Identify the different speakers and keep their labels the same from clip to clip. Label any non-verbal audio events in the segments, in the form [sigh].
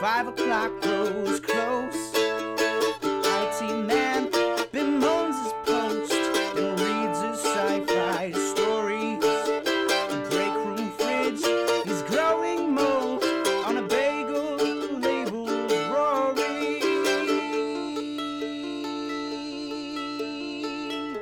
Speaker 1: Five o'clock grows close. IT man bemoans his post and reads his sci-fi stories. The break room fridge is growing mold on a bagel labeled Rory.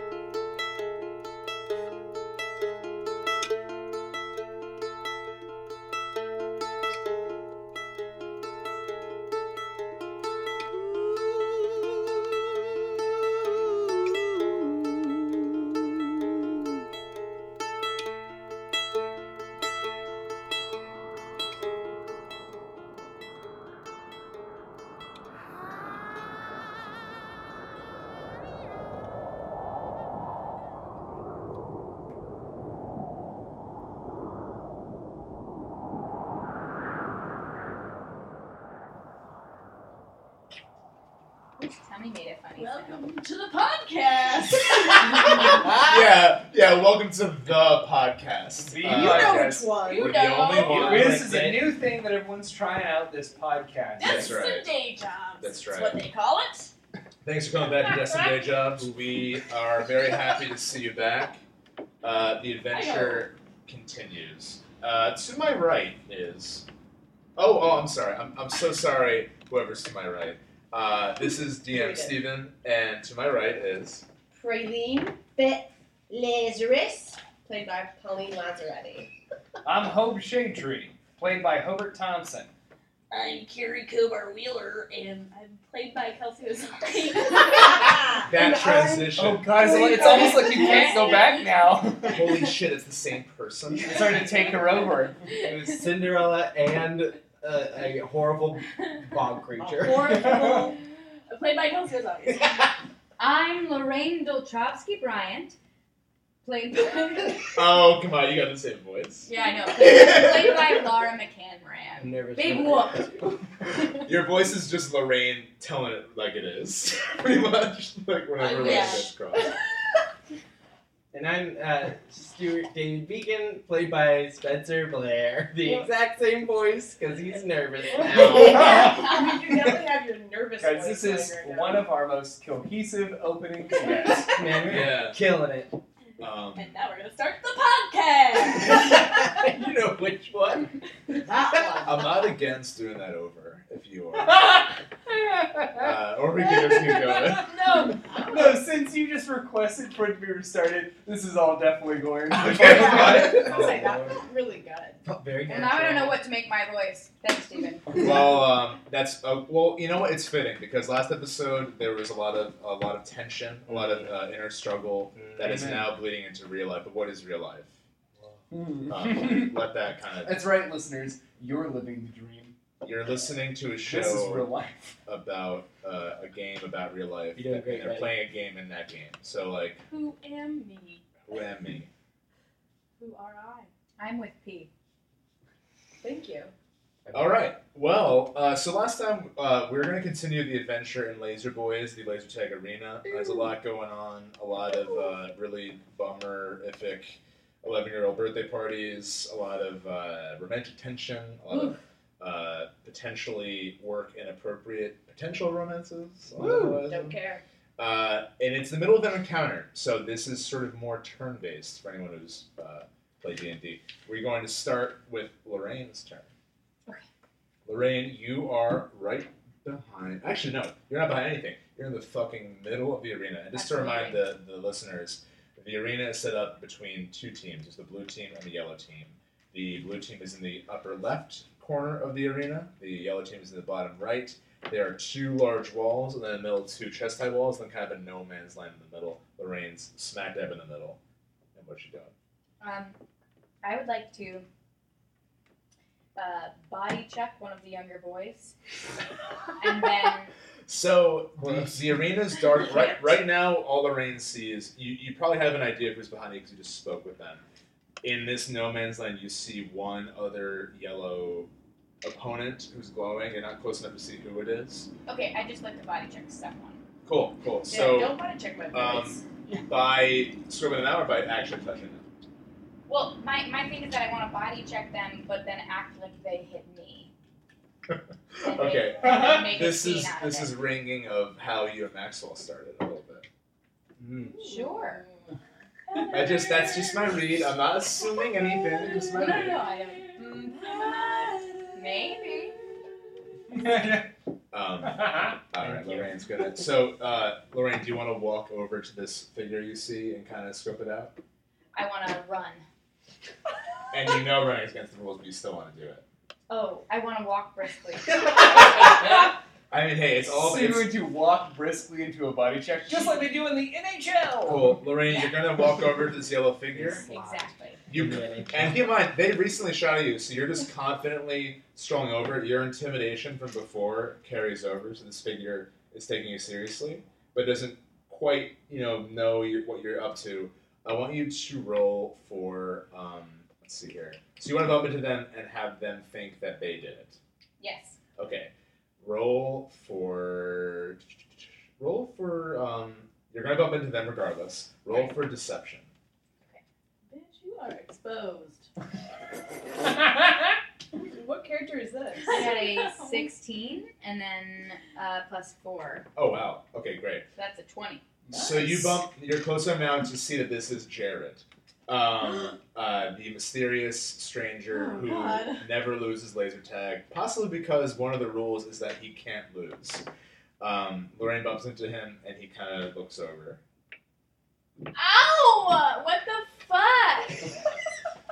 Speaker 2: Tommy made a funny sound.
Speaker 3: Welcome to the podcast.
Speaker 4: yeah, yeah. Welcome to the podcast. Uh,
Speaker 5: The
Speaker 3: you
Speaker 5: podcast.
Speaker 3: know which one.
Speaker 2: You
Speaker 4: We're the
Speaker 2: know.
Speaker 4: only one.
Speaker 5: Well, this is a new thing that everyone's trying out this podcast.
Speaker 3: That's
Speaker 4: That's right.
Speaker 3: the day job.
Speaker 4: That's
Speaker 3: That's
Speaker 4: right.
Speaker 3: what they call it.
Speaker 4: Thanks for coming back to Destin Day Jobs. We are very happy to see you back. Uh, the adventure continues. Uh, to my right is. Oh, oh, I'm sorry. I'm, I'm so sorry, whoever's to my right. Uh, this is DM Steven, and to my right is.
Speaker 6: Praline Bet Lazarus, played by Pauline Lazzaretti.
Speaker 5: I'm Hope Shadetree, played by Hobart Thompson.
Speaker 3: I'm Carrie Kobar Wheeler, and I'm played by Kelsey
Speaker 6: [laughs]
Speaker 3: Ozaki.
Speaker 6: That's
Speaker 4: That
Speaker 6: And I'm-
Speaker 4: transition.
Speaker 5: Oh, guys, it's almost like you can't go back now.
Speaker 7: Oh.
Speaker 4: Holy shit, it's the same
Speaker 7: [laughs]
Speaker 4: person.
Speaker 5: [laughs] It's starting to take her over.
Speaker 7: It was Cinderella and uh, a horrible bog
Speaker 5: [laughs]
Speaker 7: creature.
Speaker 6: horrible.
Speaker 3: I'm played by Kelsey Ozaki.
Speaker 2: I'm Lorraine Dolchowski Bryant. Played by,
Speaker 4: [laughs] Oh, come on, you got the same voice.
Speaker 2: yeah, I know. Played, played by Laura McCann
Speaker 7: I'm nervous.
Speaker 2: Big
Speaker 7: whoop.
Speaker 4: Your voice is just Lorraine telling it like it is, [laughs] pretty much. Like whenever
Speaker 3: Yeah.
Speaker 4: Lorraine gets cross.
Speaker 7: And I'm uh, Stuart David Beacon, played by Spencer Blair. The exact same voice, because he's nervous
Speaker 1: Oh,
Speaker 7: now.
Speaker 2: [laughs]
Speaker 6: I mean, you definitely have your nervous
Speaker 5: Guys,
Speaker 6: voice
Speaker 5: this is
Speaker 6: going right now.
Speaker 5: one of our most cohesive openings yet.
Speaker 1: [laughs]
Speaker 7: Man, we're
Speaker 4: Yeah.
Speaker 7: killing it.
Speaker 4: Um,
Speaker 3: And now we're gonna start the
Speaker 4: [laughs]
Speaker 3: podcast.
Speaker 7: you know which one?
Speaker 6: [laughs] That one.
Speaker 4: I'm not against doing that over if you
Speaker 3: [laughs]
Speaker 4: are. Uh, or we can just keep going.
Speaker 3: [laughs]
Speaker 4: [laughs]
Speaker 5: no, no. Since you just requested for it to be restarted, this is all definitely going. to be
Speaker 4: Okay,
Speaker 6: I'll say that
Speaker 7: Lord.
Speaker 6: was really good.
Speaker 7: Oh, Very
Speaker 2: Well,
Speaker 7: good.
Speaker 2: now I don't know what to make my voice. Thanks, Steven.
Speaker 5: [laughs]
Speaker 4: Well, um, that's uh, well. You know what? It's fitting because last episode there was a lot of a lot of tension, a lot of uh, inner struggle that is
Speaker 5: Amen.
Speaker 4: now bleeding into real life. But what is real life?
Speaker 5: [laughs] Hmm.
Speaker 4: Um, let that kind of.
Speaker 5: That's right, listeners. You're living the dream.
Speaker 4: You're listening to a show.
Speaker 5: This is real life.
Speaker 4: about uh, a game about real life.
Speaker 7: You're doing great,
Speaker 4: and they're
Speaker 7: Riley.
Speaker 4: playing a game in that game. So like,
Speaker 3: Who am me?
Speaker 4: who am me?
Speaker 3: Who are I?
Speaker 2: I'm with P.
Speaker 6: Thank you.
Speaker 4: All right. Well, uh, so last time uh, we are gonna continue the adventure in Laser Boys, the Laser Tag Arena. There's a lot going on. A lot of uh, really bummerific. 11 year old birthday parties, a lot of uh, romantic tension, a lot of uh, potentially work inappropriate potential romances. on the
Speaker 5: Woo.
Speaker 4: horizon.
Speaker 6: Don't care.
Speaker 4: Uh, and it's the middle of an encounter, so this is sort of more turn-based for anyone who's uh, played D and D. We're going to start with Lorraine's turn.
Speaker 2: Okay.
Speaker 4: Lorraine, you are right behind. Actually, no, you're not behind anything. You're in the fucking middle of the arena. And just
Speaker 2: Absolutely.
Speaker 4: to remind the, the listeners, the arena is set up between two teams: there's the blue team and the yellow team. The blue team is in the upper left corner of the arena. The yellow team is in the bottom right. There are two large walls, and then in the middle two chest high walls, and then kind of a no man's land in the middle. Lorraine's smack dab in the middle. And what's she doing?
Speaker 2: Um, I would like to uh, body check one of the younger boys, and then [laughs]
Speaker 4: So the,
Speaker 7: Gross.
Speaker 4: the arena's dark. Right right now, all Lorraine sees. You, you probably have an idea of who's behind you because you just spoke with them. In this no man's land, you see one other yellow opponent who's glowing. You're not close enough to see who it is.
Speaker 2: okay, I just like to body check someone.
Speaker 4: Cool, cool.
Speaker 6: Yeah,
Speaker 4: So
Speaker 6: don't want to check my voice.
Speaker 4: by swimming them out or by actually touching them?
Speaker 2: [laughs] Well, my, my thing is that I want to body check them, but then act like they hit me.
Speaker 4: Okay.
Speaker 2: And then make a
Speaker 4: This
Speaker 2: scene
Speaker 4: is
Speaker 2: out of
Speaker 4: this
Speaker 2: it.
Speaker 4: is ringing of how you and Maxwell started a little bit.
Speaker 2: Sure.
Speaker 4: I just that's just my read. I'm not assuming anything. Just
Speaker 2: [laughs]
Speaker 4: my
Speaker 2: No, no,
Speaker 4: read.
Speaker 2: [laughs] no. I haven't. Mm, Maybe.
Speaker 4: Um,
Speaker 5: All
Speaker 4: all right,
Speaker 7: Thank you.
Speaker 4: Lorraine's gonna. So, uh, Lorraine, do you want to walk over to this figure you see and kind of scope it out?
Speaker 2: I want to run.
Speaker 4: And you know, running against the rules, but you still want to do it.
Speaker 2: Oh, I want to walk briskly.
Speaker 4: I mean, hey, [laughs] it's all
Speaker 5: so
Speaker 4: it's,
Speaker 5: you're going to walk briskly into a body check, just like they [laughs] do in the NHL.
Speaker 4: Cool, Lorraine, you're gonna walk over to this yellow
Speaker 2: [laughs]
Speaker 4: figure.
Speaker 2: exactly.
Speaker 4: You and keep in mind they recently shot at you, so you're just confidently strolling over. Your intimidation from before carries over, so this figure is taking you seriously, but doesn't quite you know know you, what you're up to. I want you to roll for um, let's see here. So you want to bump into them and have them think that they did it.
Speaker 2: Yes.
Speaker 4: Okay. Roll for roll for um you're gonna bump into them regardless. Roll for deception.
Speaker 6: Bitch, you are exposed. what character is this?
Speaker 2: I got a 16 and then uh, plus 4.
Speaker 4: Oh wow. Okay, great.
Speaker 2: So that's a 20.
Speaker 4: So you bump you're close enough now to see that this is Jared.
Speaker 2: [gasps]
Speaker 4: Um uh the mysterious stranger
Speaker 6: Oh,
Speaker 4: who
Speaker 6: God.
Speaker 4: never loses laser tag, possibly because one of the rules is that he can't lose. Um, Lorraine bumps into him and he kind of looks over.
Speaker 2: [laughs] Ow! What the fuck?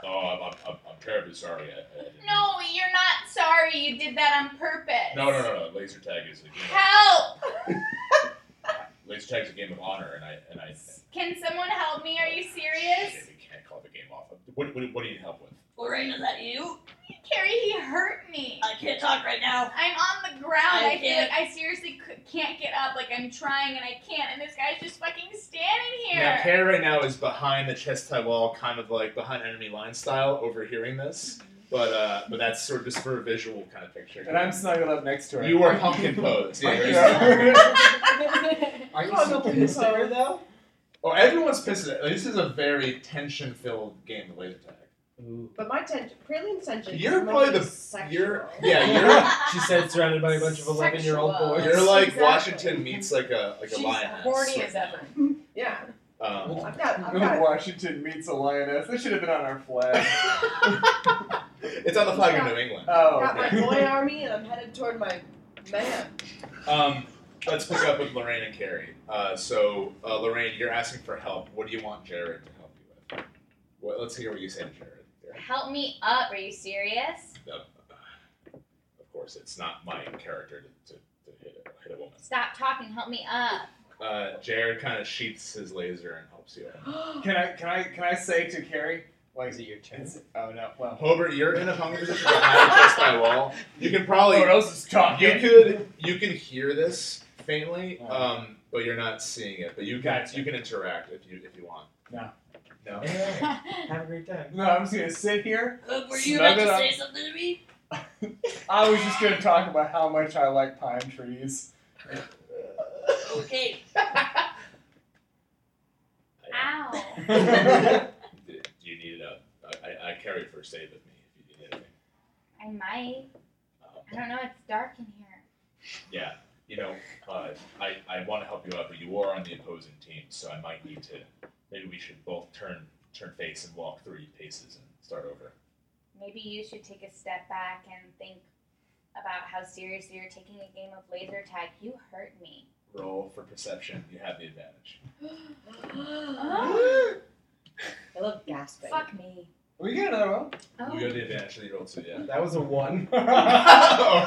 Speaker 4: Oh, I'm, I'm, I'm- I'm terribly sorry. I, I didn't-
Speaker 2: No, you're not sorry. You did that on purpose.
Speaker 4: No, no, no, no. Laser tag is a game.
Speaker 2: Help!
Speaker 4: Of, laser tag is a game of honor, and I and I.
Speaker 2: Can someone help me? Are you serious?
Speaker 4: Shit, we can't call the game off. What, what, what do you help with?
Speaker 3: [laughs] Lorraine, is that you?
Speaker 2: Carrie, he hurt me.
Speaker 3: I can't talk right now.
Speaker 2: I'm on the ground.
Speaker 3: I
Speaker 2: I, feel
Speaker 3: can't-
Speaker 2: like I seriously c- can't get up. Like I'm trying and I can't. And this guy's just fucking standing here.
Speaker 4: Now, Kara right now is behind the chest high wall, kind of like behind enemy line style, overhearing this.
Speaker 2: Mm-hmm.
Speaker 4: But uh, but that's sort of just for a visual kind of picture.
Speaker 5: And I'm snuggled up next to her.
Speaker 4: you are pumpkin
Speaker 5: [laughs]
Speaker 4: pose. Yeah,
Speaker 5: Thank
Speaker 4: you're-
Speaker 5: you.
Speaker 4: [laughs] Are you
Speaker 5: [laughs]
Speaker 7: [laughs] I'm not pissed at her, though.
Speaker 4: Oh, everyone's pissed at. This is a very tension-filled game of laser tag.
Speaker 7: Ooh.
Speaker 6: but my tension, Pralin's tension.
Speaker 4: You're
Speaker 6: is
Speaker 4: probably the-
Speaker 6: mostly sexual.
Speaker 4: You're yeah, you're
Speaker 7: She said surrounded by a bunch of 11 year old
Speaker 6: Sexual.
Speaker 7: boys.
Speaker 4: you're like
Speaker 6: Exactly.
Speaker 4: Washington meets like a like a
Speaker 2: She's
Speaker 4: lioness.
Speaker 2: horny
Speaker 4: right
Speaker 2: as
Speaker 4: now.
Speaker 2: ever.
Speaker 6: Yeah.
Speaker 4: Um,
Speaker 6: I've got, I've got
Speaker 5: Washington meets a lioness. That should have been on our
Speaker 7: [laughs]
Speaker 5: flag.
Speaker 4: [laughs] it's on the flag of New England.
Speaker 5: Oh,
Speaker 6: Got my
Speaker 5: okay.
Speaker 6: boy
Speaker 4: [laughs]
Speaker 6: army and I'm headed toward my man. [gasps]
Speaker 4: Um, let's pick up with Lorraine and Carrie. Uh, so, uh, Lorraine, you're asking for help. What do you want Jared to help you with? Well, let's hear what you say to Jared. Jared.
Speaker 2: Help me up. Are you serious?
Speaker 4: Of course, it's not my character to, to, to hit, a, hit a woman.
Speaker 2: Stop talking. Help me up. [laughs]
Speaker 4: Uh, Jared kind of sheaths his laser and helps you. out.
Speaker 2: Oh.
Speaker 5: Can I can I can I say to Carrie like
Speaker 7: Is it your turn?
Speaker 5: it's, oh no well
Speaker 4: Hobart, you're in a hungry position behind the chest high wall. You can probably
Speaker 5: Who else is
Speaker 4: you
Speaker 5: talking?
Speaker 4: could you can hear this faintly,
Speaker 5: Uh.
Speaker 4: um, but you're not seeing it. But you can
Speaker 5: Gotcha.
Speaker 4: you can interact if you if you want.
Speaker 5: No.
Speaker 4: No.
Speaker 5: [laughs]
Speaker 7: Have a great time.
Speaker 5: No, I'm just gonna sit here.
Speaker 3: Look, were you about
Speaker 5: Snug it
Speaker 3: to
Speaker 5: up.
Speaker 3: say something to me?
Speaker 5: I was just gonna talk about how much I like pine [laughs] trees.
Speaker 3: Okay.
Speaker 2: Ow.
Speaker 5: I
Speaker 4: Do do you need a? I, I carry first aid with me if you need anything.
Speaker 2: I might. I
Speaker 4: Um,
Speaker 2: don't know. It's dark in here.
Speaker 4: yeah, you know, uh, I, I want to help you out, but you are on the opposing team, so I might need to. Maybe we should both turn turn face and walk three paces and start over.
Speaker 2: Maybe you should take a step back and think about how seriously you're taking a game of laser tag. You hurt me.
Speaker 4: Roll for perception. You have the advantage.
Speaker 2: Oh.
Speaker 6: I love gasping.
Speaker 2: Fuck me. Oh.
Speaker 5: we get another one.
Speaker 4: You got the advantage that you rolled, so yeah. [laughs]
Speaker 5: [laughs]
Speaker 7: That was a one.
Speaker 4: oh, hell.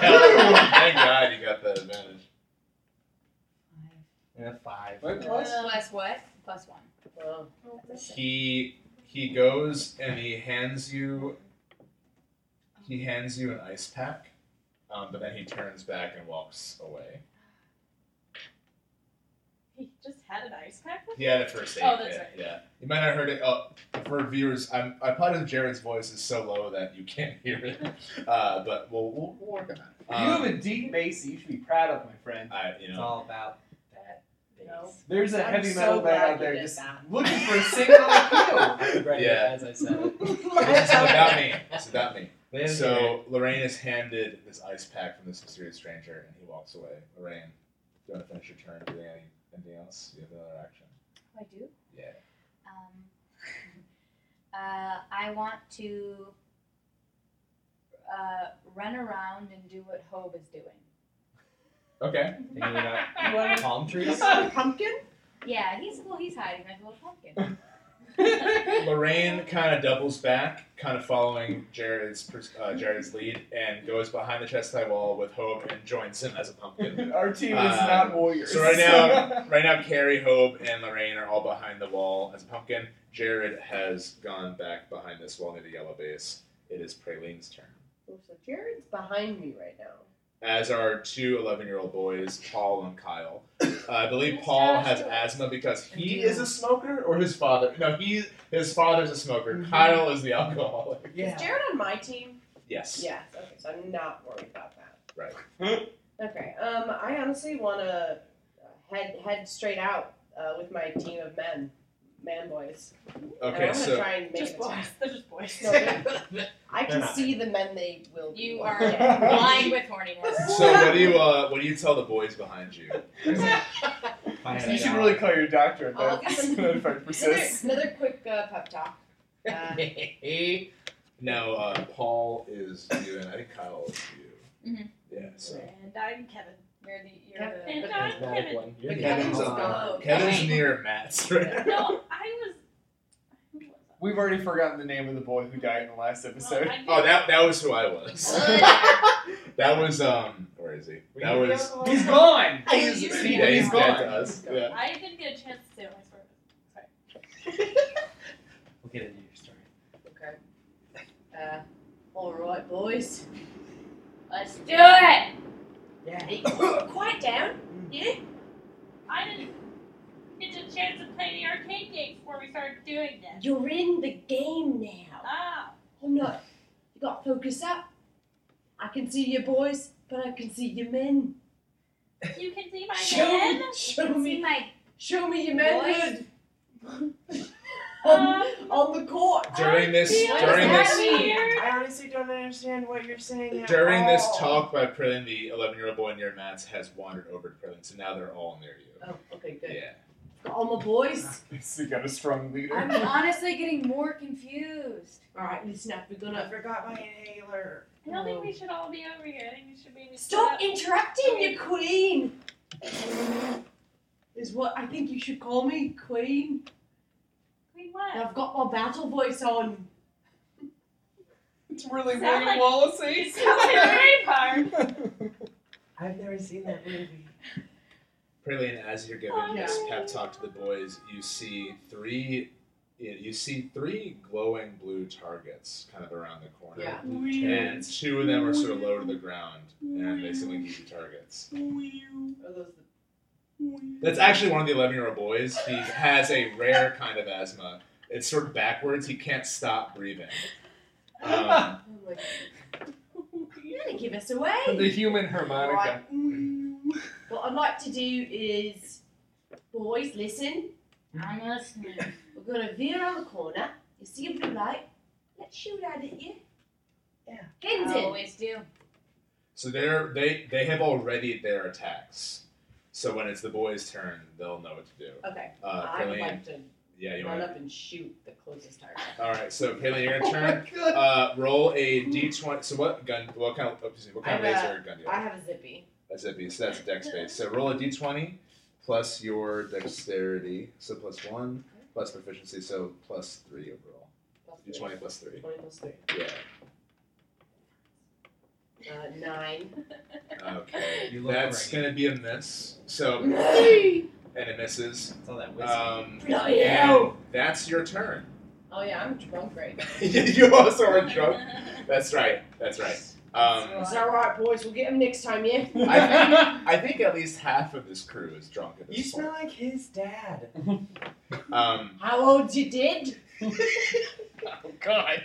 Speaker 4: Thank God you got that advantage.
Speaker 7: And a five.
Speaker 5: What plus?
Speaker 2: Plus what? Plus one.
Speaker 6: Oh.
Speaker 4: He he goes and he hands you he hands you an ice pack, um, but then he turns back and walks away.
Speaker 6: He just had an ice pack
Speaker 4: He had a first aid
Speaker 6: Oh, that's
Speaker 4: kit,
Speaker 6: right.
Speaker 4: Yeah, you might not have heard it. Oh, for viewers, I'm I apologize. Jared's voice is so low that you can't hear
Speaker 6: [laughs]
Speaker 4: it, uh, but we'll, we'll, we'll work on it.
Speaker 5: you
Speaker 4: Um,
Speaker 5: have a deep bass that you should be proud of, my friend.
Speaker 4: I, you [laughs]
Speaker 7: It's
Speaker 4: know,
Speaker 7: all about that bass.
Speaker 6: No.
Speaker 5: There's a
Speaker 6: I'm
Speaker 5: heavy
Speaker 6: so
Speaker 5: metal band
Speaker 6: glad
Speaker 5: out
Speaker 6: you
Speaker 5: there
Speaker 6: did
Speaker 5: just
Speaker 6: that.
Speaker 5: looking
Speaker 6: [laughs]
Speaker 5: for a singer like you.
Speaker 7: I regret it
Speaker 4: Yeah.
Speaker 7: as I said it.
Speaker 4: it's about me. It's about me.
Speaker 7: They have hair.
Speaker 4: So Lorraine is handed this ice pack from this mysterious stranger, and he walks away. Lorraine, do you want to finish your turn? Do you have any, anything else? Do you have another action?
Speaker 2: Oh, I do.
Speaker 4: Yeah.
Speaker 2: Um, [laughs] uh, I want to uh, run around and do what Hobe is doing.
Speaker 4: Okay.
Speaker 7: Thinking about
Speaker 6: [laughs]
Speaker 5: uh,
Speaker 6: You want
Speaker 7: palm trees.
Speaker 6: a pumpkin?
Speaker 2: Yeah, he's well, he's hiding like a little pumpkin.
Speaker 4: Lorraine kind of doubles back, kind of following Jared's pers- uh, Jared's lead, and goes behind the chest high wall with Hope and joins him as a
Speaker 5: [laughs]
Speaker 4: pumpkin.
Speaker 5: Our team is
Speaker 4: Uh,
Speaker 5: not warriors.
Speaker 4: so right
Speaker 5: [laughs]
Speaker 4: now- right now, Carrie, Hope, and Lorraine are all behind the wall as a pumpkin. Jared has gone back behind this wall near the yellow base. It is Praline's turn.
Speaker 6: Oh, so Jared's behind me right now.
Speaker 4: as are two 11 year old boys, Paul and Kyle. Uh, I believe Paul has asthma because he is a smoker, or his father. No, he his father's a smoker.
Speaker 7: Mhm.
Speaker 4: Kyle is the alcoholic.
Speaker 6: [laughs] Is Jared on my team?
Speaker 4: Yes.
Speaker 6: Yes. Okay, so I'm not worried about that.
Speaker 4: Right.
Speaker 6: Okay. Um, I honestly want to head head straight out uh, with my team of men, man boys. and I
Speaker 4: Okay,
Speaker 6: want to
Speaker 4: so
Speaker 6: try and make
Speaker 3: Just
Speaker 6: an attack.
Speaker 3: boys. They're just boys.
Speaker 6: No,
Speaker 3: [laughs]
Speaker 6: they're- I
Speaker 7: They're
Speaker 6: can
Speaker 7: not.
Speaker 6: see the men they will. be.
Speaker 2: You are
Speaker 6: Yeah.
Speaker 2: blind with horniness.
Speaker 4: so what do you uh, what do you tell the boys behind you?
Speaker 5: you should really call your doctor if
Speaker 6: I'll
Speaker 5: that
Speaker 6: give them-
Speaker 5: [laughs] if
Speaker 6: [laughs]
Speaker 5: that
Speaker 6: Another,
Speaker 4: [laughs]
Speaker 5: persists.
Speaker 6: another quick uh, pep talk. Uh,
Speaker 4: Now uh, Paul is you, and I think Kyle is you.
Speaker 6: Mm-hmm.
Speaker 2: Mhm.
Speaker 4: Yeah. So
Speaker 3: And I'm Kevin.
Speaker 2: You're the you're
Speaker 6: Kevin.
Speaker 2: the.
Speaker 3: And I'm Kevin.
Speaker 6: But
Speaker 4: Kevin's
Speaker 6: Kevin's
Speaker 4: on.
Speaker 6: gone.
Speaker 4: Kevin's near Matt's right now.
Speaker 3: No, I was. Who was I?
Speaker 5: We've already forgotten the name of the boy who died in the last episode.
Speaker 3: Well, I
Speaker 4: Oh, that that was who I was.
Speaker 6: [laughs]
Speaker 4: that was um. Where is he? That was.
Speaker 5: He's gone.
Speaker 4: He's,
Speaker 3: He's-
Speaker 4: he-
Speaker 3: yeah,
Speaker 4: he's
Speaker 3: he's
Speaker 4: dead
Speaker 5: gone.
Speaker 4: to us.
Speaker 6: He's
Speaker 4: Yeah.
Speaker 3: I didn't get a chance to say what I swear. Sorry.
Speaker 7: We'll get into your story.
Speaker 5: [laughs]
Speaker 6: Okay. Uh, all right, boys.
Speaker 2: Let's do it.
Speaker 6: Yeah. Quiet down. Yeah.
Speaker 3: I didn't get a chance to play the arcade game before we started doing this.
Speaker 6: You're in the game now.
Speaker 3: Ah,
Speaker 6: Oh no. You got to focus up. I can see you, boys, but I can see your men.
Speaker 3: you can see my
Speaker 6: Show
Speaker 3: head.
Speaker 6: me, show
Speaker 2: See
Speaker 6: me,
Speaker 2: my
Speaker 6: show me your manhood. on,
Speaker 3: Um,
Speaker 6: on the court.
Speaker 4: During this,
Speaker 6: feeling
Speaker 4: during
Speaker 6: that
Speaker 4: this,
Speaker 3: weird.
Speaker 7: I honestly don't understand what you're saying.
Speaker 4: during this
Speaker 6: Oh.
Speaker 4: talk by Prillin, the 11 year old boy near Matt's has wandered over to Prillin, so now they're all near you.
Speaker 6: Oh, okay, good.
Speaker 4: Yeah.
Speaker 6: Got all my boys.
Speaker 5: He's got a strong
Speaker 2: I'm
Speaker 5: leader.
Speaker 2: honestly getting more confused.
Speaker 6: All right, listen up. We're gonna
Speaker 7: forgot my inhaler.
Speaker 3: I don't think we should all be over here. I think we should be.
Speaker 6: stop interrupting your queen. Is what I think you should call me, queen.
Speaker 3: Wait, what?
Speaker 6: I've got my battle voice on.
Speaker 5: It's really
Speaker 3: Sound
Speaker 5: William
Speaker 3: like-
Speaker 5: Wallace. [laughs]
Speaker 3: Braveheart.
Speaker 7: I've never seen that movie.
Speaker 4: Prillin, as you're giving
Speaker 6: Oh,
Speaker 4: this pep talk to the boys, you see three. You you see three glowing blue targets kind of around the corner,
Speaker 6: Yeah.
Speaker 4: and two of them are sort of low to the ground, and they seem like easy targets.
Speaker 6: Are those
Speaker 4: That's [laughs] actually one of the 11 year old boys. He has a rare kind of asthma. It's sort of backwards. He can't stop breathing. Um,
Speaker 6: [laughs] the, oh my You're gonna give us away.
Speaker 5: [laughs]
Speaker 6: Mm.
Speaker 5: the human harmonica. Mm. [laughs]
Speaker 6: What I'd like to do is, boys, listen.
Speaker 2: I'm listening.
Speaker 6: We're gonna veer around the corner. You see a blue light. Let's shoot at it, yeah.
Speaker 7: Yeah.
Speaker 2: I
Speaker 6: Kenton.
Speaker 2: always do.
Speaker 4: So they're they they have already their attacks. So when it's the boys' turn, they'll know what to do.
Speaker 6: Okay.
Speaker 4: Uh,
Speaker 6: I would
Speaker 4: Praline-
Speaker 6: like to
Speaker 4: yeah, you
Speaker 6: run
Speaker 4: want.
Speaker 6: up and shoot the closest target.
Speaker 4: All right, so Praline, you're gonna
Speaker 7: [laughs]
Speaker 4: turn.
Speaker 6: god.
Speaker 4: Uh, roll a d20. So what gun? What kind of? oh, excuse me, what kind
Speaker 6: I
Speaker 4: of
Speaker 7: uh,
Speaker 6: have a-
Speaker 4: laser gun do you
Speaker 6: I
Speaker 4: have?
Speaker 6: have a zippy.
Speaker 4: That's it. be- So that's dex based. So roll a d20 plus your dexterity. So plus one plus proficiency. So plus three overall.
Speaker 6: Plus three.
Speaker 4: D20 plus three.
Speaker 6: 20 plus three.
Speaker 4: Yeah.
Speaker 6: Uh, [laughs] nine.
Speaker 4: Okay.
Speaker 7: [laughs] You look
Speaker 4: That's
Speaker 7: great.
Speaker 4: gonna be a miss.
Speaker 7: [laughs]
Speaker 4: So
Speaker 6: Three.
Speaker 4: and it misses.
Speaker 7: It's all that whiskey.
Speaker 5: Uh,
Speaker 4: Um,
Speaker 7: Oh,
Speaker 6: Bloody
Speaker 4: and
Speaker 6: hell.
Speaker 4: that's your turn. [laughs]
Speaker 6: Oh yeah, I'm drunk right now.
Speaker 4: you also are [laughs] drunk. That's right. That's right. Um,
Speaker 6: It's alright, boys. We'll get him next time, yeah.
Speaker 5: [laughs]
Speaker 4: I, I think at least half of this crew is drunk [laughs] at this
Speaker 7: You
Speaker 4: point.
Speaker 7: smell like his [laughs] dad.
Speaker 4: Um,
Speaker 6: How old you did?
Speaker 5: Oh [laughs] god.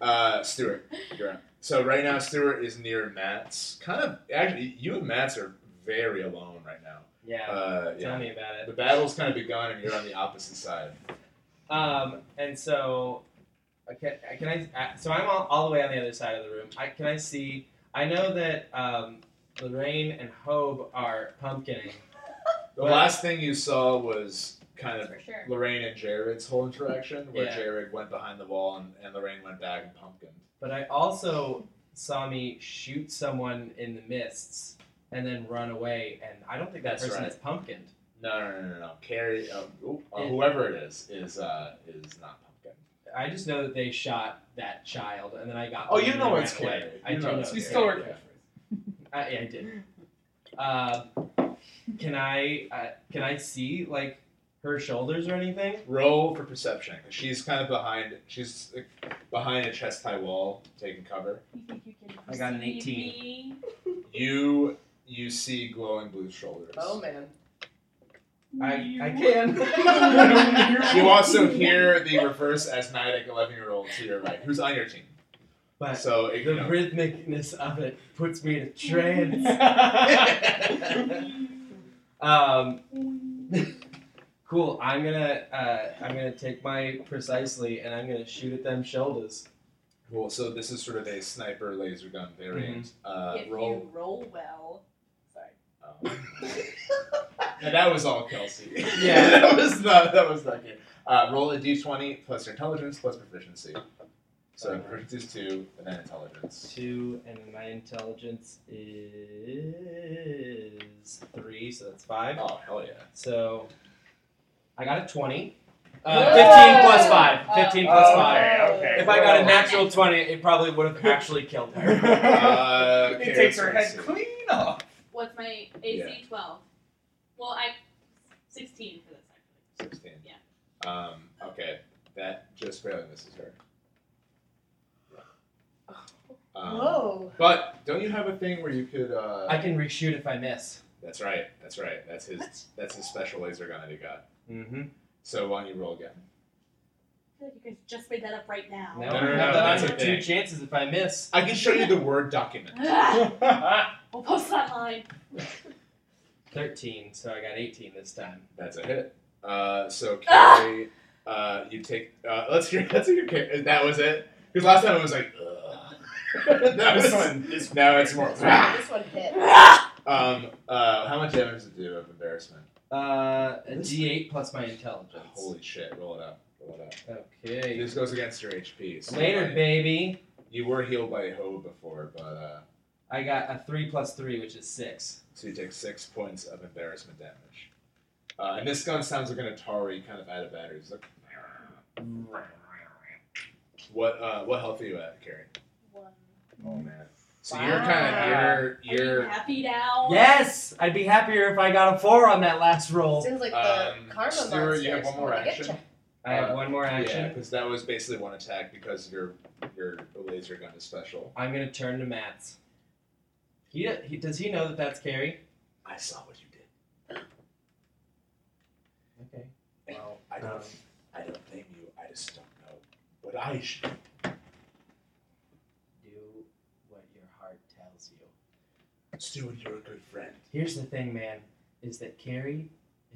Speaker 4: uh, Stuart, you're up. So right now, Stuart is near Matt's. Kind of actually, you and Matt's are very alone right now.
Speaker 7: Yeah.
Speaker 4: Uh,
Speaker 7: Tell
Speaker 4: yeah.
Speaker 7: me about it.
Speaker 4: The battle's kind of begun, and you're on the opposite side.
Speaker 7: Um, and so Okay, can I? uh, So I'm all, all the way on the other side of the room. I can I see? I know that um, Lorraine and Hobe are pumpkining.
Speaker 4: The
Speaker 7: Well-
Speaker 4: last thing you saw was kind of
Speaker 2: for [laughs] sure.
Speaker 4: Lorraine and Jared's whole interaction, where
Speaker 7: Yeah.
Speaker 4: Jared went behind the wall and, and Lorraine went back and pumpkin.
Speaker 7: But I also saw me shoot someone in the mists and then run away. And I don't think that
Speaker 4: That's
Speaker 7: person
Speaker 4: right.
Speaker 7: is pumpkined.
Speaker 4: No, no, no, no, no. Carrie, um, ooh, uh,
Speaker 7: Yeah.
Speaker 4: whoever it is, is uh, is not pumpkin.
Speaker 7: I just know that they shot that child, and then I got.
Speaker 5: Oh,
Speaker 7: them
Speaker 5: you
Speaker 7: and
Speaker 5: know
Speaker 7: ran
Speaker 5: it's
Speaker 7: away.
Speaker 4: Carrie.
Speaker 7: I
Speaker 4: You
Speaker 7: do
Speaker 4: know
Speaker 7: know.
Speaker 4: it's
Speaker 5: We
Speaker 7: it's
Speaker 5: still
Speaker 7: Carrie.
Speaker 5: work
Speaker 4: Yeah.
Speaker 7: I, yeah, I did. Uh, can I? Uh, can I see like her shoulders or anything?
Speaker 4: Roll for perception. 'cause She's kind of behind. She's uh, behind a chest high wall, taking cover.
Speaker 3: You think you can
Speaker 7: I got an
Speaker 3: perceive
Speaker 7: 18.
Speaker 3: me?
Speaker 4: You you see glowing blue shoulders.
Speaker 6: Oh man.
Speaker 7: I, I
Speaker 3: You-
Speaker 4: [laughs]
Speaker 7: can.
Speaker 4: You also hear the reverse asthmatic eleven year old to your right, who's on your team.
Speaker 7: but
Speaker 4: So it,
Speaker 7: [laughs] the
Speaker 4: you know,
Speaker 7: rhythmicness of it puts me in a trance.
Speaker 5: [laughs]
Speaker 7: um, cool. I'm gonna uh, I'm gonna take my precisely and I'm gonna shoot at them shoulders.
Speaker 4: Cool. So this is sort of a sniper laser gun variant.
Speaker 7: Mm-hmm.
Speaker 4: Uh,
Speaker 2: if
Speaker 4: roll.
Speaker 2: you roll well, sorry.
Speaker 4: [laughs] Oh. and that was all Kelsey.
Speaker 7: Yeah.
Speaker 4: [laughs] that was not. That was not good. Uh, roll a d20 plus your intelligence plus proficiency. So proficiency is two, and then intelligence.
Speaker 7: Two and my intelligence is three, so that's five.
Speaker 4: Oh hell yeah!
Speaker 7: So I got a twenty.
Speaker 4: Uh,
Speaker 7: Uh, Fifteen plus five.
Speaker 2: Oh.
Speaker 7: Fifteen plus
Speaker 5: okay,
Speaker 7: five.
Speaker 5: okay.
Speaker 7: If I got a [laughs]
Speaker 5: well.
Speaker 7: natural twenty, it probably would have actually killed her.
Speaker 5: [laughs]
Speaker 4: Uh,
Speaker 7: [laughs]
Speaker 4: okay,
Speaker 5: it takes her
Speaker 4: let's
Speaker 5: head
Speaker 4: see.
Speaker 5: clean off.
Speaker 3: What's my AC? Twelve. Well, I sixteen for this actually.
Speaker 4: Sixteen. Yeah. Um. Okay. That just barely misses her.
Speaker 6: Uh,
Speaker 4: Um,
Speaker 6: Whoa.
Speaker 4: But don't you have a thing where you could? Uh,
Speaker 7: I can reshoot if I miss.
Speaker 4: That's right. That's right. That's his. That's his special laser gun that he got.
Speaker 7: Mm-hmm.
Speaker 5: [laughs]
Speaker 4: So why don't you roll again?
Speaker 3: I feel like you guys just made that up right now.
Speaker 7: No,
Speaker 4: No,
Speaker 7: I
Speaker 4: no, no,
Speaker 7: have that
Speaker 4: that's
Speaker 7: on
Speaker 4: a
Speaker 7: for two
Speaker 4: thing.
Speaker 7: chances if I miss.
Speaker 4: I can show you the word document.
Speaker 3: Ah, [laughs] we'll post that [laughs] line.
Speaker 7: Thirteen, so I got eighteen this time.
Speaker 4: That's a hit. Uh, so Carrie, uh, you take. Uh, let's hear. Let's hear. Carrie. That was it. Because last time it was like. Ugh. [laughs] that was [laughs]
Speaker 5: This one is
Speaker 4: Now it's more.
Speaker 6: This one, this one hit.
Speaker 4: Um. Uh. How much damage does it do of embarrassment?
Speaker 7: Uh, a D8 plus my intelligence.
Speaker 4: Holy shit! Roll it up. Roll it up.
Speaker 7: Okay.
Speaker 4: This goes against your HP. So
Speaker 7: Later,
Speaker 4: like,
Speaker 7: baby.
Speaker 4: you were healed by Ho before, but uh,
Speaker 7: I got a three plus three, which is six.
Speaker 4: so you take six points of embarrassment damage. Uh, and this gun sounds like an Atari kind of out of batteries. Like, what uh, what health are you at, Carrie?
Speaker 3: One.
Speaker 4: Oh man. So you're
Speaker 6: Ah.
Speaker 4: kind of
Speaker 3: Are you
Speaker 4: you're
Speaker 3: happy now?
Speaker 7: Yes, I'd be happier if I got a four on that last roll.
Speaker 6: Seems like
Speaker 4: Um,
Speaker 6: the karma
Speaker 4: Stuart, you
Speaker 6: monsters
Speaker 4: have one more
Speaker 6: wanna get
Speaker 4: action?
Speaker 6: ya.
Speaker 7: I have one more
Speaker 4: you're
Speaker 7: action.
Speaker 4: yeah because that was basically one attack because your your laser gun is special.
Speaker 7: I'm gonna turn to Matt's. He, he does he know that that's Carrie?
Speaker 4: I saw what you did.
Speaker 7: Okay. Well,
Speaker 4: I don't
Speaker 7: um,
Speaker 4: I don't blame you. I just don't know what I should.
Speaker 7: do what your heart tells you.
Speaker 4: Stuart, you're a good friend.
Speaker 7: Here's the thing, man, is that Carrie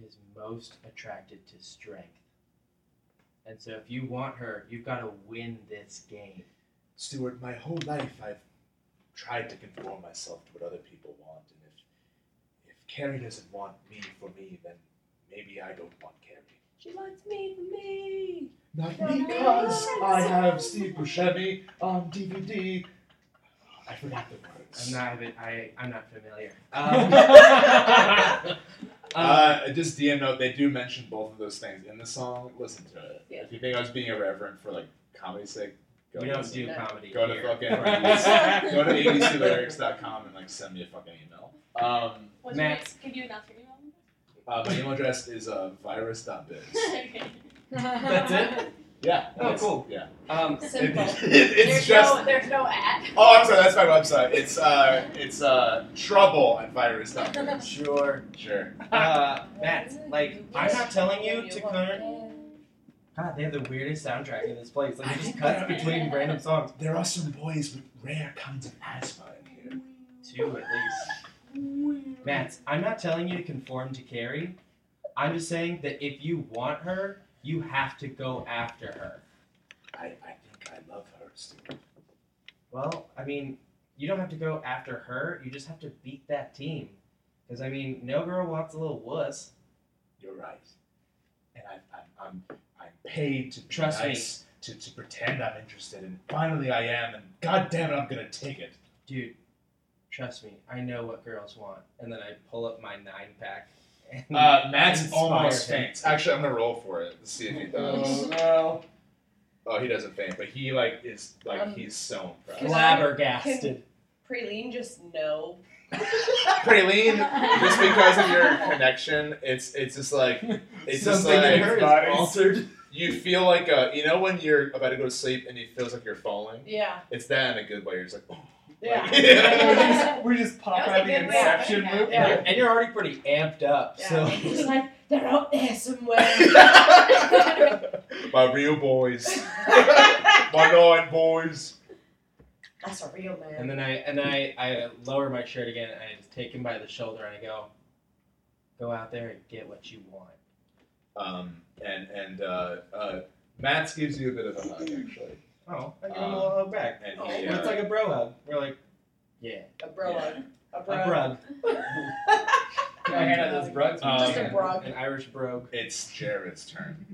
Speaker 7: is most attracted to strength. And so if you want her, you've got to win this game.
Speaker 4: Stuart, my whole life I've tried to conform myself to what other people want, and if if Carrie doesn't want me for me, then maybe I don't want Carrie.
Speaker 3: She wants
Speaker 4: [laughs]
Speaker 3: me for me.
Speaker 4: Not
Speaker 3: No,
Speaker 4: because
Speaker 3: no, no,
Speaker 4: I
Speaker 3: no.
Speaker 4: have Steve Buscemi on DVD. I forgot the words. [laughs]
Speaker 7: I'm not even, I I'm not familiar.
Speaker 5: Um,
Speaker 4: Uh, just DM note, they do mention both of those things in the song. Listen to it.
Speaker 6: Yeah.
Speaker 4: If you think I was being irreverent for like comedy's sake, go
Speaker 7: we don't
Speaker 4: listen.
Speaker 7: do
Speaker 6: No.
Speaker 7: comedy
Speaker 4: Go to
Speaker 7: here.
Speaker 4: fucking- [laughs] go
Speaker 5: Go
Speaker 4: to abclyrics.com and like send me a fucking email. Um,
Speaker 3: What's
Speaker 7: Matt.
Speaker 3: your name? Can you announce your email?
Speaker 4: uh, my email address is uh, virus.biz.
Speaker 3: [laughs] okay.
Speaker 7: That's
Speaker 3: [laughs]
Speaker 7: it?
Speaker 4: Yeah.
Speaker 7: Oh,
Speaker 4: it's-
Speaker 7: cool.
Speaker 4: Yeah.
Speaker 7: Um,
Speaker 4: [laughs] It-
Speaker 6: Simple.
Speaker 4: it's
Speaker 2: there's
Speaker 4: just.
Speaker 2: no, there's no ad.
Speaker 4: Oh, I'm sorry. That's my website. It's uh, it's uh, trouble at virus.biz.
Speaker 7: [laughs] sure.
Speaker 4: Sure.
Speaker 7: [laughs] Uh, Matt, like I'm not telling you to kind God, they have the weirdest soundtrack in this place. Like it just cuts between random songs.
Speaker 4: There are some boys with rare kinds of asthma in here.
Speaker 7: Two at least. Matt, I'm not telling you to conform to Carrie. I'm just saying that if you want her, you have to go after her.
Speaker 4: I, I think stupid.
Speaker 7: Well, I mean, you don't have to go after her. You just have to beat that team. Because I mean, no girl wants a little wuss.
Speaker 4: You're right. And I, I'm, I'm, I'm paid to be
Speaker 7: Trust me.
Speaker 4: nice, to, to pretend I'm interested, and finally I am, and god damn it, I'm gonna take it.
Speaker 7: Dude, trust me. I know what girls want. And then I pull up my nine pack. And
Speaker 4: Uh, Max
Speaker 7: Hmm. inspire
Speaker 4: almost
Speaker 7: him.
Speaker 4: faints. Actually, I'm gonna roll for it. Let's see if he does.
Speaker 5: Oh no.
Speaker 4: Oh, he doesn't faint, but he like is like
Speaker 6: Um,
Speaker 4: he's so impressed.
Speaker 6: Can I-
Speaker 7: [laughs] Flabbergasted.
Speaker 6: Praline just no.
Speaker 4: Praline, just because of your connection, it's it's just like It's just
Speaker 7: Something in
Speaker 4: like-
Speaker 7: her
Speaker 5: Bodies.
Speaker 7: is altered.
Speaker 4: you feel like a you know when you're about to go to sleep and it feels like you're falling.
Speaker 6: Yeah.
Speaker 4: It's that in a good way. You're just like, oh,
Speaker 6: Yeah. [laughs]
Speaker 4: Like-
Speaker 5: we're, [laughs] just, we just pop
Speaker 2: That was
Speaker 5: out
Speaker 2: a
Speaker 5: of the
Speaker 2: good way of
Speaker 5: inception
Speaker 2: putting that.
Speaker 5: loop.
Speaker 6: [laughs]
Speaker 7: And,
Speaker 6: Yeah.
Speaker 7: you're, and you're already pretty amped up.
Speaker 6: Yeah.
Speaker 7: So
Speaker 6: She's like, they're out there
Speaker 4: [laughs]
Speaker 6: somewhere.
Speaker 4: "Oh." my real boys, my nine boys.
Speaker 6: That's a real man.
Speaker 7: And then I and I, I lower my shirt again and I just take him by the shoulder and I go, go out there and get what you want.
Speaker 4: Um, and and uh, uh, Matt's gives you a bit of a hug actually,
Speaker 7: Oh, I give him
Speaker 4: Um,
Speaker 7: a little hug back.
Speaker 4: and
Speaker 6: Oh,
Speaker 4: he,
Speaker 7: It's
Speaker 4: uh,
Speaker 7: like a bro hug. We're like, yeah,
Speaker 6: a bro.
Speaker 4: Yeah.
Speaker 6: A
Speaker 7: a
Speaker 6: bro.
Speaker 7: brug.
Speaker 5: Can I hand out those rugs?
Speaker 4: Um,
Speaker 6: Just a brog.
Speaker 7: An Irish brogue.
Speaker 4: it's Jared's turn.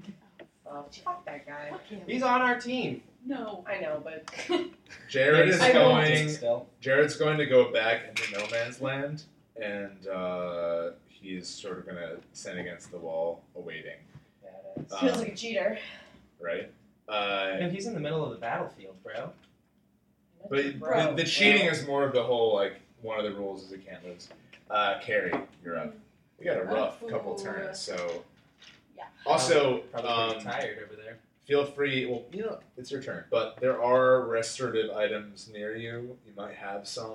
Speaker 6: Oh, fuck that guy.
Speaker 7: He's on our team.
Speaker 2: No.
Speaker 6: I know, but
Speaker 4: Jared is
Speaker 6: I will-
Speaker 4: going.
Speaker 7: still.
Speaker 4: Jared's going to go back into no man's land, and uh, he's sort of going to stand against the wall, awaiting.
Speaker 7: Badass.
Speaker 6: feels
Speaker 4: Um,
Speaker 6: like a [laughs] cheater.
Speaker 4: right? Uh,
Speaker 7: No, he's in the middle of the battlefield, bro.
Speaker 4: but
Speaker 6: Bro.
Speaker 4: the, the cheating is more of the whole like one of the rules is it can't lose. Uh, Carrie, you're up. We got a rough couple turns, so.
Speaker 2: Yeah.
Speaker 4: Also,
Speaker 7: Probably
Speaker 4: um,
Speaker 7: pretty tired over there.
Speaker 4: feel free. Well, you know, it's your turn, but there are restorative items near you. You might have some.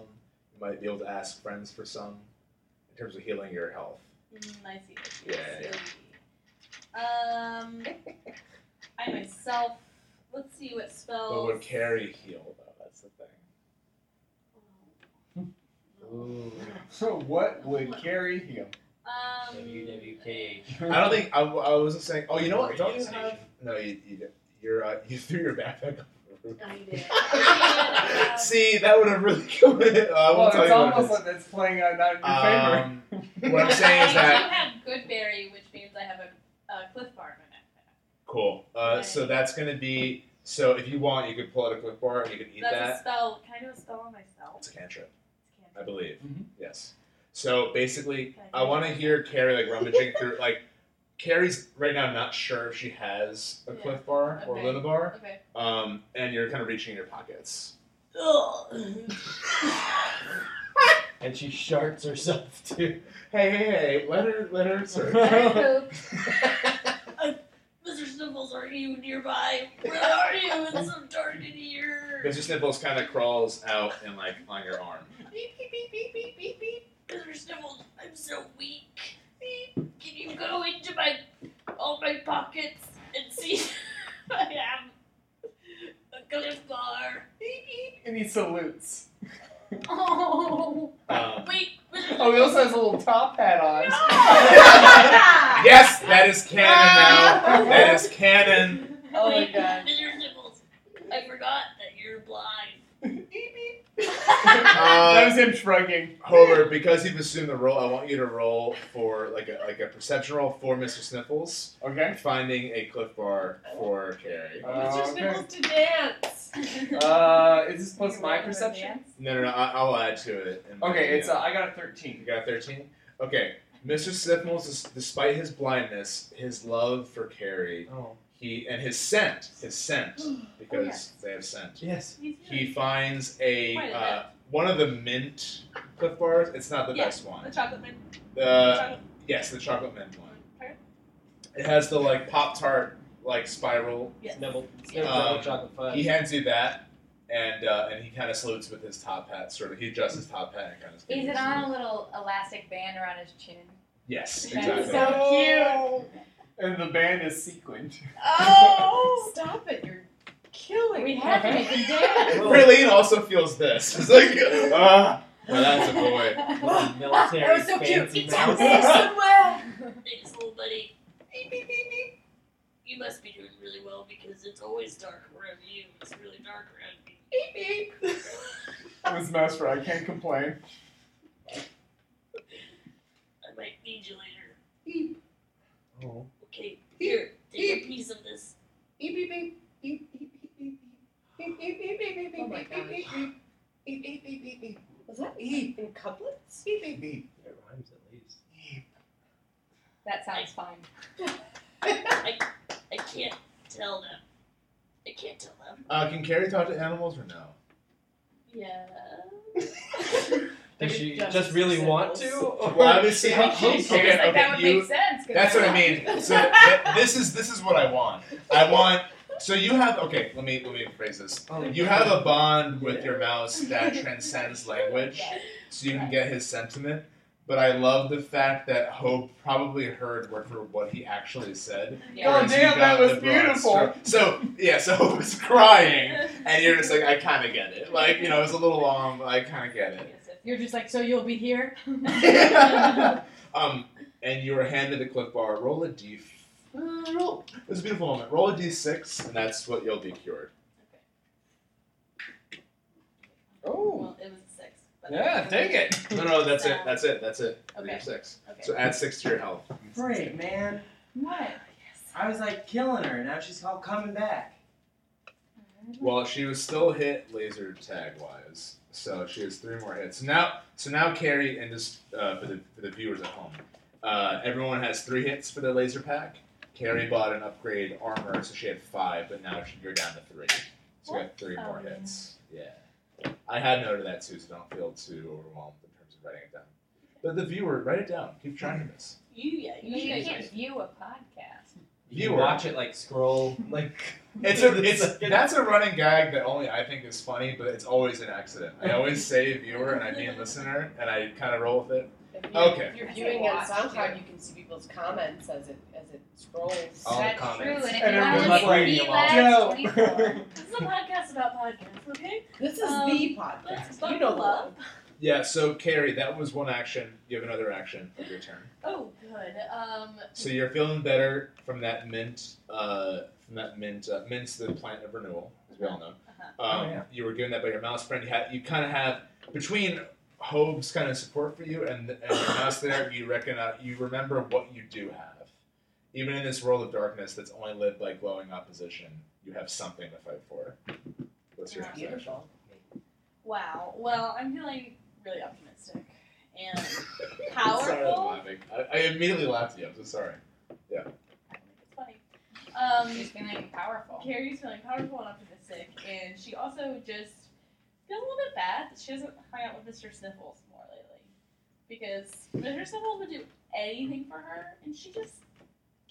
Speaker 4: You might be able to ask friends for some in terms of healing your health.
Speaker 3: Mm, I see.
Speaker 4: Yeah,
Speaker 3: I see. Um, I myself. Let's see what spells.
Speaker 4: But would Carrie heal though? That's the thing.
Speaker 5: [laughs]
Speaker 7: Ooh.
Speaker 5: So what would carry him?
Speaker 3: Um,
Speaker 7: WWKH.
Speaker 4: I don't think I, I was just saying. Oh, you know what? Don't you
Speaker 7: Radio
Speaker 4: have? No, you you don't. you're uh, [laughs] you threw your backpack off the roof.
Speaker 2: I did.
Speaker 3: [laughs]
Speaker 4: [laughs]
Speaker 3: Yeah.
Speaker 4: See, that would have really [laughs] killed it. Uh, I
Speaker 5: well,
Speaker 4: won't
Speaker 5: it's
Speaker 4: tell you what it
Speaker 5: almost
Speaker 4: is.
Speaker 5: like that's playing out not in your
Speaker 4: Um,
Speaker 5: favor.
Speaker 4: what I'm saying is that-
Speaker 3: I do have Goodberry, which means I have a, a Cliff Bar in my backpack.
Speaker 4: cool. Uh, so that's gonna be. So if you want, you could pull out a cliff bar and you could eat
Speaker 3: That's
Speaker 4: that.
Speaker 3: a spell, kind of a spell on myself.
Speaker 4: It's a cantrip,
Speaker 3: Can't-
Speaker 4: I believe.
Speaker 5: Mhm.
Speaker 4: Yes. So basically,
Speaker 3: can
Speaker 4: I want to hear Carrie like rummaging through like. Carrie's right now not sure if she has a
Speaker 3: Yeah.
Speaker 4: cliff bar or
Speaker 3: Okay.
Speaker 4: Luna bar,
Speaker 3: Okay.
Speaker 4: um, and you're kind of reaching in your pockets.
Speaker 7: And she sharts herself too.
Speaker 4: Hey, hey, hey! Let her, let her serve. [laughs]
Speaker 3: Mr. Sniffles, are you nearby? Where are you? It's so dark in here.
Speaker 4: Mr. Sniffles kind of crawls out and like on your arm.
Speaker 3: Beep, beep, beep, beep, beep, beep, beep. Mr. Sniffles, I'm so weak. Beep. Can you go into my all my pockets and see [laughs] if I have a cliff bar? Beep, beep.
Speaker 5: and he salutes. [laughs]
Speaker 3: Oh.
Speaker 4: Um,
Speaker 3: Wait, Mr.
Speaker 5: Oh, he also has a little top hat on.
Speaker 6: Oh,
Speaker 5: [laughs]
Speaker 3: No!
Speaker 4: yes, that is canon now. That is canon.
Speaker 6: Oh my
Speaker 3: Wait,
Speaker 6: God.
Speaker 3: Mr. Sniffles, I forgot that you're blind.
Speaker 5: Uh, that
Speaker 4: Uh,
Speaker 5: was him shrugging.
Speaker 4: Homer, because you've assumed the role, I want you to roll for like a like a perception roll for Mr. Sniffles,
Speaker 5: Okay.
Speaker 4: finding a cliff bar for Carrie.
Speaker 5: Uh, okay.
Speaker 6: to dance.
Speaker 5: Uh, is this plus my perception?
Speaker 4: No, no, no. I, I'll add to it. in my
Speaker 5: Okay, it's
Speaker 4: DM.
Speaker 5: uh, I got a
Speaker 4: You
Speaker 5: thirteen.
Speaker 4: got thirteen. Okay, Mr. Sniffles, is- despite his blindness, his love for Carrie,
Speaker 7: Oh.
Speaker 4: he and his scent, his scent, because
Speaker 2: yes.
Speaker 4: they have scent.
Speaker 7: Yes.
Speaker 4: he finds a
Speaker 3: Quite a
Speaker 4: uh, one of the mint cliff bars. It's not the
Speaker 3: Yeah.
Speaker 4: best one.
Speaker 3: The chocolate mint. the
Speaker 4: The
Speaker 3: chocolate
Speaker 4: yes, the chocolate mint one.
Speaker 3: Okay.
Speaker 4: It has the like pop tart like spiral.
Speaker 3: Yes.
Speaker 7: Snibble.
Speaker 3: Yeah.
Speaker 7: Snibble.
Speaker 4: Um,
Speaker 7: chocolate fudge.
Speaker 4: He hands you that, and uh, and he kind of salutes with his top hat. Sort of, he adjusts his top hat and kind of.
Speaker 2: Is it on a little elastic band around his chin?
Speaker 4: Yes,
Speaker 2: That's
Speaker 4: exactly.
Speaker 2: so-
Speaker 5: Oh. And the band is sequined.
Speaker 6: [laughs] Oh! Stop it! You're killing.
Speaker 2: We
Speaker 6: me.
Speaker 2: have to make him dance.
Speaker 4: Praline also feels this. It's like,
Speaker 5: [laughs]
Speaker 4: ah, [laughs] well, that's a boy.
Speaker 7: Little military
Speaker 6: [laughs] that was so cute.
Speaker 7: fancy
Speaker 6: It's out
Speaker 7: mouse.
Speaker 6: there somewhere.
Speaker 3: Thanks, little buddy. Beep, beep, beep, beep. You must be doing really well because it's always dark around you. It's really dark around Beep beep.
Speaker 5: It was Mesra. I can't complain.
Speaker 3: I might need you later.
Speaker 7: Oh.
Speaker 3: Okay, here, take a piece of this.
Speaker 6: Oh my gosh. Was that in couplets?
Speaker 7: It rhymes at least.
Speaker 2: That sounds fine.
Speaker 3: I can't tell them. I can't tell them.
Speaker 4: Uh, can Carrie talk to animals or no?
Speaker 3: Yeah.
Speaker 6: They're
Speaker 7: Does she
Speaker 6: just
Speaker 7: just, really want to?
Speaker 6: symbols.
Speaker 7: Or
Speaker 4: Well, obviously,
Speaker 7: Yeah,
Speaker 4: how-
Speaker 7: she-
Speaker 4: how-
Speaker 2: Seems
Speaker 4: okay,
Speaker 2: like that
Speaker 4: okay,
Speaker 2: would
Speaker 4: you-
Speaker 2: make sense. 'cause
Speaker 4: That's what I
Speaker 2: they're
Speaker 4: mean. So
Speaker 2: [laughs]
Speaker 4: th- this is this is what I want. I want. So you have okay. Let me let me rephrase this.
Speaker 7: Oh,
Speaker 4: You have a bond with your mouse that transcends language, so you can get his sentiment. But I love the fact that Hope probably heard word for what he actually said.
Speaker 2: Yeah.
Speaker 5: Oh,
Speaker 4: whereas you
Speaker 5: damn, that
Speaker 4: got
Speaker 5: was
Speaker 4: the broad
Speaker 5: beautiful.
Speaker 4: stroke. So yeah, so Hope is crying, and you're just like, I kind of get it. Like you know, it's a little long, but I kind of get it.
Speaker 8: You're just like, so you'll be here?
Speaker 3: [laughs]
Speaker 4: um, and you were handed a cliff bar. Roll a d. Uh, roll. It's a beautiful moment. Roll a d6, and that's what you'll be cured.
Speaker 5: Oh.
Speaker 3: Well, it was a six. But
Speaker 5: Yeah, take it.
Speaker 4: No, no, that's it. That's it. That's it. Roll your
Speaker 3: Okay.
Speaker 4: six.
Speaker 3: Okay.
Speaker 4: So add six to your health.
Speaker 7: Great, man.
Speaker 2: What?
Speaker 7: I was like killing her. Now she's all coming back.
Speaker 4: Well, she was still hit laser tag wise, so she has three more hits. So now, so now Carrie and just uh, for the for the viewers at home, uh, everyone has three hits for their laser pack. Carrie bought an upgrade armor, so she had five, but now she, you're down to three. So we got three more
Speaker 2: Oh, yeah.
Speaker 4: hits. Yeah. I had note of that too, so don't feel too overwhelmed in terms of writing it down. But the viewer, write it down. Keep track of this.
Speaker 3: [laughs] You, yeah, you,
Speaker 2: You
Speaker 3: guys
Speaker 2: can't view a podcast.
Speaker 7: You
Speaker 4: Viewer.
Speaker 7: watch it like scroll like.
Speaker 4: It's a it's that's a running gag that only I think is funny, but it's always an accident. I always say viewer and I mean listener, and I kind of roll with it.
Speaker 6: If you-
Speaker 4: Okay.
Speaker 6: If you're
Speaker 2: I
Speaker 6: viewing
Speaker 2: say
Speaker 6: on
Speaker 2: watch,
Speaker 6: SoundCloud, you can see people's comments as it as it scrolls.
Speaker 4: All the
Speaker 2: That's
Speaker 4: comments.
Speaker 2: true. And if
Speaker 5: And
Speaker 2: you want to
Speaker 5: everyone's
Speaker 2: look
Speaker 7: like,
Speaker 2: at me
Speaker 7: "Yo."
Speaker 2: last
Speaker 5: Yo.
Speaker 3: [laughs]
Speaker 2: 24,
Speaker 3: This is a podcast about podcasts, okay?
Speaker 6: This is
Speaker 3: Um,
Speaker 6: the
Speaker 3: Let's
Speaker 6: podcast.
Speaker 3: buckle
Speaker 6: You know the
Speaker 3: up.
Speaker 6: one.
Speaker 4: Yeah. So Carrie, that was one action. You have another action of your turn.
Speaker 3: Oh, good. Um,
Speaker 4: So you're feeling better from that mint. Uh, from that mint. Uh, mint's the plant of renewal, as we all know. Um,
Speaker 7: Oh, yeah.
Speaker 4: You were given that by your mouse friend. You had you kind of have between Hobe's kind of support for you and, and your mouse there. You recognize you remember what you do have, even in this world of darkness that's only lived by glowing opposition. You have something to fight for. What's your next action? [laughs]
Speaker 6: Beautiful.
Speaker 3: wow. Well, I'm feeling really optimistic and
Speaker 4: Sorry, I'm
Speaker 3: powerful.
Speaker 4: laughing. I, I immediately laughed at you. I'm so sorry.
Speaker 3: I think it's funny. Um,
Speaker 2: she's feeling
Speaker 6: [laughs]
Speaker 2: powerful.
Speaker 3: Carrie's feeling powerful and optimistic, and she also just feels a little bit bad that she hasn't hung out with Mr. Sniffles more lately. Because Mr. Sniffles would do anything for her, and she just,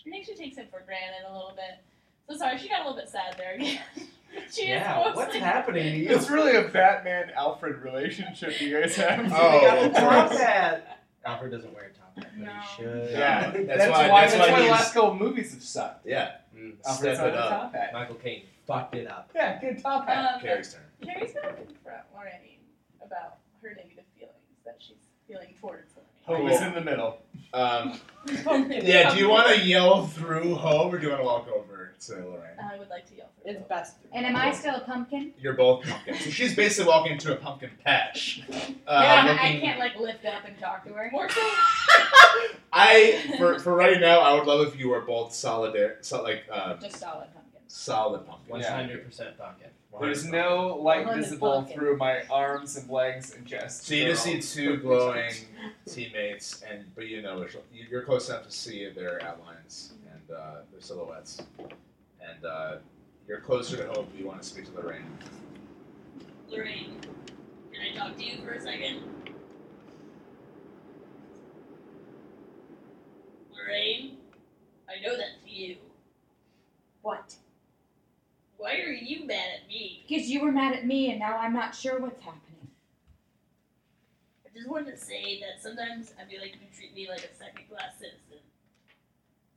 Speaker 3: I think she takes him for granted a little bit. So sorry, she got a little bit sad there again. [laughs] she
Speaker 7: yeah.
Speaker 3: is
Speaker 7: What's
Speaker 3: mostly,
Speaker 7: happening to you?
Speaker 5: It's really a Batman Alfred relationship you guys have.
Speaker 4: Oh,
Speaker 7: You got the
Speaker 4: of
Speaker 5: [laughs]
Speaker 7: top
Speaker 4: course.
Speaker 7: hat. Alfred doesn't wear a top hat, but
Speaker 2: No.
Speaker 7: he should.
Speaker 4: Yeah, that's why-
Speaker 5: that's
Speaker 4: that's
Speaker 5: That's
Speaker 4: why
Speaker 5: why, the
Speaker 4: he's-
Speaker 5: last couple movies have sucked.
Speaker 4: Yeah.
Speaker 5: Alfred's
Speaker 4: Step
Speaker 5: not
Speaker 4: it
Speaker 5: a
Speaker 4: up.
Speaker 5: top hat.
Speaker 7: Michael Caine fucked it up.
Speaker 5: Yeah, good top hat.
Speaker 3: Um,
Speaker 4: Carrie's turn.
Speaker 3: Carrie's gonna confront Lorraine about her negative feelings that she's feeling towards Lorraine.
Speaker 5: Who was in the middle?
Speaker 4: Um,
Speaker 6: [laughs]
Speaker 4: yeah. Do you want to yell through Hobe or do you want to walk over to Lorraine?
Speaker 3: I would like to yell for
Speaker 6: It's
Speaker 3: both.
Speaker 6: best.
Speaker 2: And am I still a pumpkin?
Speaker 4: You're both pumpkins. So she's basically walking to a pumpkin patch. Uh,
Speaker 2: yeah, I
Speaker 4: looking-
Speaker 2: can't like lift up and talk to her.
Speaker 3: More so,
Speaker 4: I- for, for right now, I would love if you were both solidar, so, like um,
Speaker 2: Just solid pumpkins.
Speaker 4: solid pumpkins.
Speaker 7: One
Speaker 5: Yeah.
Speaker 7: hundred percent pumpkin.
Speaker 5: There's no light
Speaker 6: Lemon
Speaker 5: visible
Speaker 6: pumpkin.
Speaker 5: through my arms and legs and chest.
Speaker 4: So you just
Speaker 5: They're
Speaker 4: see
Speaker 5: all
Speaker 4: two
Speaker 5: perfect
Speaker 4: glowing
Speaker 5: shapes.
Speaker 4: teammates, and but you know which- you're close enough to see their outlines and uh, their silhouettes, and uh, you're closer to Hope. You want to speak to Lorraine.
Speaker 3: Lorraine, can I talk to you for a second? Lorraine, I know that's you.
Speaker 6: [laughs]
Speaker 2: What?
Speaker 3: Why are you mad at me?
Speaker 2: Because you were mad at me and now I'm not sure what's happening.
Speaker 3: I just wanted to say that sometimes I feel like you treat me like a second class citizen.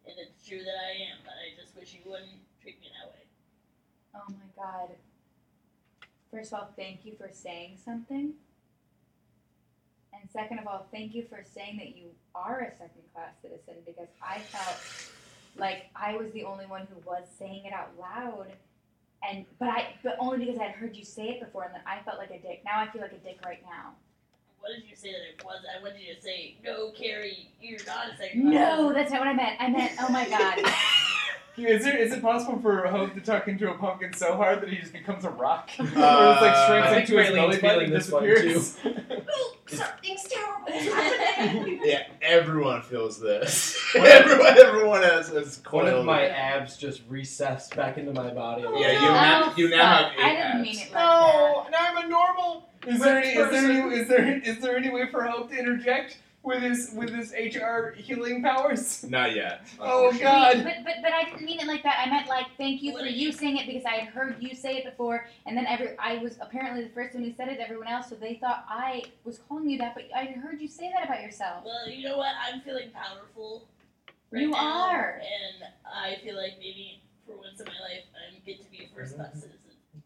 Speaker 3: And it's true that I am, but I just wish you wouldn't treat me that way.
Speaker 2: Oh my god. First of all, thank you for saying something. And second of all, thank you for saying that you are a second class citizen because I felt like I was the only one who was saying it out loud. and but I but only because I'd heard you say it before and then I felt like a dick. Now I feel like a dick right now.
Speaker 3: What did you say that it was? I wanted you to say, no, Carrie, you're not a second
Speaker 2: No, that's not what I meant. I meant oh my
Speaker 4: [laughs]
Speaker 2: god.
Speaker 5: Is, there, is it possible for Hope to tuck into a pumpkin so hard that he just becomes a rock? [laughs] or it's
Speaker 4: Uh,
Speaker 5: like shrinks
Speaker 4: I
Speaker 7: think
Speaker 5: into his belly button
Speaker 7: Raylene's feeling
Speaker 5: and
Speaker 7: this one,
Speaker 5: disappears? [laughs]
Speaker 3: Something's
Speaker 2: terrible. [laughs]
Speaker 3: terrible.
Speaker 4: Yeah, everyone feels this. [laughs]
Speaker 7: One of-
Speaker 4: everyone, everyone has has
Speaker 7: One
Speaker 4: coiled.
Speaker 7: of my abs just recessed back into my body.
Speaker 4: yeah, you
Speaker 3: Oh,
Speaker 4: now, you now have
Speaker 2: fuck.
Speaker 4: eight
Speaker 2: I didn't
Speaker 4: abs.
Speaker 2: mean it like
Speaker 7: No, now I'm a normal.
Speaker 5: Is there, any, is, there any, is, there, is there any way for Hope to interject with his with his HR healing powers?
Speaker 4: Not yet.
Speaker 5: Oh,
Speaker 4: unfortunately.
Speaker 2: that.
Speaker 5: God.
Speaker 2: But, but but I didn't mean it like that. I meant like thank you for you saying it because I had heard you say it before, and then every I was apparently the first one who said it. to Everyone else, so they thought I was calling you that, but I had heard you say that about yourself.
Speaker 3: Well, you know what? I'm feeling powerful. Right
Speaker 2: You
Speaker 3: now,
Speaker 2: are.
Speaker 3: And I feel like maybe for once in my life, I get to be a first
Speaker 7: Mm-hmm.
Speaker 3: class citizen.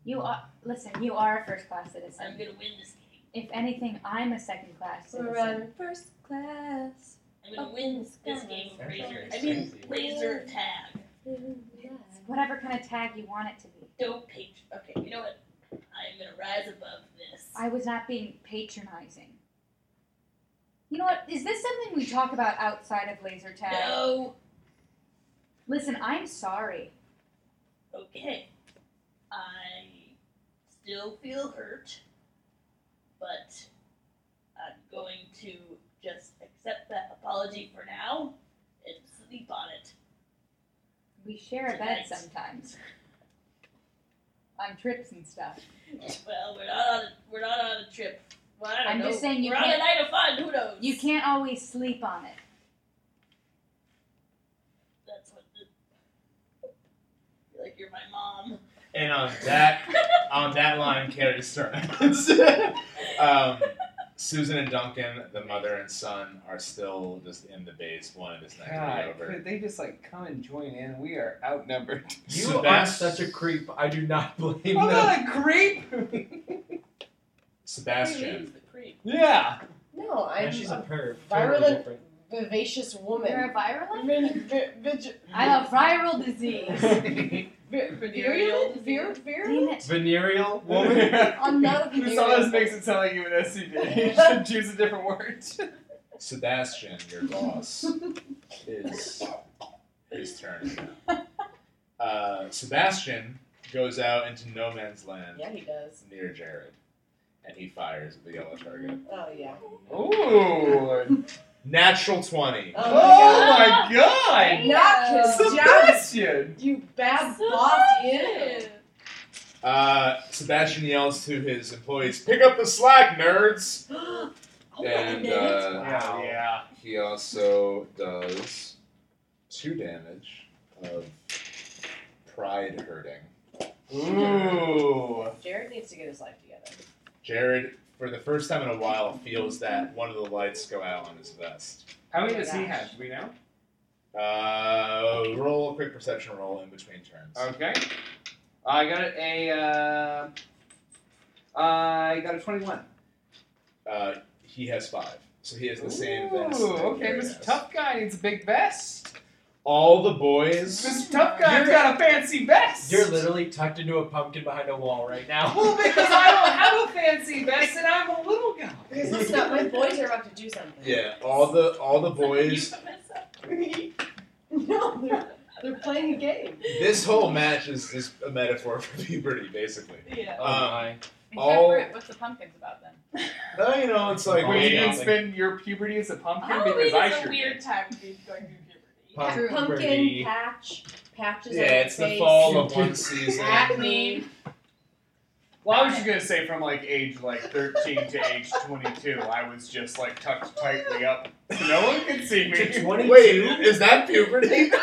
Speaker 2: You are listen. You are a first class citizen.
Speaker 3: I'm going to win this game.
Speaker 2: If anything, I'm a second class
Speaker 6: We're
Speaker 2: citizen.
Speaker 6: running first class.
Speaker 3: I'm going to
Speaker 6: Oh,
Speaker 3: win this
Speaker 6: goodness.
Speaker 3: game of
Speaker 7: That
Speaker 3: Razor.
Speaker 7: sounds
Speaker 3: I mean,
Speaker 7: sexy.
Speaker 3: laser tag.
Speaker 2: It's Whatever kind of tag you want it to be.
Speaker 3: Dope page. Okay, you know what? I'm going to rise above this.
Speaker 2: I was not being patronizing. You know what? Is this something we talk about outside of laser tag?
Speaker 3: no.
Speaker 2: Listen, I'm sorry.
Speaker 3: Okay. I still feel hurt, but I'm going to just accept that apology for now and sleep on it.
Speaker 2: We share a bed
Speaker 3: Tonight.
Speaker 2: sometimes. On trips and stuff.
Speaker 3: [laughs] Well, we're not on a, we're not on a trip. Well, I don't
Speaker 2: I'm
Speaker 3: know.
Speaker 2: just saying you
Speaker 3: we're on a
Speaker 2: can't-
Speaker 3: night of fun. Who knows?
Speaker 2: You can't always sleep on it.
Speaker 3: That's what. The, you're like you're my mom.
Speaker 4: And on that on that line, Carrie turns. [laughs] um, Susan and Duncan, the mother and son, are still just in the base. One of this night to
Speaker 5: God,
Speaker 4: be over.
Speaker 5: could they just like come and join in? We are
Speaker 4: [laughs]
Speaker 5: outnumbered.
Speaker 7: You
Speaker 4: So
Speaker 7: are
Speaker 4: that's-
Speaker 7: such a creep. I do not [laughs] blame
Speaker 5: I'm
Speaker 7: you.
Speaker 5: not a creep.
Speaker 2: [laughs]
Speaker 4: Sebastian,
Speaker 3: the creep.
Speaker 5: yeah.
Speaker 6: No, I'm
Speaker 7: And she's a perv. Totally
Speaker 6: Virulent-
Speaker 7: different.
Speaker 6: vivacious
Speaker 2: You're
Speaker 6: woman.
Speaker 2: a virulent?
Speaker 6: Vin- vi- vig-
Speaker 2: I
Speaker 5: [laughs]
Speaker 2: have viral disease.
Speaker 6: vi-
Speaker 3: Venereal
Speaker 6: virulent? Vir-
Speaker 2: Damn
Speaker 6: virulent?
Speaker 2: it.
Speaker 7: Venereal woman.
Speaker 6: I'm not a
Speaker 5: This
Speaker 6: venereal.
Speaker 5: always makes it sound like you have an STD. You should choose a different word.
Speaker 4: Sebastian, your boss, is is turning. Uh, Sebastian goes out into no man's land
Speaker 6: Yeah, he does.
Speaker 4: near Jared, and he fires at the yellow target.
Speaker 6: Oh yeah.
Speaker 5: Ooh.
Speaker 4: Natural twenty.
Speaker 6: Oh,
Speaker 5: Oh my
Speaker 3: my
Speaker 5: god.
Speaker 6: Knock his job,
Speaker 5: Sebastian.
Speaker 6: you bad boss. [gasps] Yeah.
Speaker 4: Uh, Sebastian yells to his employees, "Pick up the slack, nerds!"
Speaker 6: oh,
Speaker 4: And
Speaker 6: wait a minute.
Speaker 4: uh,
Speaker 7: Wow.
Speaker 5: Yeah.
Speaker 4: he also does two damage of pride hurting.
Speaker 5: Ooh.
Speaker 6: Jared needs to get his life together.
Speaker 4: Jared, for the first time in a while, feels that one of the lights go out on his vest.
Speaker 5: How
Speaker 6: many does he have?
Speaker 5: Do we know?
Speaker 4: Uh, roll a quick perception roll in between turns.
Speaker 5: Okay. I got a. Uh, I got a twenty-one.
Speaker 4: Uh, he has five, so he has the same
Speaker 5: Ooh,
Speaker 4: vest. that
Speaker 5: okay,
Speaker 4: Jared
Speaker 5: Mr.
Speaker 4: has.
Speaker 5: Tough Guy needs a big vest.
Speaker 4: All the boys.
Speaker 5: Mr. Tough Guy's
Speaker 7: You're-
Speaker 5: got a fancy vest.
Speaker 7: You're literally tucked into a pumpkin behind a wall right now.
Speaker 4: Um,
Speaker 5: Well, because I don't have a fancy vest and I'm a little guy.
Speaker 6: Because [laughs] listen up, my boys are about to do something.
Speaker 4: Yeah, all the all
Speaker 3: [laughs]
Speaker 4: the boys.
Speaker 6: [laughs] No, they're, they're playing a game.
Speaker 4: This whole match is just a metaphor for [laughs] puberty, basically.
Speaker 8: Yeah.
Speaker 7: Oh
Speaker 4: Um,
Speaker 7: my.
Speaker 8: Except
Speaker 4: all-
Speaker 8: for it, what's the pumpkins about then?
Speaker 4: No, you know, it's like
Speaker 7: Oh,
Speaker 5: Wait, you
Speaker 7: yeah.
Speaker 5: didn't spend your puberty as a pumpkin
Speaker 3: Oh,
Speaker 8: Halloween
Speaker 5: because
Speaker 8: is
Speaker 5: I
Speaker 8: a
Speaker 5: sure
Speaker 8: weird
Speaker 5: did.
Speaker 8: time to be going through puberty.
Speaker 7: Pump-
Speaker 2: True.
Speaker 6: Pumpkin
Speaker 7: Birdie.
Speaker 6: patch, patches on
Speaker 4: Yeah,
Speaker 6: their
Speaker 4: it's the
Speaker 6: face.
Speaker 4: fall of one season.
Speaker 6: Acne.
Speaker 5: Well, I was just gonna say from like age like 13 to age 22, I was just like tucked tightly up. No one could see
Speaker 7: To
Speaker 5: me.
Speaker 7: 22?
Speaker 4: Wait, is that puberty? [laughs] 13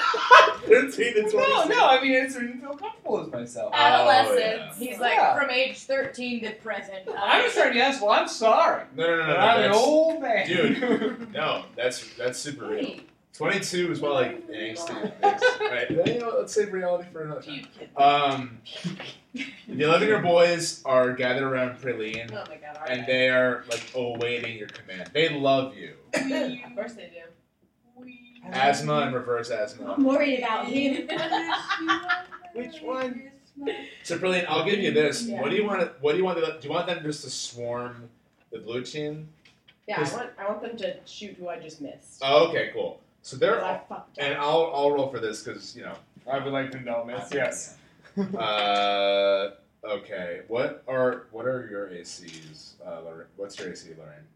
Speaker 4: to 22.
Speaker 5: [laughs] No, no, I mean, I just didn't feel comfortable with myself.
Speaker 3: Uh,
Speaker 8: Adolescence.
Speaker 4: Oh, yeah.
Speaker 8: He's
Speaker 5: Yeah.
Speaker 8: like from age 13 to present.
Speaker 5: I was starting to ask, well, I'm sorry.
Speaker 4: No, no, no, no.
Speaker 5: but
Speaker 4: no,
Speaker 5: I'm an
Speaker 4: that's-
Speaker 5: old man.
Speaker 4: Dude. no, that's that's super real. 22 is well like angsty. All right, you know, let's save reality for another time. Um, the 11 year boys are gathered around
Speaker 6: Oh
Speaker 4: Praline,
Speaker 6: my god, are
Speaker 4: and they are like awaiting your command. They love you.
Speaker 6: Of course they do.
Speaker 4: Asthma and reverse asthma.
Speaker 6: I'm worried about him.
Speaker 7: Which one?
Speaker 4: So brilliant. I'll give you this.
Speaker 8: Yeah.
Speaker 4: What do you want? to- What do you want? to- Do you want them just to swarm the blue team?
Speaker 6: Yeah,
Speaker 4: Cause-
Speaker 6: I want I want them to shoot who I just missed.
Speaker 4: Oh, okay, cool. So they're
Speaker 6: 'Cause I fucked
Speaker 4: and
Speaker 6: up.
Speaker 4: I'll I'll roll for this because you know.
Speaker 5: [laughs] I would like them to all miss. Yes.
Speaker 4: [laughs] Uh, okay. What are what are your ACs? Uh, Lorraine, what's your AC, Lorraine?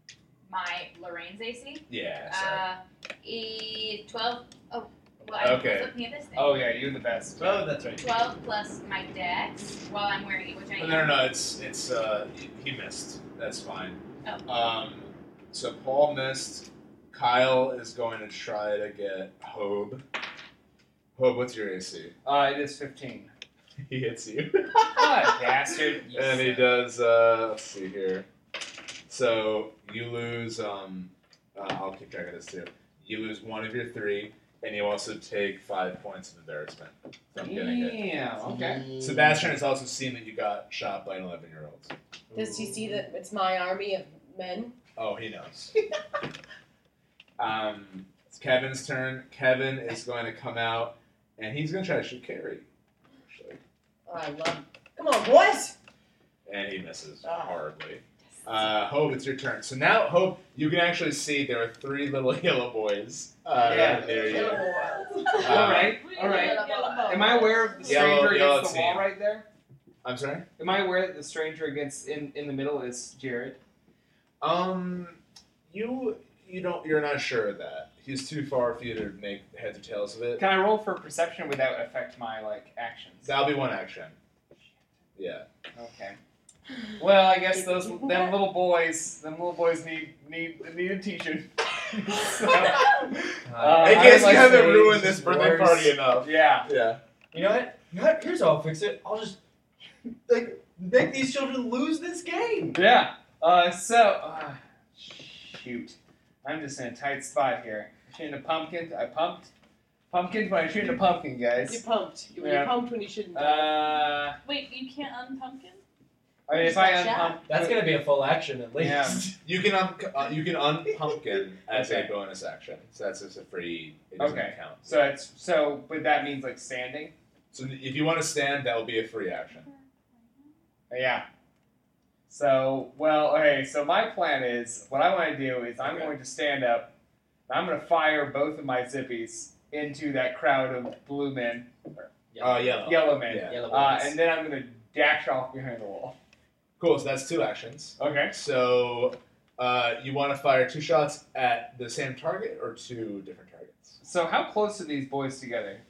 Speaker 2: My Lorraine's AC.
Speaker 4: Yeah. Sorry.
Speaker 2: Uh, e twelve. Oh, well, I
Speaker 4: Okay.
Speaker 2: was looking at this thing.
Speaker 5: Oh yeah, you're the best.
Speaker 7: Oh, that's right.
Speaker 2: Twelve plus my dex while I'm wearing it, which I
Speaker 4: no,
Speaker 2: am. [laughs]
Speaker 4: no, no. It's it's uh, he missed. That's fine.
Speaker 2: Oh.
Speaker 4: Um, so Paul missed. Kyle is going to try to get Hobe. Hobe, what's your AC?
Speaker 5: Uh, it is 15.
Speaker 4: [laughs] He hits you.
Speaker 5: Ah, bastard.
Speaker 4: [laughs]
Speaker 5: You
Speaker 4: And he
Speaker 5: suck.
Speaker 4: does. Uh, let's see here. So you lose. Um, uh, I'll keep track of this too. You lose one of your three, and you also take five points of embarrassment from getting it.
Speaker 5: Damn.
Speaker 4: [gasps]
Speaker 5: Okay.
Speaker 4: Sebastian has also seen that you got shot by an eleven-year-old.
Speaker 6: Does he see that it's my army of men?
Speaker 4: Oh, he knows. um, it's Kevin's turn. Kevin is going to come out, and he's going to try to shoot Carrie. Actually.
Speaker 6: Oh, I love. Come on, boys.
Speaker 4: and he misses
Speaker 6: Ah.
Speaker 4: horribly. Uh, Hope, it's your turn. So now, Hope, you can actually see there are three little [laughs] yellow boys. Uh,
Speaker 5: Yeah.
Speaker 4: right near you. Um,
Speaker 5: all right. All right. Am I aware of the
Speaker 4: Mm-hmm. Yellow-
Speaker 5: stranger
Speaker 4: yellow
Speaker 5: against the
Speaker 4: team.
Speaker 5: wall right there?
Speaker 4: I'm sorry.
Speaker 5: Am I aware that the stranger against in in the middle is Jared?
Speaker 4: Um, you you don't you're not sure of that. He's too far for you to make heads or tails of it.
Speaker 5: Can I roll for perception without affect my like actions?
Speaker 4: That'll be one action. Yeah.
Speaker 5: Okay. Well, I guess those them little boys, them little boys need need need a teaching. [laughs] So, Uh,
Speaker 4: I
Speaker 5: I
Speaker 4: guess
Speaker 5: would like
Speaker 4: you
Speaker 5: to
Speaker 4: haven't
Speaker 5: say
Speaker 4: ruined
Speaker 5: this
Speaker 4: this
Speaker 5: is
Speaker 4: birthday
Speaker 5: worse.
Speaker 4: party enough.
Speaker 5: yeah.
Speaker 4: Yeah.
Speaker 7: You know what? You know what? Here's how I'll fix it. I'll just like make these children lose this game.
Speaker 5: Yeah. Uh, so, uh, shoot, I'm just in a tight spot here. Shooting a pumpkin. I pumped pumpkin, but I shooting a pumpkin,
Speaker 6: You
Speaker 5: guys.
Speaker 6: pumped. You were
Speaker 5: Yeah.
Speaker 6: pumped when you shouldn't.
Speaker 5: Uh, I
Speaker 3: Wait, you can't unpumpkin?
Speaker 5: mean, if I unpump,
Speaker 7: That's gonna be a full action at least.
Speaker 5: Yeah.
Speaker 4: You can un- uh, you can
Speaker 5: [laughs]
Speaker 4: unpumpkin as
Speaker 5: Okay.
Speaker 4: a bonus action. So that's just a free. It doesn't
Speaker 5: Okay.
Speaker 4: count.
Speaker 5: So it's so, but that means like standing.
Speaker 4: So if you want to stand, that will be a free action.
Speaker 5: Yeah. So, well, okay, so my plan is what I want to do is I'm
Speaker 4: Okay.
Speaker 5: going to stand up, and I'm going to fire both of my zippies into that crowd of blue men,
Speaker 7: [laughs]
Speaker 4: Oh, yellow.
Speaker 5: yellow men,
Speaker 4: Yeah.
Speaker 7: Yellow
Speaker 5: uh,
Speaker 7: ones.
Speaker 5: and then I'm going to dash off behind the wall.
Speaker 4: Cool. So that's two actions.
Speaker 5: Okay.
Speaker 4: So uh, you want to fire two shots at the same target or two different targets?
Speaker 5: So, how close are these boys together?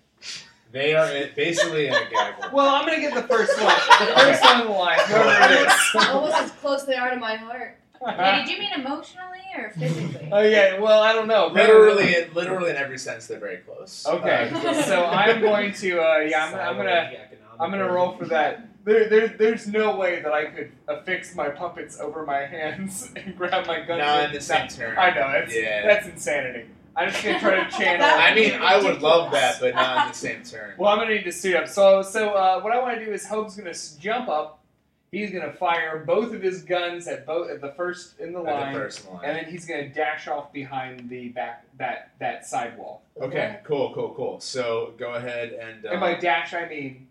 Speaker 4: They are in, basically in a gaggle.
Speaker 5: [laughs] Well, I'm going to get the
Speaker 7: [laughs]
Speaker 5: first one. The first one in the line, [laughs] whoever it
Speaker 8: Almost as close they are to my heart.
Speaker 2: Wait,
Speaker 5: [laughs] is.
Speaker 2: did you mean emotionally
Speaker 6: [laughs]
Speaker 2: or physically?
Speaker 5: oh, yeah, well, I don't know.
Speaker 4: Literally, in- literally in every sense, they're very close.
Speaker 5: [laughs] Okay,
Speaker 4: Uh, [laughs]
Speaker 5: so I'm going to, uh, yeah, I'm, I'm going to. I'm gonna roll for that. There, there, there's no way that I could affix my puppets over my hands [laughs] and grab my gun.
Speaker 4: not in the same turn.
Speaker 5: I know that's
Speaker 4: Yeah.
Speaker 5: that's insanity. I'm just gonna try to channel.
Speaker 4: I mean, I would love that, but not in the same turn.
Speaker 5: [laughs] Well, I'm gonna need to suit up. So, so uh, what I want to do is Hope's gonna s- jump up. He's gonna fire both of his guns at both at the first in the
Speaker 4: At
Speaker 5: line,
Speaker 4: the first line.
Speaker 5: and then he's gonna dash off behind the back that that sidewall.
Speaker 4: okay, cool, cool, cool. So go ahead and uh,
Speaker 5: And by dash, I mean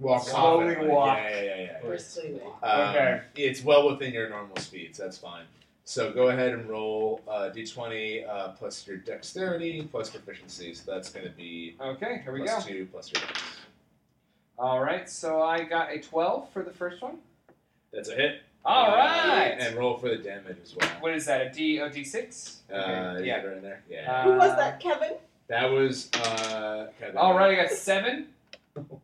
Speaker 4: walk
Speaker 5: slowly
Speaker 4: confidently.
Speaker 5: walk.
Speaker 4: Yeah, yeah, yeah, yeah.
Speaker 6: Briskly walk.
Speaker 4: Um,
Speaker 5: Okay.
Speaker 4: It's well within your normal speeds. That's fine. So go ahead and roll uh, d20 uh, plus your dexterity plus proficiency. So that's going to be
Speaker 5: okay. Here we go.
Speaker 4: plus two plus your. dex.
Speaker 5: All right. So I got a 12 for the first one.
Speaker 4: That's a hit.
Speaker 5: All
Speaker 4: Uh,
Speaker 5: right.
Speaker 4: And roll for the damage as well.
Speaker 5: What is that? A D a D6?
Speaker 4: Uh,
Speaker 5: Okay,
Speaker 4: you
Speaker 5: yeah.
Speaker 4: got it in there. Yeah.
Speaker 5: Uh,
Speaker 6: Who was that, Kevin?
Speaker 4: that was uh, Kevin.
Speaker 5: All right, I got seven,
Speaker 4: Oh my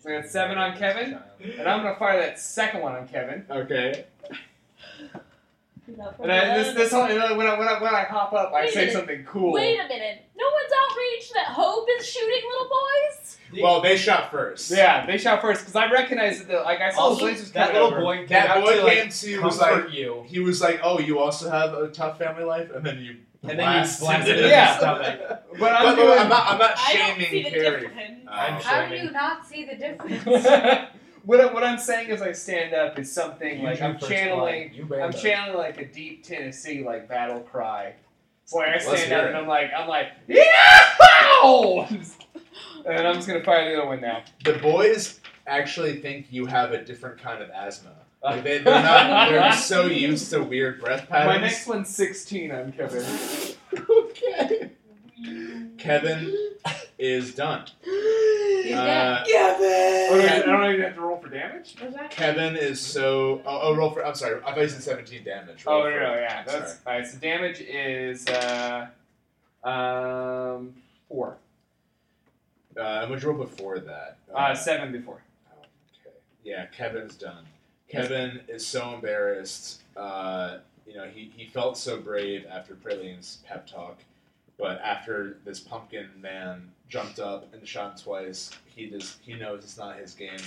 Speaker 5: So I got seven on Kevin? and I'm gonna fire that second one on Kevin.
Speaker 4: god. Okay.
Speaker 5: And I, this this whole, and then when I, when I when I hop up, I
Speaker 3: Wait a
Speaker 5: say
Speaker 3: minute.
Speaker 5: something cool.
Speaker 3: Wait a minute. No one's outraged that Hope is shooting little boys?
Speaker 4: Well, they shot first.
Speaker 5: Yeah, they shot first because I recognized that. The, like I saw
Speaker 7: Also,
Speaker 5: the lasers
Speaker 7: Oh, that
Speaker 5: coming
Speaker 7: little
Speaker 5: over.
Speaker 7: boy came
Speaker 4: That
Speaker 7: out
Speaker 4: boy
Speaker 7: to,
Speaker 4: came
Speaker 7: like,
Speaker 4: to was like
Speaker 7: comfort you,
Speaker 4: he was like, "Oh, you also have a tough family life," and then you
Speaker 7: and then you blasted
Speaker 5: it.
Speaker 7: him
Speaker 5: Yeah.
Speaker 7: in the
Speaker 5: [laughs]
Speaker 7: stomach.
Speaker 5: But I'm
Speaker 4: By the way, I'm not, I'm not
Speaker 3: I don't
Speaker 4: shaming
Speaker 3: see the
Speaker 4: Carrie.
Speaker 3: difference.
Speaker 7: I'm
Speaker 4: Oh.
Speaker 2: How do
Speaker 7: shaming.
Speaker 2: you not see the
Speaker 5: [laughs]
Speaker 2: difference?
Speaker 5: doing. what I- what I'm saying is I stand up is something
Speaker 7: You
Speaker 5: like
Speaker 7: drew
Speaker 5: I'm
Speaker 7: first
Speaker 5: channeling.
Speaker 7: blood. You ran
Speaker 5: I'm
Speaker 7: though.
Speaker 5: channeling like a deep Tennessee like battle cry. So like I
Speaker 4: Let's
Speaker 5: stand
Speaker 4: hear
Speaker 5: up
Speaker 4: it.
Speaker 5: and I'm like I'm like [laughs] yeah, and I'm just gonna fire the other one now.
Speaker 4: The boys actually think you have a different kind of asthma. Like they, they're
Speaker 5: [laughs]
Speaker 4: not. They're so used to weird breath
Speaker 5: My
Speaker 4: patterns.
Speaker 5: next one's 16
Speaker 6: [laughs]
Speaker 5: on Kevin.
Speaker 4: [laughs] okay. Kevin is done.
Speaker 2: He's dead.
Speaker 4: Uh,
Speaker 5: Oh, wait, I don't even have to roll for damage?
Speaker 6: Was that?
Speaker 4: Kevin is so. Oh, oh, roll for. I'm sorry. I thought you said 17 damage. Roll
Speaker 5: Oh, no,
Speaker 4: for-
Speaker 5: no, yeah. That's,
Speaker 4: Sorry.
Speaker 5: alright, so damage is, uh, um, 4.
Speaker 4: Uh, would you roll before that?
Speaker 5: Uh, 7 before.
Speaker 4: Okay. Yeah, Kevin's done. Kevin is so embarrassed. Uh, you know, he, he felt so brave after Preline's pep talk, but after this pumpkin man jumped up and shot him twice, he just he knows it's not his game.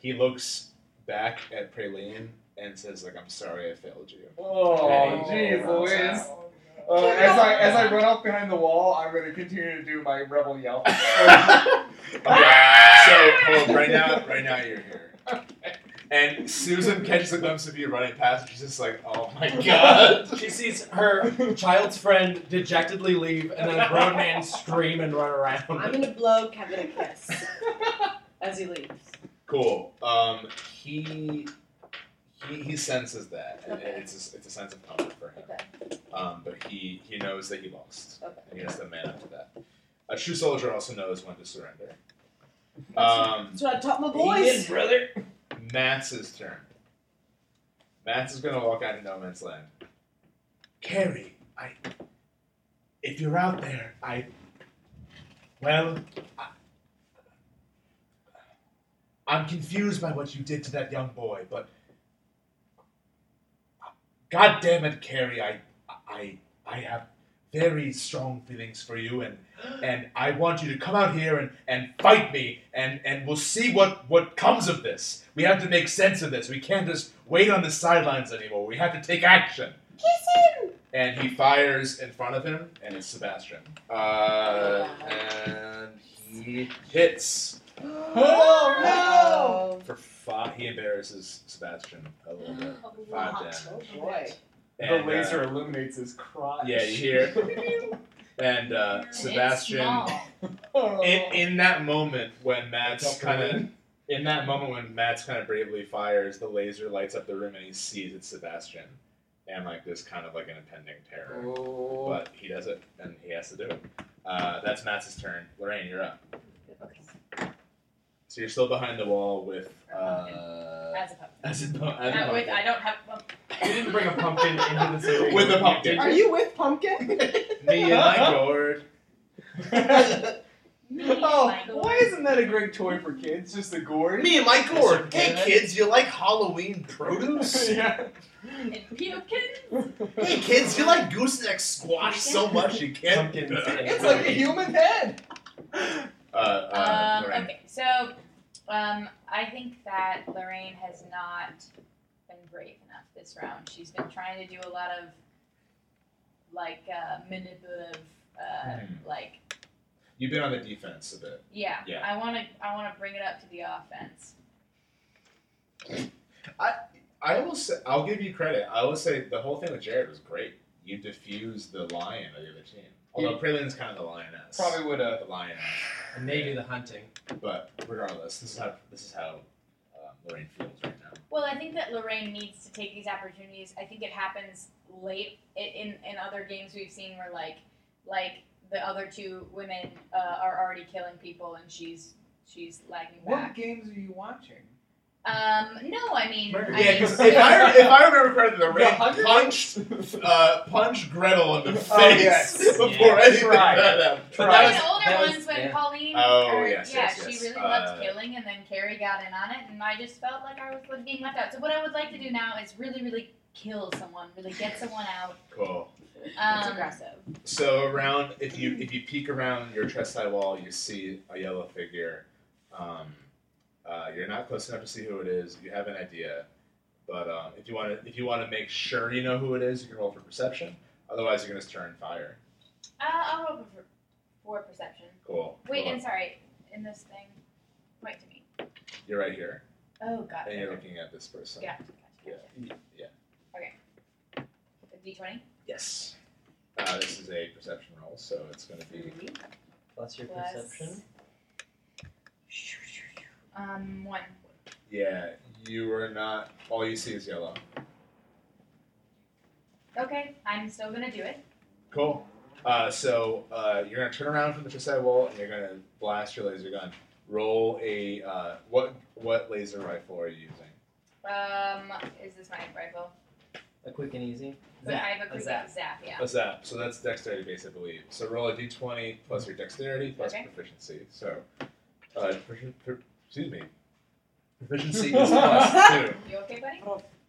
Speaker 4: He looks back at Praline and says, like, I'm sorry I failed you.
Speaker 5: Oh,
Speaker 4: Okay.
Speaker 5: jeez Louise.
Speaker 6: Oh, no.
Speaker 5: Uh, as I as I run off behind the wall, I'm gonna continue to do my rebel [laughs] yell.
Speaker 4: Okay, so hold on, right now, right now you're here. And Susan catches a glimpse of you running past, and she's just like, "Oh my god!"
Speaker 7: She sees her child's friend dejectedly leave and then a
Speaker 5: [laughs]
Speaker 7: grown man scream and run
Speaker 6: I'm
Speaker 7: around.
Speaker 6: gonna blow Kevin a kiss [laughs] as he leaves.
Speaker 4: Cool. Um, he he he senses that, and it's a, it's a sense of comfort for him. Um, but he he knows that he lost,
Speaker 6: Okay.
Speaker 4: and he has to man up to that. A true soldier also knows when to surrender. Um,
Speaker 6: So I taught my
Speaker 7: Ian,
Speaker 6: boys.
Speaker 7: brother.
Speaker 4: Matt's turn. Matt's is gonna walk out in no man's land. Carrie, I. If you're out there, I. Well, I, I'm confused by what you did to that young boy, but. God damn it, Carrie, I, I, I have very strong feelings for you, and and I want you to come out here and, and fight me, and, and we'll see what, what comes of this. We have to make sense of this. We can't just wait on the sidelines anymore. We have to take action.
Speaker 6: Kiss him.
Speaker 4: And he fires in front of him, and it's Sebastian. Uh, and he hits
Speaker 5: Oh,
Speaker 6: Oh
Speaker 4: for five. He embarrasses Sebastian a little bit. Five damage.
Speaker 6: no! Oh boy.
Speaker 5: the
Speaker 4: And, uh,
Speaker 5: laser illuminates his crotch.
Speaker 4: yeah,
Speaker 6: [laughs]
Speaker 4: you
Speaker 5: [laughs]
Speaker 4: hear. and uh,
Speaker 2: It's
Speaker 4: Sebastian.
Speaker 2: small.
Speaker 5: Oh.
Speaker 4: in, in that moment when Matt's
Speaker 5: Don't
Speaker 4: kind of
Speaker 5: win.
Speaker 4: in that moment when Matt's kind of bravely fires, the laser lights up the room and he sees it's Sebastian, and like this kind of like an impending terror.
Speaker 5: Oh.
Speaker 4: But he does it, and he has to do it. Uh, that's Matt's turn. Lorraine, you're up. So you're still behind the wall with uh,
Speaker 2: That's a puppy.
Speaker 4: as a, bu- as a
Speaker 3: Not with, Uh, I
Speaker 4: pumpkin.
Speaker 3: don't have. well,
Speaker 7: We didn't bring a pumpkin into the city.
Speaker 4: With a pumpkin.
Speaker 6: Are you with Pumpkin? [laughs]
Speaker 4: me and [laughs] my gourd.
Speaker 2: Me,
Speaker 5: oh,
Speaker 2: Michael.
Speaker 5: why isn't that a great toy for kids? Just a gourd.
Speaker 7: Me and my gourd.
Speaker 4: Hey kids, you like Halloween
Speaker 5: [laughs]
Speaker 4: [laughs] produce?
Speaker 5: yeah.
Speaker 3: And pumpkin. [laughs]
Speaker 4: hey kids, you like gooseneck squash so much you can't.
Speaker 7: Pumpkin.
Speaker 5: It's like a human head.
Speaker 4: Uh, uh,
Speaker 2: Um,
Speaker 4: Lorraine.
Speaker 2: okay, so um, I think that Lorraine has not been brave enough this round. She's been trying to do a lot of like uh, manipulative, uh,
Speaker 4: Mhm.
Speaker 2: like
Speaker 4: You've been on the defense a bit.
Speaker 2: yeah.
Speaker 4: Yeah.
Speaker 2: I want to, I want to bring it up to the offense.
Speaker 4: I will say, I'll give you credit. I will say the whole thing with Jared was great. You diffused the lion of the other team. Although Preline's kind of the lioness.
Speaker 5: Probably would uh, have.
Speaker 4: the lion.
Speaker 7: And they do the hunting.
Speaker 4: But regardless, this is how this is how um, Lorraine feels right now.
Speaker 2: Well, I think that Lorraine needs to take these opportunities. I think it happens late i- in in other games we've seen where like like the other two women uh, are already killing people and she's she's lagging back.
Speaker 5: What games are you watching?
Speaker 2: Um, no, I mean,
Speaker 7: Murder.
Speaker 2: I
Speaker 4: Yeah,
Speaker 2: mean-
Speaker 4: because if I if I remember correctly, Lorraine
Speaker 5: hundred-
Speaker 4: punched uh, punched Gretel in the face
Speaker 5: Oh, yes.
Speaker 4: [laughs] before
Speaker 7: Yeah.
Speaker 4: anything
Speaker 5: Tried.
Speaker 4: got out. But that
Speaker 5: Tried.
Speaker 2: Like
Speaker 4: was-
Speaker 2: the older
Speaker 7: that was-
Speaker 2: ones when
Speaker 7: yeah.
Speaker 2: Pauline,
Speaker 4: Oh,
Speaker 2: or-
Speaker 4: yes,
Speaker 2: yeah,
Speaker 4: yes,
Speaker 2: she
Speaker 4: yes.
Speaker 2: really
Speaker 4: Uh,
Speaker 2: loved killing, and then Carrie got in on it, and I just felt like I was being left out. So what I would like to do now is really, really kill someone, really get someone out.
Speaker 4: [laughs] cool.
Speaker 2: Um,
Speaker 8: That's aggressive.
Speaker 4: So around, if you if you peek around your chest high wall, you see a yellow figure. Um, uh, you're not close enough to see who it is. You have an idea, but um, if you want to if you want to make sure you know who it is, you can roll for perception. Otherwise, you're gonna turn fire.
Speaker 2: Uh, I'll roll for, for perception.
Speaker 4: Cool.
Speaker 2: Wait,
Speaker 4: Cool.
Speaker 2: and sorry, in this thing, point to me.
Speaker 4: you're right here,
Speaker 2: Oh, got
Speaker 4: and you're
Speaker 2: it.
Speaker 4: looking at this person.
Speaker 2: Gotcha, gotcha,
Speaker 4: Yeah. Yeah.
Speaker 2: gotcha. D twenty
Speaker 4: Yes. Uh, this is a perception roll, so it's gonna be
Speaker 7: Plus your
Speaker 2: plus.
Speaker 7: perception.
Speaker 2: Um, one.
Speaker 4: Yeah, you are not. All you see is yellow.
Speaker 2: Okay, I'm still gonna do it.
Speaker 4: Cool. Uh, so uh, you're gonna turn around from the beside wall and you're gonna blast your laser gun. Roll a uh, what? What laser rifle are you using?
Speaker 2: Um, is this my rifle?
Speaker 7: A quick and easy.
Speaker 2: But I have a quick
Speaker 7: zap.
Speaker 2: zap. yeah.
Speaker 4: What's that? So that's dexterity base, I believe. So roll a d20 plus your dexterity plus
Speaker 2: Okay.
Speaker 4: proficiency. So, uh, profi- pro- excuse me.
Speaker 2: [laughs]
Speaker 4: Proficiency is plus two.
Speaker 2: You okay, buddy?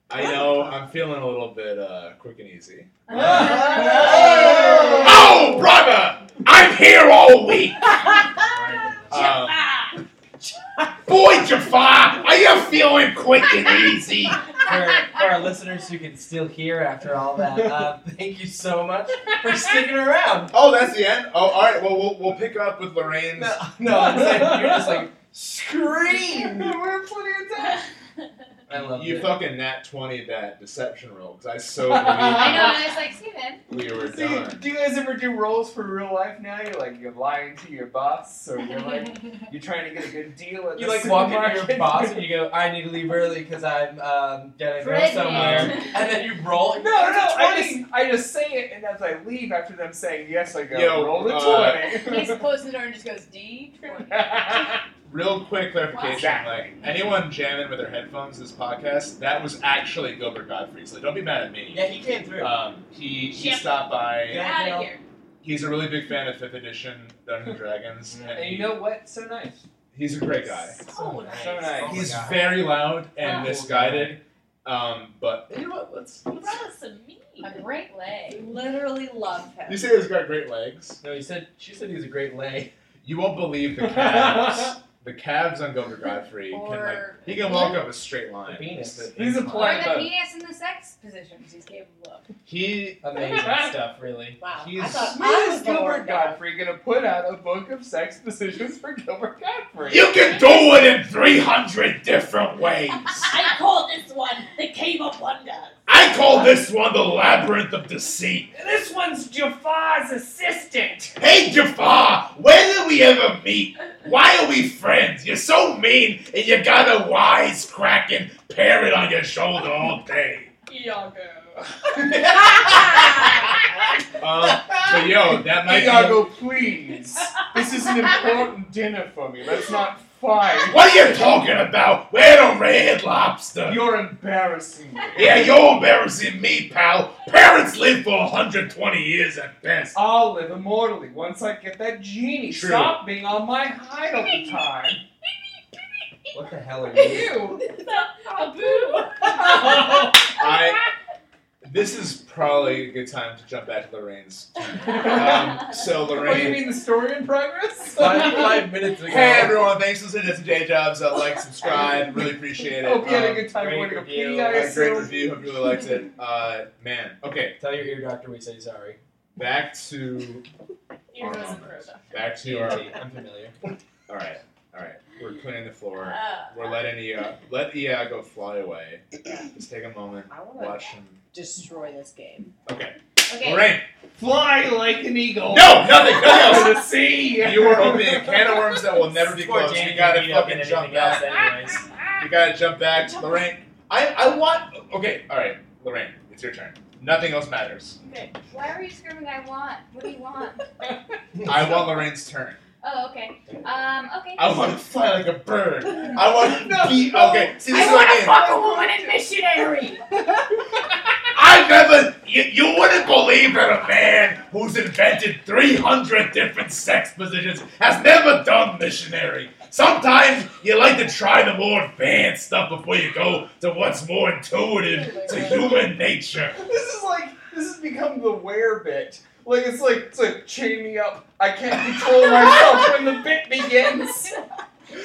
Speaker 4: I know I'm feeling a little bit uh, quick and easy.
Speaker 5: Oh,
Speaker 4: brother! I'm here all week! Um,
Speaker 3: Jaffa!
Speaker 4: [laughs] boy, Jafar, are you feeling quick and easy?
Speaker 7: for, for our listeners who can still hear after all that, uh, [laughs] thank you so much for sticking around.
Speaker 4: Oh, that's the end? Oh, alright, well, we'll we'll pick up with Lorraine's.
Speaker 7: No, [laughs] no, I'm saying you're just like scream.
Speaker 5: [laughs] We're plenty of time.
Speaker 7: I love
Speaker 4: You
Speaker 7: it.
Speaker 4: fucking nat 20 that deception roll, because I so
Speaker 2: I know,
Speaker 4: believe
Speaker 2: I was like, Steven.
Speaker 4: we were
Speaker 5: See,
Speaker 4: done.
Speaker 5: do you guys ever do roles for real life now? You're like you're lying to your boss, or you're
Speaker 2: [laughs]
Speaker 5: like you're trying to get a good deal at
Speaker 7: You
Speaker 5: the
Speaker 7: like walk into your
Speaker 5: supermarket.
Speaker 7: boss and you go, I need to leave early because I'm um, gonna go
Speaker 8: Pregnant.
Speaker 7: somewhere. And then you roll.
Speaker 5: [laughs] No, no, I
Speaker 7: It's a 20.
Speaker 5: just I just say it, and as I leave after them saying yes, I go
Speaker 4: Yo,
Speaker 5: roll the
Speaker 4: uh,
Speaker 8: He
Speaker 5: twenty.
Speaker 8: closes the door and just goes D.
Speaker 4: Real quick clarification,
Speaker 5: Exactly.
Speaker 4: like, anyone jamming with their headphones this podcast, that was actually Gilbert Godfrey, so don't be mad at me.
Speaker 7: Yeah, he came through.
Speaker 4: Um, he, he
Speaker 3: Yep.
Speaker 4: stopped by.
Speaker 3: Get
Speaker 7: Yeah.
Speaker 3: out of here.
Speaker 4: He's a really big fan of Fifth Edition Dungeons and Dragons, and
Speaker 5: [laughs] and
Speaker 4: he-
Speaker 5: you know what? So nice.
Speaker 4: he's a great guy.
Speaker 3: Oh,
Speaker 5: So nice.
Speaker 7: Oh my
Speaker 4: he's
Speaker 7: God.
Speaker 4: very loud and
Speaker 3: Oh.
Speaker 4: misguided, um, but
Speaker 7: You know what? Let's.
Speaker 3: You
Speaker 7: let's
Speaker 3: brought us some meat.
Speaker 2: A great
Speaker 4: [laughs]
Speaker 2: leg.
Speaker 8: Literally love him.
Speaker 4: you say he's got great legs.
Speaker 7: no, he said. She said he was a great lay.
Speaker 4: You won't believe the calves. the calves on Gilbert Godfrey can like
Speaker 2: Or,
Speaker 4: he can walk up a straight line.
Speaker 7: Penis.
Speaker 4: [laughs]
Speaker 7: that
Speaker 5: He's a
Speaker 7: incline.
Speaker 2: or
Speaker 5: plan-
Speaker 2: the penis in the sex positions he's capable of.
Speaker 4: He [laughs]
Speaker 7: Amazing stuff, really.
Speaker 6: Wow. I
Speaker 4: He's-
Speaker 6: thought I
Speaker 5: When
Speaker 6: was
Speaker 5: is
Speaker 6: the
Speaker 5: Gilbert
Speaker 6: Lord God.
Speaker 5: Godfrey gonna put out a book of sex positions for Gilbert Godfrey?
Speaker 4: can do it in three hundred different ways.
Speaker 3: I call this one the Cave of Wonders.
Speaker 4: I call this one the labyrinth of deceit.
Speaker 5: This one's Jafar's [laughs] assistant.
Speaker 4: Hey Jafar, when did we ever meet? Why are we friends? You're so mean, and you got a wise cracking parrot on your shoulder all day. [laughs]
Speaker 3: Iago.
Speaker 4: Um, but yo, that might be.
Speaker 5: Iago, please. This is an important dinner for me. Let's not fight.
Speaker 9: What are you talking about? We're the red lobster.
Speaker 5: You're embarrassing me.
Speaker 9: yeah, you're embarrassing me, pal. Parents live for 120 years at best.
Speaker 5: I'll live immortally once I get that genie.
Speaker 4: True.
Speaker 5: Stop being on my hide all the time.
Speaker 7: What the hell are you?
Speaker 5: Ew.
Speaker 3: A boo.
Speaker 4: [laughs] I, this is probably a good time to jump back to Lorraine's. Um,
Speaker 3: [laughs]
Speaker 4: so
Speaker 5: What do Oh, you
Speaker 4: Lorraine.
Speaker 5: mean, the story
Speaker 4: [laughs]
Speaker 5: in progress?
Speaker 7: Five, five minutes ago.
Speaker 4: Hey everyone, thanks for listening to Day Jobs. Uh, like, subscribe, really
Speaker 5: [laughs]
Speaker 4: appreciate it.
Speaker 5: Hope you had Oh, a
Speaker 4: Um,
Speaker 5: good time
Speaker 7: great
Speaker 5: going to
Speaker 7: review.
Speaker 5: Wikipedia, I
Speaker 4: had a great
Speaker 5: assume.
Speaker 4: review. Hope you really liked it. Uh, man, okay,
Speaker 7: Tell your ear doctor we say sorry.
Speaker 4: [laughs] back to
Speaker 3: Here goes the Frodo.
Speaker 4: back to our.
Speaker 7: TNT, I'm familiar.
Speaker 4: All right, all right. We're cleaning the floor.
Speaker 3: Uh,
Speaker 4: We're letting Ia let Ia go fly away. Just take a moment,
Speaker 6: I want
Speaker 4: watch
Speaker 6: to
Speaker 4: him.
Speaker 6: destroy this game.
Speaker 4: Okay,
Speaker 2: Okay.
Speaker 4: Lorraine.
Speaker 5: Fly like an eagle.
Speaker 4: No, nothing,
Speaker 5: [laughs]
Speaker 4: nothing else.
Speaker 5: to the sea.
Speaker 4: You are opening a can of worms that will never be
Speaker 7: Poor
Speaker 4: closed.
Speaker 7: Danny,
Speaker 4: You gotta
Speaker 7: he don't
Speaker 4: fucking
Speaker 7: get
Speaker 4: jump
Speaker 7: anything
Speaker 4: back.
Speaker 7: else anyways.
Speaker 4: You gotta jump back, Lorraine. I I want. Okay, all right, Lorraine, it's your turn. Nothing else matters.
Speaker 3: [laughs] okay.
Speaker 2: Why are you screaming? I want. What do you want?
Speaker 4: I want Lorraine's turn.
Speaker 2: Oh, okay. Um, okay.
Speaker 4: I want to fly like a bird. I want to
Speaker 5: No,
Speaker 4: be
Speaker 5: no.
Speaker 4: okay. See, this
Speaker 3: I
Speaker 4: is what I
Speaker 3: want to
Speaker 4: mean.
Speaker 3: fuck a woman in missionary.
Speaker 9: I never. You, you wouldn't believe that a man who's invented 300 different sex positions has never done missionary. Sometimes you like to try the more advanced stuff before you go to what's more intuitive to human nature.
Speaker 5: [laughs] This is like this has become the wear bit. Like it's like it's like chain me up. I can't control myself when the bit begins.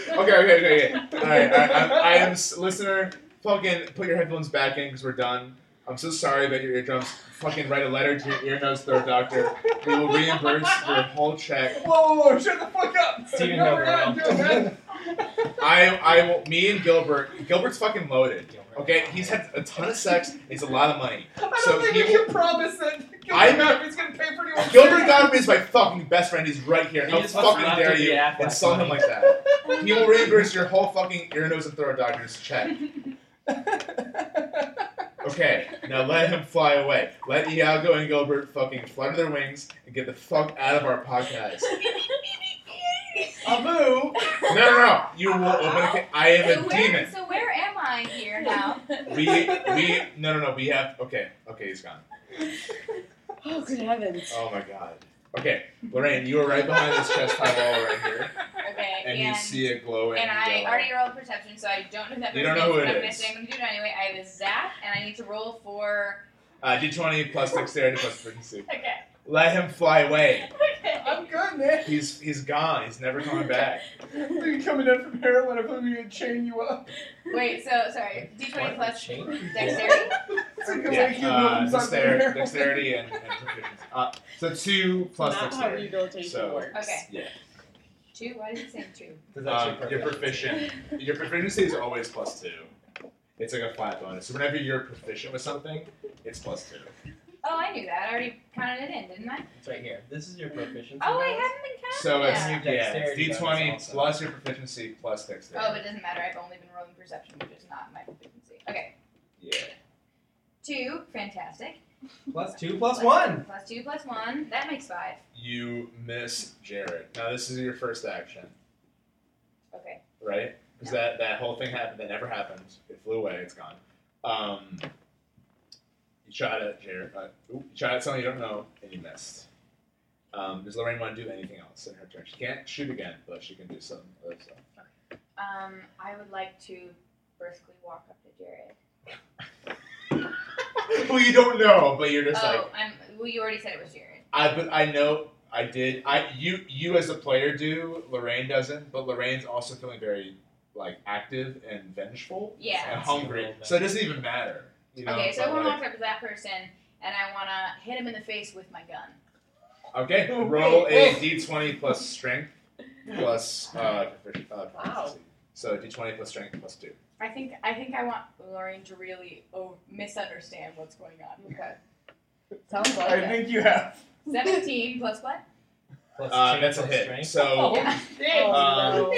Speaker 4: Okay, okay, okay, okay. All right, all right I'm,
Speaker 5: [laughs]
Speaker 4: I am s- listener. Fucking put your headphones back in because we're done. I'm so sorry about your eardrums. Fucking write a letter to your ear, nose, throat doctor. We will reimburse your whole check.
Speaker 5: Whoa, whoa, whoa! Shut the fuck up!
Speaker 7: Steven
Speaker 5: no, we're not
Speaker 7: Hillenburg.
Speaker 5: doing that.
Speaker 4: I, I will. Me and Gilbert. Gilbert's fucking loaded.
Speaker 7: Gilbert.
Speaker 4: Okay, he's had a ton of sex. It's a lot of money.
Speaker 5: I don't
Speaker 4: So
Speaker 5: think
Speaker 4: he
Speaker 5: we can promise that
Speaker 4: I'm-
Speaker 5: Gilbert Godfrey's gonna pay for anyone's
Speaker 4: Gilbert
Speaker 5: shit.
Speaker 4: Godfrey is my fucking best friend. He's right here.
Speaker 7: He
Speaker 4: How
Speaker 7: just wants
Speaker 4: fucking
Speaker 7: not to
Speaker 4: dare
Speaker 7: be
Speaker 4: you
Speaker 7: Affleck
Speaker 4: insult him
Speaker 7: money.
Speaker 4: like that? He will reimburse your whole fucking ear, nose, and throat doctor's check. Okay, now let him fly away. Let Iago and Gilbert fucking flutter their wings and get the fuck out of our podcast.
Speaker 7: Abu!
Speaker 4: No, no, no. You will open a ca- I am
Speaker 2: so
Speaker 4: a
Speaker 2: where,
Speaker 4: demon.
Speaker 2: So where am I here now?
Speaker 4: We, we, no, no, no. We have, okay, okay, he's gone.
Speaker 6: [laughs] Oh, good heavens.
Speaker 4: Oh my god. Okay, Lorraine, you were right behind this chest high wall right here,
Speaker 2: Okay,
Speaker 4: [laughs] and you see a glowing.
Speaker 2: and I
Speaker 4: yellow.
Speaker 2: already rolled perception, so I don't know who that
Speaker 4: You
Speaker 2: person
Speaker 4: don't know who
Speaker 2: is.
Speaker 4: it
Speaker 2: I'm
Speaker 4: is.
Speaker 2: guessing I'm gonna do it anyway. I have a zap, and I need to roll for.
Speaker 4: Uh, D20 plus dexterity plus frequency.
Speaker 2: Okay.
Speaker 4: Let him fly away.
Speaker 2: Okay.
Speaker 5: I'm good, man.
Speaker 4: He's he's gone. He's never
Speaker 6: [laughs]
Speaker 4: coming back.
Speaker 5: You're coming up from heroin. I'm going to chain you up.
Speaker 2: [laughs] Wait. So sorry. D20 plus
Speaker 7: Chain?
Speaker 2: dexterity.
Speaker 5: It's like a
Speaker 4: Yeah,
Speaker 5: wake you up
Speaker 4: uh,
Speaker 5: and something
Speaker 4: dexter-
Speaker 5: heroin.
Speaker 4: dexterity and, and proficiency. Uh, so two plus
Speaker 6: Not how
Speaker 4: dexterity.
Speaker 6: rehabilitation
Speaker 4: So-
Speaker 6: works.
Speaker 2: Okay.
Speaker 4: Yeah.
Speaker 2: Two. Why does it say two?
Speaker 7: Does that
Speaker 4: Um,
Speaker 7: check
Speaker 4: you're
Speaker 7: proficiency?
Speaker 4: proficient. Your proficiency is always plus two. It's like a flat bonus. So whenever you're proficient with something, it's plus two.
Speaker 2: Oh, I knew that. I already counted it in, didn't I?
Speaker 7: It's right here. This is your proficiency.
Speaker 2: Oh, I
Speaker 7: bonus.
Speaker 2: haven't been counting.
Speaker 4: So
Speaker 2: it.
Speaker 4: it's
Speaker 7: Yeah.
Speaker 4: yeah, it's
Speaker 7: Dexterity
Speaker 4: D twenty
Speaker 7: bonus also.
Speaker 4: plus your proficiency plus dexterity.
Speaker 2: Oh, but it doesn't matter. I've only been rolling perception, which is not my proficiency. Okay.
Speaker 4: yeah.
Speaker 2: Two. Fantastic.
Speaker 7: Plus two, plus one.
Speaker 2: Plus two. Plus one. That makes five.
Speaker 4: You miss Jared. Now this is your first action,
Speaker 2: Okay.
Speaker 4: right? Because that, that whole thing happened that never happened. It flew away. It's gone. Um, you shot at Jared. Uh, oop, you shot at something you don't know, and you missed. Um, does Lorraine want to do anything else in her turn? She can't shoot again, but she can do some other stuff.
Speaker 2: Um, I would like to briskly walk up to Jared.
Speaker 4: [laughs] well, you don't know, but you're just
Speaker 2: oh,
Speaker 4: like
Speaker 2: I'm. Well, you already said it was Jared.
Speaker 4: I. But I know I did. I you you as a player do. Lorraine doesn't, but Lorraine's also feeling very like active and vengeful
Speaker 2: Yeah.
Speaker 4: and hungry. So it doesn't even matter. You know,
Speaker 2: okay, so I
Speaker 4: but,
Speaker 2: want to
Speaker 4: like-
Speaker 2: walk up to that person and I want to hit him in the face with my gun.
Speaker 4: Okay,
Speaker 5: Oh,
Speaker 4: roll
Speaker 5: wait,
Speaker 4: a d20 plus strength plus uh, profici- uh proficiency. So d20 plus strength plus two.
Speaker 8: I think I think I want Lorraine to really o misunderstand what's going
Speaker 2: [laughs]
Speaker 8: on.
Speaker 6: Okay. Sounds like
Speaker 5: I
Speaker 6: it.
Speaker 5: think you have.
Speaker 2: 17 plus what?
Speaker 7: Plus
Speaker 4: Uh,
Speaker 7: chain,
Speaker 4: that's a
Speaker 7: plus
Speaker 4: hit.
Speaker 7: strength.
Speaker 4: So
Speaker 2: Yeah.
Speaker 6: Oh,
Speaker 4: Um,
Speaker 1: Uh,
Speaker 6: no.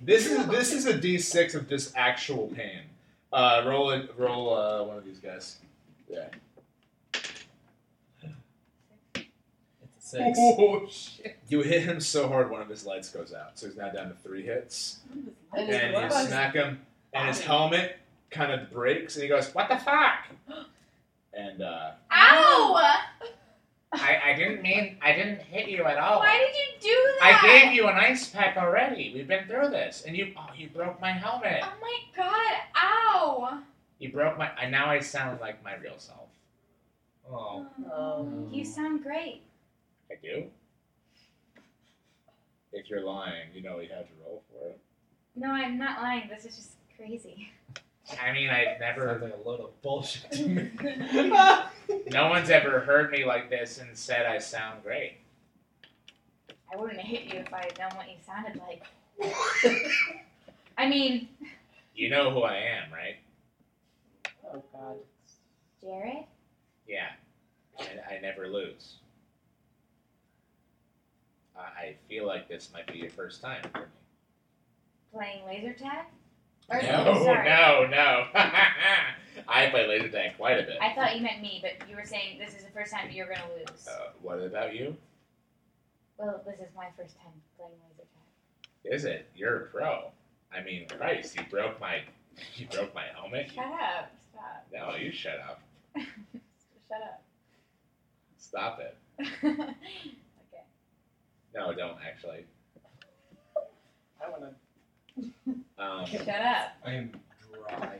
Speaker 4: this is this is a d6 of just actual pain. Uh, roll it. Roll uh, one of these guys.
Speaker 7: It's a six.
Speaker 5: Oh, shit.
Speaker 4: You hit him so hard, one of his lights goes out. So he's now down to three hits.
Speaker 6: And
Speaker 4: And you
Speaker 6: it's-
Speaker 4: smack him, and his helmet kind of breaks, and he goes, What
Speaker 2: [gasps]
Speaker 4: the fuck? And uh,
Speaker 2: Ow!
Speaker 1: I, I didn't mean, I didn't hit you at all.
Speaker 2: Why did you do that?
Speaker 1: I gave you an ice pack already. We've been through this. And you, oh, you broke my helmet.
Speaker 2: Oh my god, ow!
Speaker 1: You broke my, and now I sound like my real self.
Speaker 7: Oh.
Speaker 6: Um,
Speaker 2: You sound great.
Speaker 4: I do. If you're lying, you know you have to roll for it.
Speaker 2: No, I'm not lying. This is just crazy.
Speaker 1: I mean, I've
Speaker 7: Sounds
Speaker 1: never,
Speaker 7: like a load of bullshit to me.
Speaker 1: [laughs] no one's ever heard me like this and said I sound great.
Speaker 2: I wouldn't have hit you if I had known what you sounded like. I mean,
Speaker 1: You know who I am, right?
Speaker 6: Oh, God.
Speaker 2: Jared?
Speaker 1: Yeah. And I never lose. I I feel like this might be your first time for me.
Speaker 2: Playing laser tag? Or,
Speaker 4: No,
Speaker 2: sorry.
Speaker 1: no, no. [laughs] I play laser tag quite a bit.
Speaker 2: I thought you meant me, but you were saying this is the first time you're going to lose.
Speaker 1: Uh, what about you?
Speaker 2: Well, this is my first time playing laser tag.
Speaker 1: Is it? You're a pro. I mean, Christ, you broke my, [laughs] you broke my helmet.
Speaker 2: Shut up. Stop.
Speaker 1: No, you shut up.
Speaker 2: Shut up.
Speaker 1: Stop it.
Speaker 2: okay.
Speaker 1: No, don't actually.
Speaker 5: I want to.
Speaker 1: Um, [laughs]
Speaker 2: [laughs] Shut up.
Speaker 7: I am dry.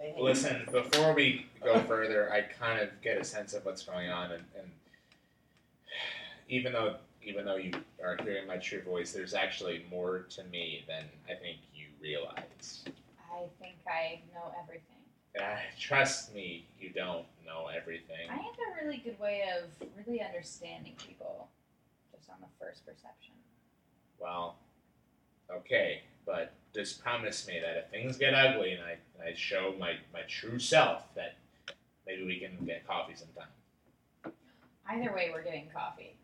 Speaker 6: They hate
Speaker 1: Listen, before we go further, I kind of get a sense of what's going on, and, and [sighs] even though even though you are hearing my true voice, there's actually more to me than I think you realize.
Speaker 2: I think I know everything.
Speaker 1: Ah, trust me, you don't know everything.
Speaker 2: I have a really good way of really understanding people just on the first perception.
Speaker 1: Well, okay, but just promise me that if things get ugly and I, and I show my, my true self, that maybe we can get coffee sometime. [laughs]
Speaker 2: Either way, we're getting coffee.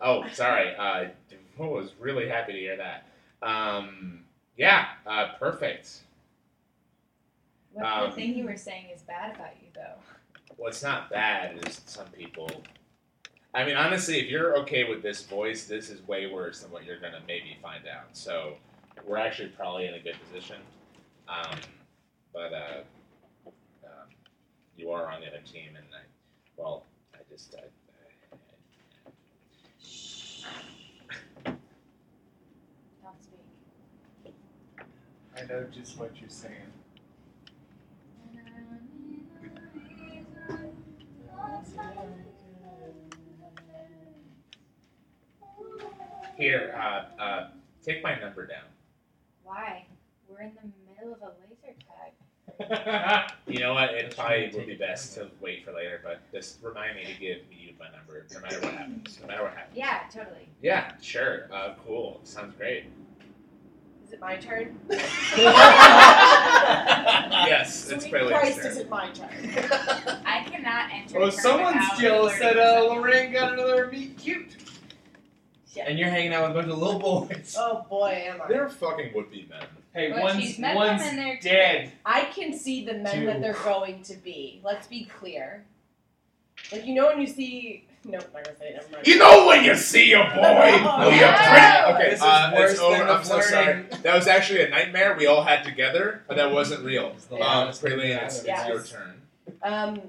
Speaker 1: oh, sorry. Uh, [laughs]
Speaker 4: Well, I was really happy to hear that. Um, yeah, uh, perfect.
Speaker 2: What
Speaker 4: Um,
Speaker 2: the thing you were saying is bad about you, though.
Speaker 4: What's not bad is some people. I mean, honestly, if you're okay with this voice, this is way worse than what you're gonna maybe find out. So we're actually probably in a good position. Um, but uh, um, you are on the other team, and I, well, I just I, I,
Speaker 2: Don't speak.
Speaker 5: I know just what you're saying.
Speaker 6: [laughs]
Speaker 4: Here, uh, uh, take my number down.
Speaker 2: Why? We're in the middle of a laser tag.
Speaker 4: you know what? It probably would be best to wait for later, but just remind me to give you my number, no matter what happens. No matter what happens.
Speaker 2: Yeah, totally.
Speaker 4: Yeah, sure. Uh, cool. Sounds great.
Speaker 6: Is it my turn?
Speaker 7: Uh,
Speaker 4: yes, it's
Speaker 6: Sweet
Speaker 4: Prelude's
Speaker 6: Christ, is
Speaker 4: turn.
Speaker 6: it my turn?
Speaker 2: I cannot enter.
Speaker 5: Well,
Speaker 2: a turn
Speaker 5: someone's
Speaker 2: without
Speaker 5: jealous that
Speaker 2: flirting with
Speaker 5: uh,
Speaker 2: someone.
Speaker 5: Lorraine got another meet cute.
Speaker 7: And you're hanging out with a bunch of little boys. [laughs]
Speaker 6: Oh boy, am I.
Speaker 4: They're fucking would be men.
Speaker 5: Hey,
Speaker 2: But
Speaker 5: one's
Speaker 2: she's met
Speaker 5: one's
Speaker 2: them and they're
Speaker 5: dead.
Speaker 6: I can see the men
Speaker 5: Two.
Speaker 6: that they're going to be. Let's be clear. Like you know when you see. No, I'm not gonna say it. Never mind.
Speaker 9: You know when you see a boy
Speaker 6: Oh,
Speaker 9: who you
Speaker 2: yeah.
Speaker 9: print.
Speaker 4: Okay,
Speaker 7: This is
Speaker 4: uh,
Speaker 7: worse
Speaker 4: it's over.
Speaker 7: than the
Speaker 4: I'm so sorry.
Speaker 7: flirting.
Speaker 4: That was actually a nightmare we all had together, but that wasn't real.
Speaker 7: It's the
Speaker 4: Um,
Speaker 7: loudest thing
Speaker 4: Prelude,
Speaker 7: I've
Speaker 4: it's, it's
Speaker 6: Yes.
Speaker 4: your turn.
Speaker 6: Um,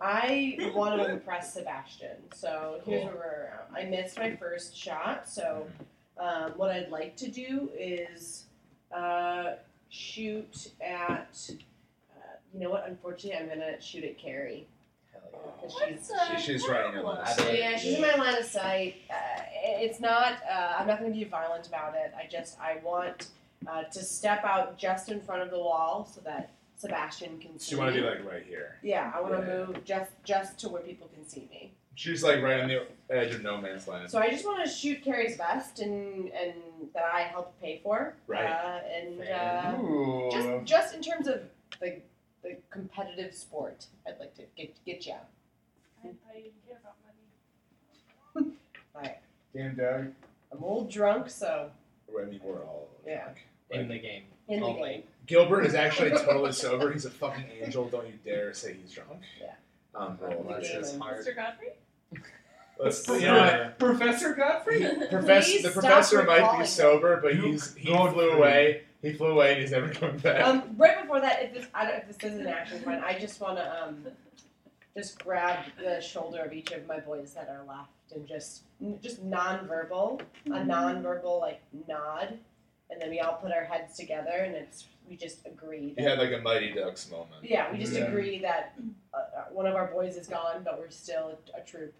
Speaker 6: I want to impress Sebastian, so here's where we're at. I missed my first shot, so um, what I'd like to do is uh, shoot at. Uh, you know what? Unfortunately, I'm gonna shoot at Carrie because she's
Speaker 3: uh,
Speaker 4: She, she's writing her list.
Speaker 7: Hell
Speaker 6: yeah, she's in my line of sight. Uh, it- it's not. Uh, I'm not going to be violent about it. I just I want uh, to step out just in front of the wall so that Sebastian can see.
Speaker 4: She want to
Speaker 6: me.
Speaker 4: be like right here.
Speaker 6: Yeah, I want to
Speaker 4: Yeah.
Speaker 6: move just just to where people can see me.
Speaker 4: She's like right on the edge of no man's land.
Speaker 6: So I just want to shoot Carrie's vest and and that I helped pay for.
Speaker 4: Right.
Speaker 6: Uh, and uh,
Speaker 5: Ooh.
Speaker 6: just just in terms of the the competitive sport, I'd like to get get you. out.
Speaker 3: I, I didn't care about money.
Speaker 5: Damn dog.
Speaker 6: I'm old drunk, so
Speaker 4: I mean, we're all.
Speaker 6: Yeah.
Speaker 7: In the game.
Speaker 6: in
Speaker 4: Oh
Speaker 6: the
Speaker 7: Only.
Speaker 6: game.
Speaker 4: Gilbert is actually totally sober. He's a fucking angel. Don't you dare say he's drunk.
Speaker 6: Yeah.
Speaker 4: Um,
Speaker 6: Well,
Speaker 4: roll that
Speaker 6: that's
Speaker 4: shit.
Speaker 6: just
Speaker 7: hard.
Speaker 3: Mr. Godfrey?
Speaker 4: Let's, you know what?
Speaker 5: Professor Godfrey?
Speaker 4: Professor, the
Speaker 6: stop
Speaker 4: professor might
Speaker 6: recalling
Speaker 4: be
Speaker 6: it.
Speaker 4: sober, but
Speaker 5: You
Speaker 4: he's he
Speaker 5: go
Speaker 4: flew
Speaker 5: through.
Speaker 4: away. He flew away, and he's never [laughs] coming back.
Speaker 6: Um, right before that, if this I don't, if this is an action plan, I just want to um, just grab the shoulder of each of my boys that are left and just just nonverbal, a nonverbal like nod, and then we all put our heads together and it's we just agree that
Speaker 4: you had like a Mighty Ducks moment.
Speaker 6: yeah we just
Speaker 5: Yeah.
Speaker 6: agree that uh, uh, one of our boys is gone, but we're still a, a troop.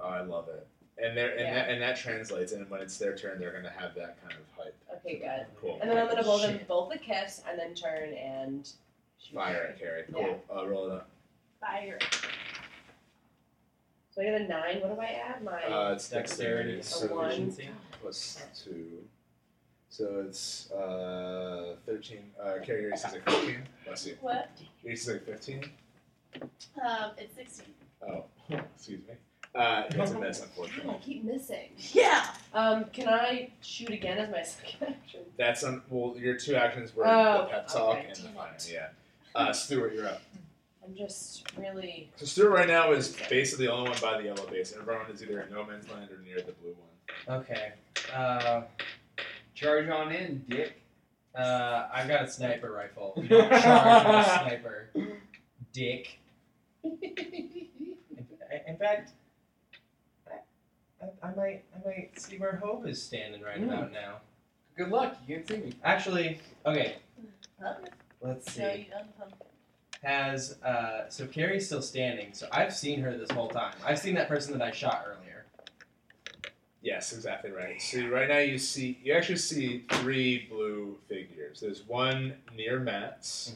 Speaker 4: Oh, I love it. And there, and
Speaker 6: Yeah.
Speaker 4: that, and that translates. And when it's their turn, they're gonna have that kind of hype.
Speaker 6: Okay, good.
Speaker 4: Cool.
Speaker 6: And then I'm gonna blow them
Speaker 7: Shit.
Speaker 6: both a kiss and then turn and shoot.
Speaker 4: Fire at Carrie. Cool. Uh, roll it up.
Speaker 3: Fire.
Speaker 6: So I got a nine. What do I add? My
Speaker 4: Uh, it's
Speaker 7: Dexterity.
Speaker 4: dexterity. So
Speaker 6: A one.
Speaker 7: Proficiency.
Speaker 4: plus two. So it's uh, 13. Uh, carry your aces like 15. Bless you.
Speaker 3: What?
Speaker 4: Your aces like 15.
Speaker 3: Um, it's 16.
Speaker 4: Oh, [laughs] excuse me. Uh, it's a miss,
Speaker 6: God, I
Speaker 4: unfortunately.
Speaker 6: keep missing.
Speaker 3: Yeah!
Speaker 6: Um, can I shoot again as my [laughs] second action?
Speaker 4: That's un- well, your two actions were
Speaker 6: Oh,
Speaker 4: the pep talk
Speaker 6: okay,
Speaker 4: and the
Speaker 6: damn
Speaker 4: fire.
Speaker 6: it.
Speaker 4: Yeah. Uh, Stuart, you're up.
Speaker 6: I'm just really.
Speaker 4: So Stuart right now is basically the only one by the yellow base, and everyone is either in no man's land or near the blue one.
Speaker 7: Okay. Uh,
Speaker 5: Charge on in, dick.
Speaker 7: uh, I've got a sniper [laughs] rifle. You don't charge with a sniper. Dick. In, in fact, I, I, I might I might see where Hope is standing right about now.
Speaker 5: Good luck. You can see me.
Speaker 7: Actually, okay,
Speaker 3: Huh?
Speaker 7: let's
Speaker 3: No,
Speaker 7: see.
Speaker 3: you done pump.
Speaker 7: Has uh, so Carrie's still standing, so I've seen her this whole time. I've seen that person that I shot earlier.
Speaker 4: Yes, exactly right. So right now you see, you actually see three blue figures. There's one near Matt's,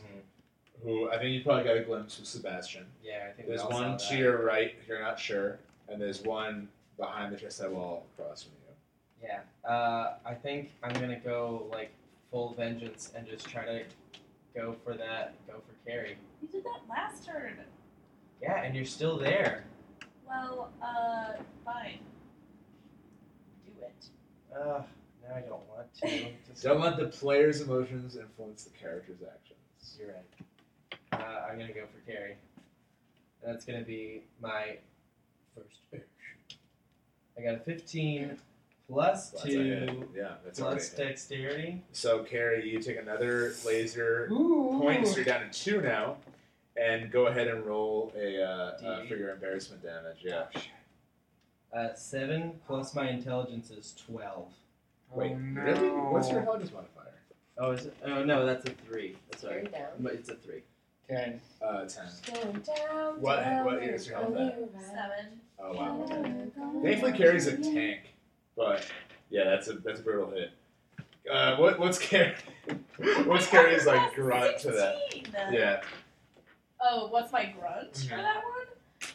Speaker 4: who I think you probably got a glimpse of Sebastian.
Speaker 7: Yeah, Mm-hmm. I think we
Speaker 4: There's
Speaker 7: all
Speaker 4: one
Speaker 7: saw
Speaker 4: to
Speaker 7: that.
Speaker 4: your right, if you're not sure, and there's one behind the chest wall across from you.
Speaker 7: Yeah, uh, I think I'm gonna go like full vengeance and just try to go for that, go for Carrie.
Speaker 3: You did that last turn.
Speaker 7: Yeah, and you're still there.
Speaker 3: Well, uh, fine. Do it.
Speaker 7: Ugh, now I don't want to. Just-
Speaker 4: Don't let the player's emotions influence the character's actions.
Speaker 7: You're right. Uh, I'm gonna go for carry. That's gonna be my first action. I got a 15 plus
Speaker 4: That's a hit.
Speaker 7: two
Speaker 4: Yeah, that's
Speaker 7: plus
Speaker 4: already. a hit.
Speaker 7: dexterity.
Speaker 4: So Carrie, you take another laser
Speaker 6: Ooh.
Speaker 4: point, so you're down to two now, and go ahead and roll a uh, uh,
Speaker 7: D8.
Speaker 4: for your embarrassment damage. Yeah.
Speaker 7: Uh, seven plus my intelligence is 12.
Speaker 4: Wait,
Speaker 5: oh, no.
Speaker 4: really? What's your intelligence modifier?
Speaker 7: Oh, is it? Oh no, that's a three. That's
Speaker 6: Going
Speaker 7: right.
Speaker 6: down.
Speaker 7: But it's a three.
Speaker 5: Ten.
Speaker 4: Uh, ten.
Speaker 6: Going down.
Speaker 4: What-
Speaker 6: down,
Speaker 4: what is your
Speaker 6: on
Speaker 4: health
Speaker 6: the right.
Speaker 8: Seven.
Speaker 4: Oh wow. okay.
Speaker 2: Thankfully,
Speaker 4: Thankfully, Carrie's a tank, but yeah, that's a that's a brutal hit. Uh, what what's Carrie? [laughs] what's Carrie's like grunt to that?
Speaker 8: 16.
Speaker 4: Yeah,
Speaker 8: Oh, what's my grunt for
Speaker 4: Mhm.
Speaker 8: that one?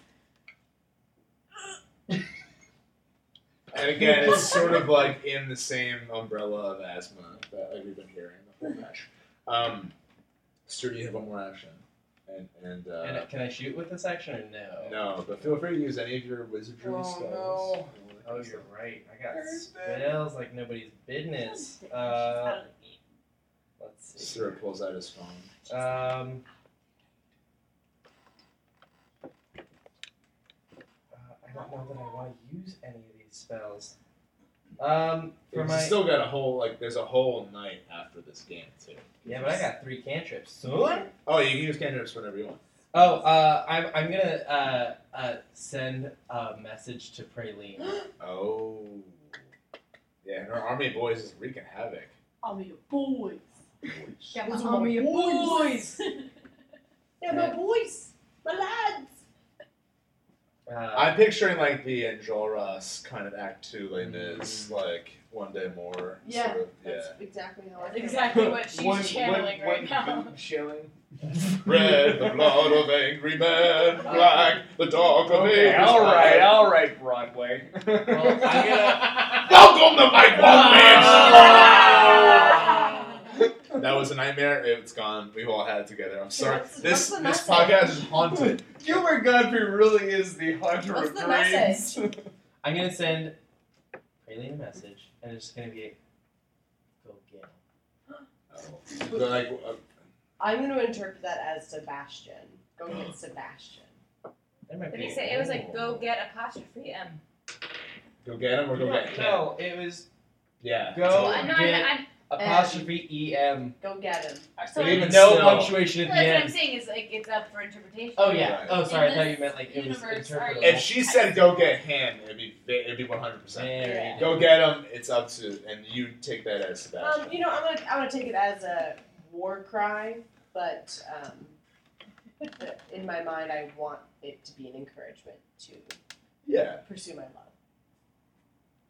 Speaker 4: and again, it's sort of like in the same umbrella of asthma that like, we've been hearing the whole match. Um, Stuart, you have one more action, and and, uh,
Speaker 7: And can I shoot with this action or no?
Speaker 4: no, but feel free to use any of your wizardry
Speaker 5: Oh,
Speaker 4: skills.
Speaker 7: Oh, you're right. I got
Speaker 5: Thursday.
Speaker 7: spells like nobody's business.
Speaker 3: Thursday.
Speaker 7: Uh, let's see.
Speaker 4: Stuart pulls out his phone.
Speaker 7: Um, uh, I don't know that I want to use any of these spells. Um, for
Speaker 4: He's
Speaker 7: my
Speaker 4: still got a whole like there's a whole night after this game too.
Speaker 7: yeah, but I got three cantrips. Son.
Speaker 4: Oh, you can use cantrips whenever you want.
Speaker 7: Oh, uh, I'm I'm gonna uh, uh, send a message to Praline.
Speaker 5: [gasps]
Speaker 4: Oh. Yeah, and her army of boys is wreaking havoc.
Speaker 3: I'll be a boys.
Speaker 2: Yeah,
Speaker 6: Those
Speaker 2: my
Speaker 6: are my
Speaker 2: army of
Speaker 6: boys. Yeah, my
Speaker 7: Yeah.
Speaker 6: boys, my lads.
Speaker 7: Uh, [laughs]
Speaker 4: [laughs] I'm picturing like the Enjolras kind of act two, like
Speaker 5: Mm.
Speaker 4: this, like one day more.
Speaker 6: Yeah,
Speaker 4: Sort of, yeah.
Speaker 6: That's exactly how I
Speaker 8: That's
Speaker 6: feel.
Speaker 8: exactly what she's
Speaker 5: uh, one,
Speaker 8: channeling
Speaker 5: one,
Speaker 8: right
Speaker 5: one
Speaker 8: now.
Speaker 3: [laughs]
Speaker 5: boot Shilling.
Speaker 4: Red, the blood of
Speaker 6: [laughs]
Speaker 4: angry men. Black, the dog of
Speaker 5: Okay,
Speaker 4: ages
Speaker 5: all right,
Speaker 4: past.
Speaker 5: all right, Broadway.
Speaker 7: Well,
Speaker 5: [laughs]
Speaker 7: I'm gonna-
Speaker 9: Welcome to my one man
Speaker 5: Ah.
Speaker 9: show.
Speaker 6: [laughs]
Speaker 4: That was a nightmare. It's gone. We've all had it together. I'm sorry.
Speaker 6: what's- what's
Speaker 4: this
Speaker 6: the message?
Speaker 4: this podcast is haunted.
Speaker 5: Gilbert Godfrey really is the hunter
Speaker 6: What's
Speaker 5: of
Speaker 6: the
Speaker 5: dreams.
Speaker 6: [laughs]
Speaker 7: I'm gonna send Praline a message, and it's just gonna be go get 'em."
Speaker 4: Oh. They're like, uh,
Speaker 6: I'm going to interpret that as Sebastian. Go
Speaker 4: [gasps]
Speaker 6: get Sebastian.
Speaker 7: There might
Speaker 8: Did
Speaker 7: be
Speaker 8: he
Speaker 7: a
Speaker 8: say it was like
Speaker 7: hole.
Speaker 8: go get apostrophe M?
Speaker 4: go get him or go get him.
Speaker 7: No, it was
Speaker 4: Yeah.
Speaker 7: Go
Speaker 4: totally.
Speaker 2: Well, I'm not,
Speaker 7: get-
Speaker 2: I'm,
Speaker 7: apostrophe E M.
Speaker 6: Go get him.
Speaker 8: So
Speaker 4: But
Speaker 8: like,
Speaker 4: even
Speaker 7: no
Speaker 4: still-
Speaker 7: punctuation at
Speaker 8: well,
Speaker 7: the
Speaker 8: that's what I'm
Speaker 7: end.
Speaker 8: saying is like it's up for interpretation.
Speaker 7: Oh yeah.
Speaker 4: Right.
Speaker 7: Oh sorry, I
Speaker 8: In
Speaker 7: thought you
Speaker 8: this
Speaker 7: meant like it was
Speaker 8: universe,
Speaker 7: interpretable.
Speaker 8: are you-
Speaker 4: If she said go get him, it'd be it'd be 100. percent
Speaker 7: There you
Speaker 4: Go get him. It's up to, and you take that as Sebastian.
Speaker 6: Um, you know, I'm gonna I'm gonna take it as a war cry, but um, [laughs] but in my mind, I want it to be an encouragement to
Speaker 4: yeah.
Speaker 6: pursue my love.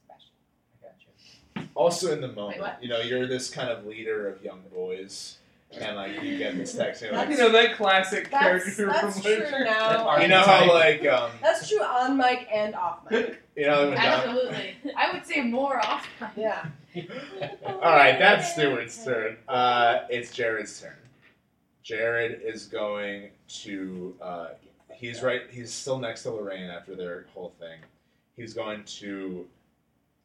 Speaker 6: Sebastian.
Speaker 7: I got you.
Speaker 4: Also in the moment,
Speaker 6: Wait, what?
Speaker 4: you know, you're this kind of leader of young boys, and like you get this text, and you're
Speaker 5: You
Speaker 4: like,
Speaker 5: know that classic
Speaker 6: That's
Speaker 5: character
Speaker 6: that's
Speaker 5: from
Speaker 6: true
Speaker 5: Witcher.
Speaker 6: now.
Speaker 7: That
Speaker 4: you know how like um,
Speaker 6: That's true on mic and off
Speaker 4: [laughs]
Speaker 6: mic.
Speaker 4: you know. when Don-
Speaker 8: Absolutely. I would say more often.
Speaker 6: Yeah.
Speaker 4: All right, that's Stewart's turn. Uh, it's Jared's turn. Jared is going to. Uh, he's right. He's still next to Lorraine after their whole thing. He's going to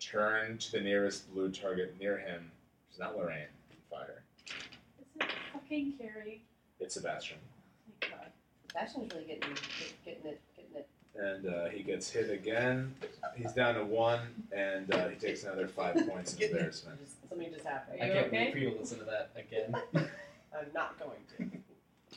Speaker 4: turn to the nearest blue target near him. It's not Lorraine. Fire.
Speaker 8: This is fucking Carrie.
Speaker 4: It's Sebastian,
Speaker 8: Oh my God.
Speaker 6: Sebastian's really getting getting it getting it.
Speaker 4: and uh, he gets hit again. He's down to one, and uh, he takes another
Speaker 5: [laughs]
Speaker 4: five points of embarrassment.
Speaker 6: Just, something just happened.
Speaker 7: I
Speaker 8: you
Speaker 7: can't
Speaker 8: okay?
Speaker 7: wait for you to listen to that again.
Speaker 6: I'm not going to.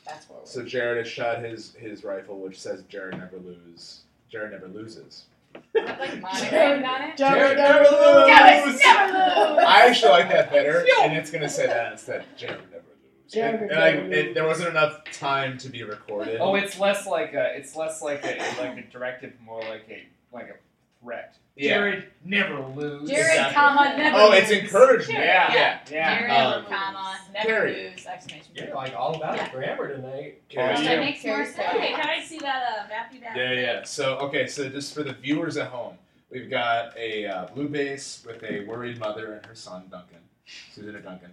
Speaker 6: That's what
Speaker 4: So Jared has shot his his rifle, which says Jared never lose. Jared never loses.
Speaker 8: Is that like monogrammed on it?
Speaker 6: never
Speaker 4: Jared [laughs] never
Speaker 6: lose.
Speaker 4: Jared
Speaker 6: lose.
Speaker 8: never lose.
Speaker 4: I actually like that
Speaker 5: [laughs]
Speaker 4: better, and it's gonna say that instead. Jared never lose.
Speaker 6: Jared
Speaker 4: and,
Speaker 6: never
Speaker 4: and I, it, there wasn't enough time to be recorded.
Speaker 5: Oh, it's less like a it's less like a like a directive, more like a like a threat.
Speaker 4: Yeah.
Speaker 5: Jared never lose.
Speaker 8: Jared,
Speaker 4: Exactly.
Speaker 8: comma, never
Speaker 4: Oh, it's
Speaker 8: lose.
Speaker 4: encouragement.
Speaker 5: Yeah.
Speaker 4: yeah.
Speaker 5: Yeah.
Speaker 8: Jared,
Speaker 4: Um,
Speaker 8: comma, never
Speaker 4: Carrie.
Speaker 8: lose, exclamation
Speaker 7: You're like all about
Speaker 8: Yeah.
Speaker 7: grammar tonight.
Speaker 4: Jared-
Speaker 5: Oh,
Speaker 8: Well,
Speaker 5: yeah.
Speaker 8: that makes more
Speaker 6: Carrie's turn.
Speaker 8: sense.
Speaker 3: Hey, can I see that uh, mappy map?
Speaker 4: Yeah, yeah. So okay, so just for the viewers at home, we've got a uh, blue base with a worried mother and her son Duncan, Susanna Duncan.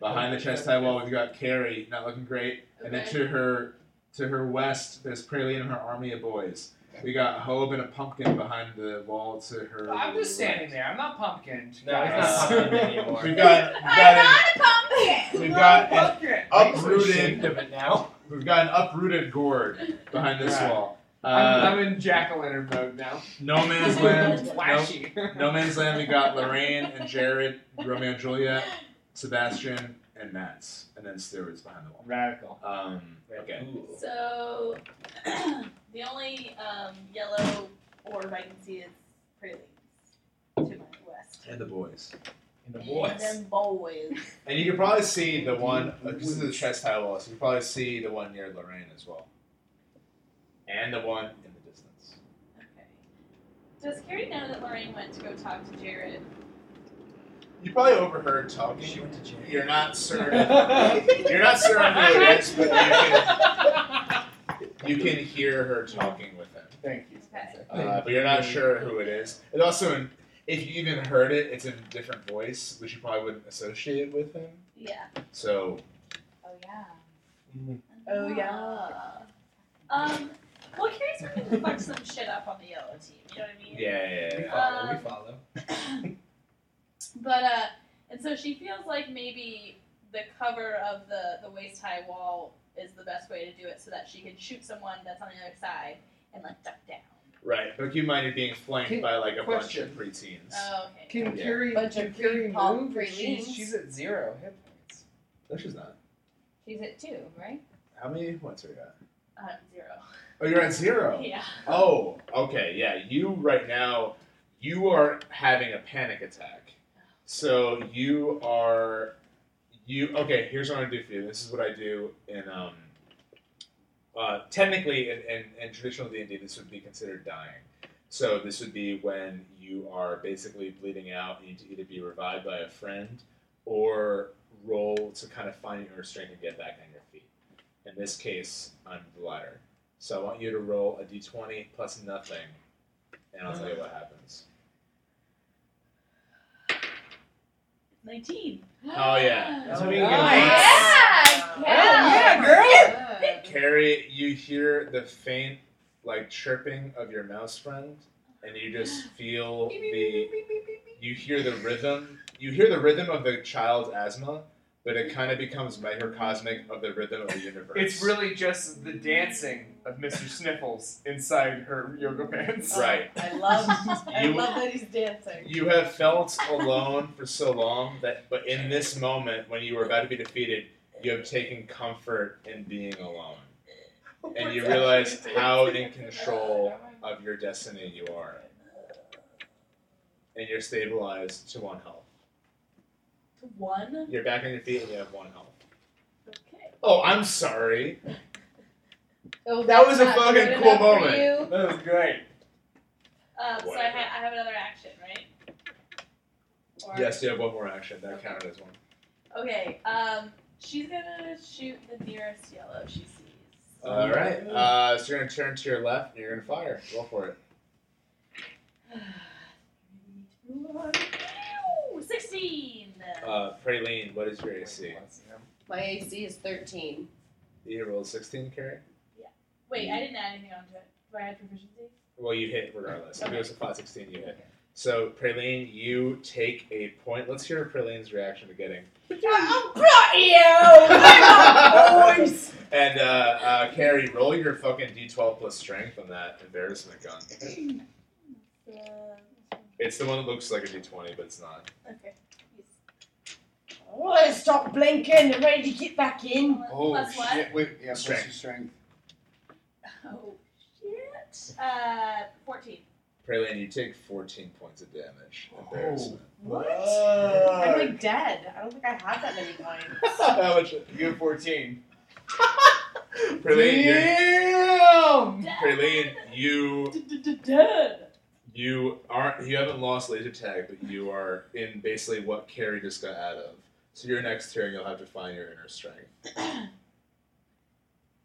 Speaker 4: Behind the chest high wall, we've got Carrie, not looking great, and then to her to her west, there's Praline and her army of boys. We got Hope and a pumpkin behind the wall to her.
Speaker 5: I'm just standing there. I'm not pumpkined.
Speaker 7: No, he's
Speaker 5: guys. [laughs]
Speaker 7: not pumpkin anymore.
Speaker 4: We got, we
Speaker 2: I'm
Speaker 4: got,
Speaker 2: not a pumpkin.
Speaker 4: an, we
Speaker 6: [laughs]
Speaker 5: I'm
Speaker 4: got an
Speaker 5: pumpkin.
Speaker 4: uprooted,
Speaker 7: of it now.
Speaker 4: we've got an uprooted gourd behind this
Speaker 5: Yeah.
Speaker 4: wall.
Speaker 5: I'm,
Speaker 4: Uh,
Speaker 5: I'm in jack o' lantern mode now.
Speaker 4: no man's land. No,
Speaker 5: [laughs] Flashy.
Speaker 4: no man's land. We got Lorraine and Jared, Romeo and Juliet, Sebastian and Matt's, and then Stewart's behind the wall.
Speaker 5: Radical.
Speaker 4: Um, okay.
Speaker 7: Ooh.
Speaker 3: So [clears throat] the only um, yellow orb I can see is pralines to my west.
Speaker 4: And the boys.
Speaker 7: And the voice.
Speaker 3: And then boys.
Speaker 4: And you can probably see the one. uh, This is the chest high wall, so you can probably see the one near Lorraine as well, and the one in the distance.
Speaker 3: Okay. Does Carrie know that Lorraine went to go talk to Jared?
Speaker 4: You probably overheard talking.
Speaker 7: She went to jail.
Speaker 4: You're not [laughs] certain. You're not certain who it is, but you can, you can hear her talking with him.
Speaker 5: Thank you.
Speaker 3: Okay.
Speaker 4: Uh, but you're not sure who it is. It also, in, if you even heard it, it's in a different voice, which you probably wouldn't associate with him.
Speaker 3: Yeah.
Speaker 4: So
Speaker 2: Oh yeah.
Speaker 6: Oh, yeah.
Speaker 3: Ah. Um. Well, Carrie's working to fuck some shit up on the yellow team. You know what I mean? Um,
Speaker 4: yeah,
Speaker 7: We follow, we follow.
Speaker 3: But uh, and so she feels like maybe the cover of the the waist high wall is the best way to do it, so that she can shoot someone that's on the other side and like duck down.
Speaker 4: right. But you might be being flanked
Speaker 5: Can-
Speaker 4: by like a
Speaker 5: question.
Speaker 4: bunch of preteens.
Speaker 3: Oh, okay.
Speaker 5: Can
Speaker 4: Yeah.
Speaker 5: Carrie,
Speaker 8: Bunch
Speaker 5: can
Speaker 8: of
Speaker 5: Carrie
Speaker 8: creep pop
Speaker 5: move? She's,
Speaker 8: pralines.
Speaker 5: she's at zero hit points.
Speaker 4: no, she's not.
Speaker 2: She's at two, right?
Speaker 4: How many points are you at?
Speaker 3: Um, zero. [laughs]
Speaker 4: Oh, you're at zero.
Speaker 3: Yeah.
Speaker 4: Oh, okay, yeah. You right now, you are having a panic attack. So you are, you okay? Here's what I do for you. This is what I do in um, uh, technically and in, in, in traditional D and D, this would be considered dying. So this would be when you are basically bleeding out. You need to either be revived by a friend or roll to kind of find your strength and get back on your feet. In this case, I'm the latter. So I want you to roll a d20 plus nothing, and I'll tell you what happens.
Speaker 3: Nineteen.
Speaker 4: Oh, yeah.
Speaker 7: That's what we
Speaker 5: Nice.
Speaker 7: get.
Speaker 2: Yeah.
Speaker 5: yeah, girl.
Speaker 4: Carrie, you hear the faint, like chirping of your mouse friend, and you just [gasps] feel the. You hear the rhythm. You hear the rhythm of the child's asthma, but it kind of becomes microcosmic of the rhythm of the universe.
Speaker 5: [laughs] It's really just the dancing of Mr. Sniffles inside her yoga pants.
Speaker 4: right.
Speaker 6: I love,
Speaker 8: [laughs]
Speaker 6: I
Speaker 4: [laughs] You-
Speaker 6: love that he's dancing.
Speaker 4: You have felt alone for so long that, but in this moment, when you were about to be defeated, you have taken comfort in being alone, and you realize how in control of your destiny you are, and you're stabilized to one health.
Speaker 3: To one.
Speaker 4: You're back on your feet and you have one health.
Speaker 3: Okay.
Speaker 4: Oh, I'm sorry.
Speaker 2: Oh,
Speaker 4: That was a
Speaker 2: that's
Speaker 4: fucking
Speaker 2: good
Speaker 4: cool
Speaker 2: enough for
Speaker 4: moment.
Speaker 2: you?
Speaker 5: That was great.
Speaker 3: Um, so I, ha- I have another action, right? Or-
Speaker 4: Yes, you have one more action. That counted as one.
Speaker 3: Okay. Um, she's gonna shoot the nearest yellow she sees.
Speaker 4: All right. Uh, so you're gonna turn to your left and you're gonna fire. Go for it.
Speaker 3: Ooh, Sixteen.
Speaker 4: Uh, Praline, what is your AC?
Speaker 6: My AC is 13.
Speaker 4: You rolled 16, Carrie.
Speaker 3: Wait, I didn't add anything onto it. Do I add proficiency?
Speaker 4: Well, you hit regardless. If it
Speaker 3: Okay.
Speaker 4: was a flat 16, you hit. So, Praline, you take a point. Let's hear Praline's reaction to getting.
Speaker 6: [laughs]
Speaker 4: I brought you! and uh, uh, Carrie, roll your fucking d12 plus strength on that embarrassment gun. It's the one that looks like a d20, but it's not.
Speaker 3: okay.
Speaker 6: Oh, I stop blinking. I'm ready to get back in.
Speaker 5: Oh
Speaker 3: Plus what?
Speaker 5: shit! Wait, yeah,
Speaker 4: plus Strength. your
Speaker 5: strength.
Speaker 3: Oh shit. Uh, fourteen.
Speaker 4: Praline, you take 14 points of damage.
Speaker 5: Oh.
Speaker 4: Embarrassment.
Speaker 6: I'm like dead. I don't think I have that many points.
Speaker 4: How much?
Speaker 5: [laughs] You have fourteen.
Speaker 4: Praline, you're-
Speaker 5: Damn.
Speaker 4: Praline, you
Speaker 3: Dead.
Speaker 4: You aren't. You haven't lost laser tag, but you are in basically what Carrie just got out of. So your next turn, you'll have to find your inner strength.
Speaker 6: [coughs]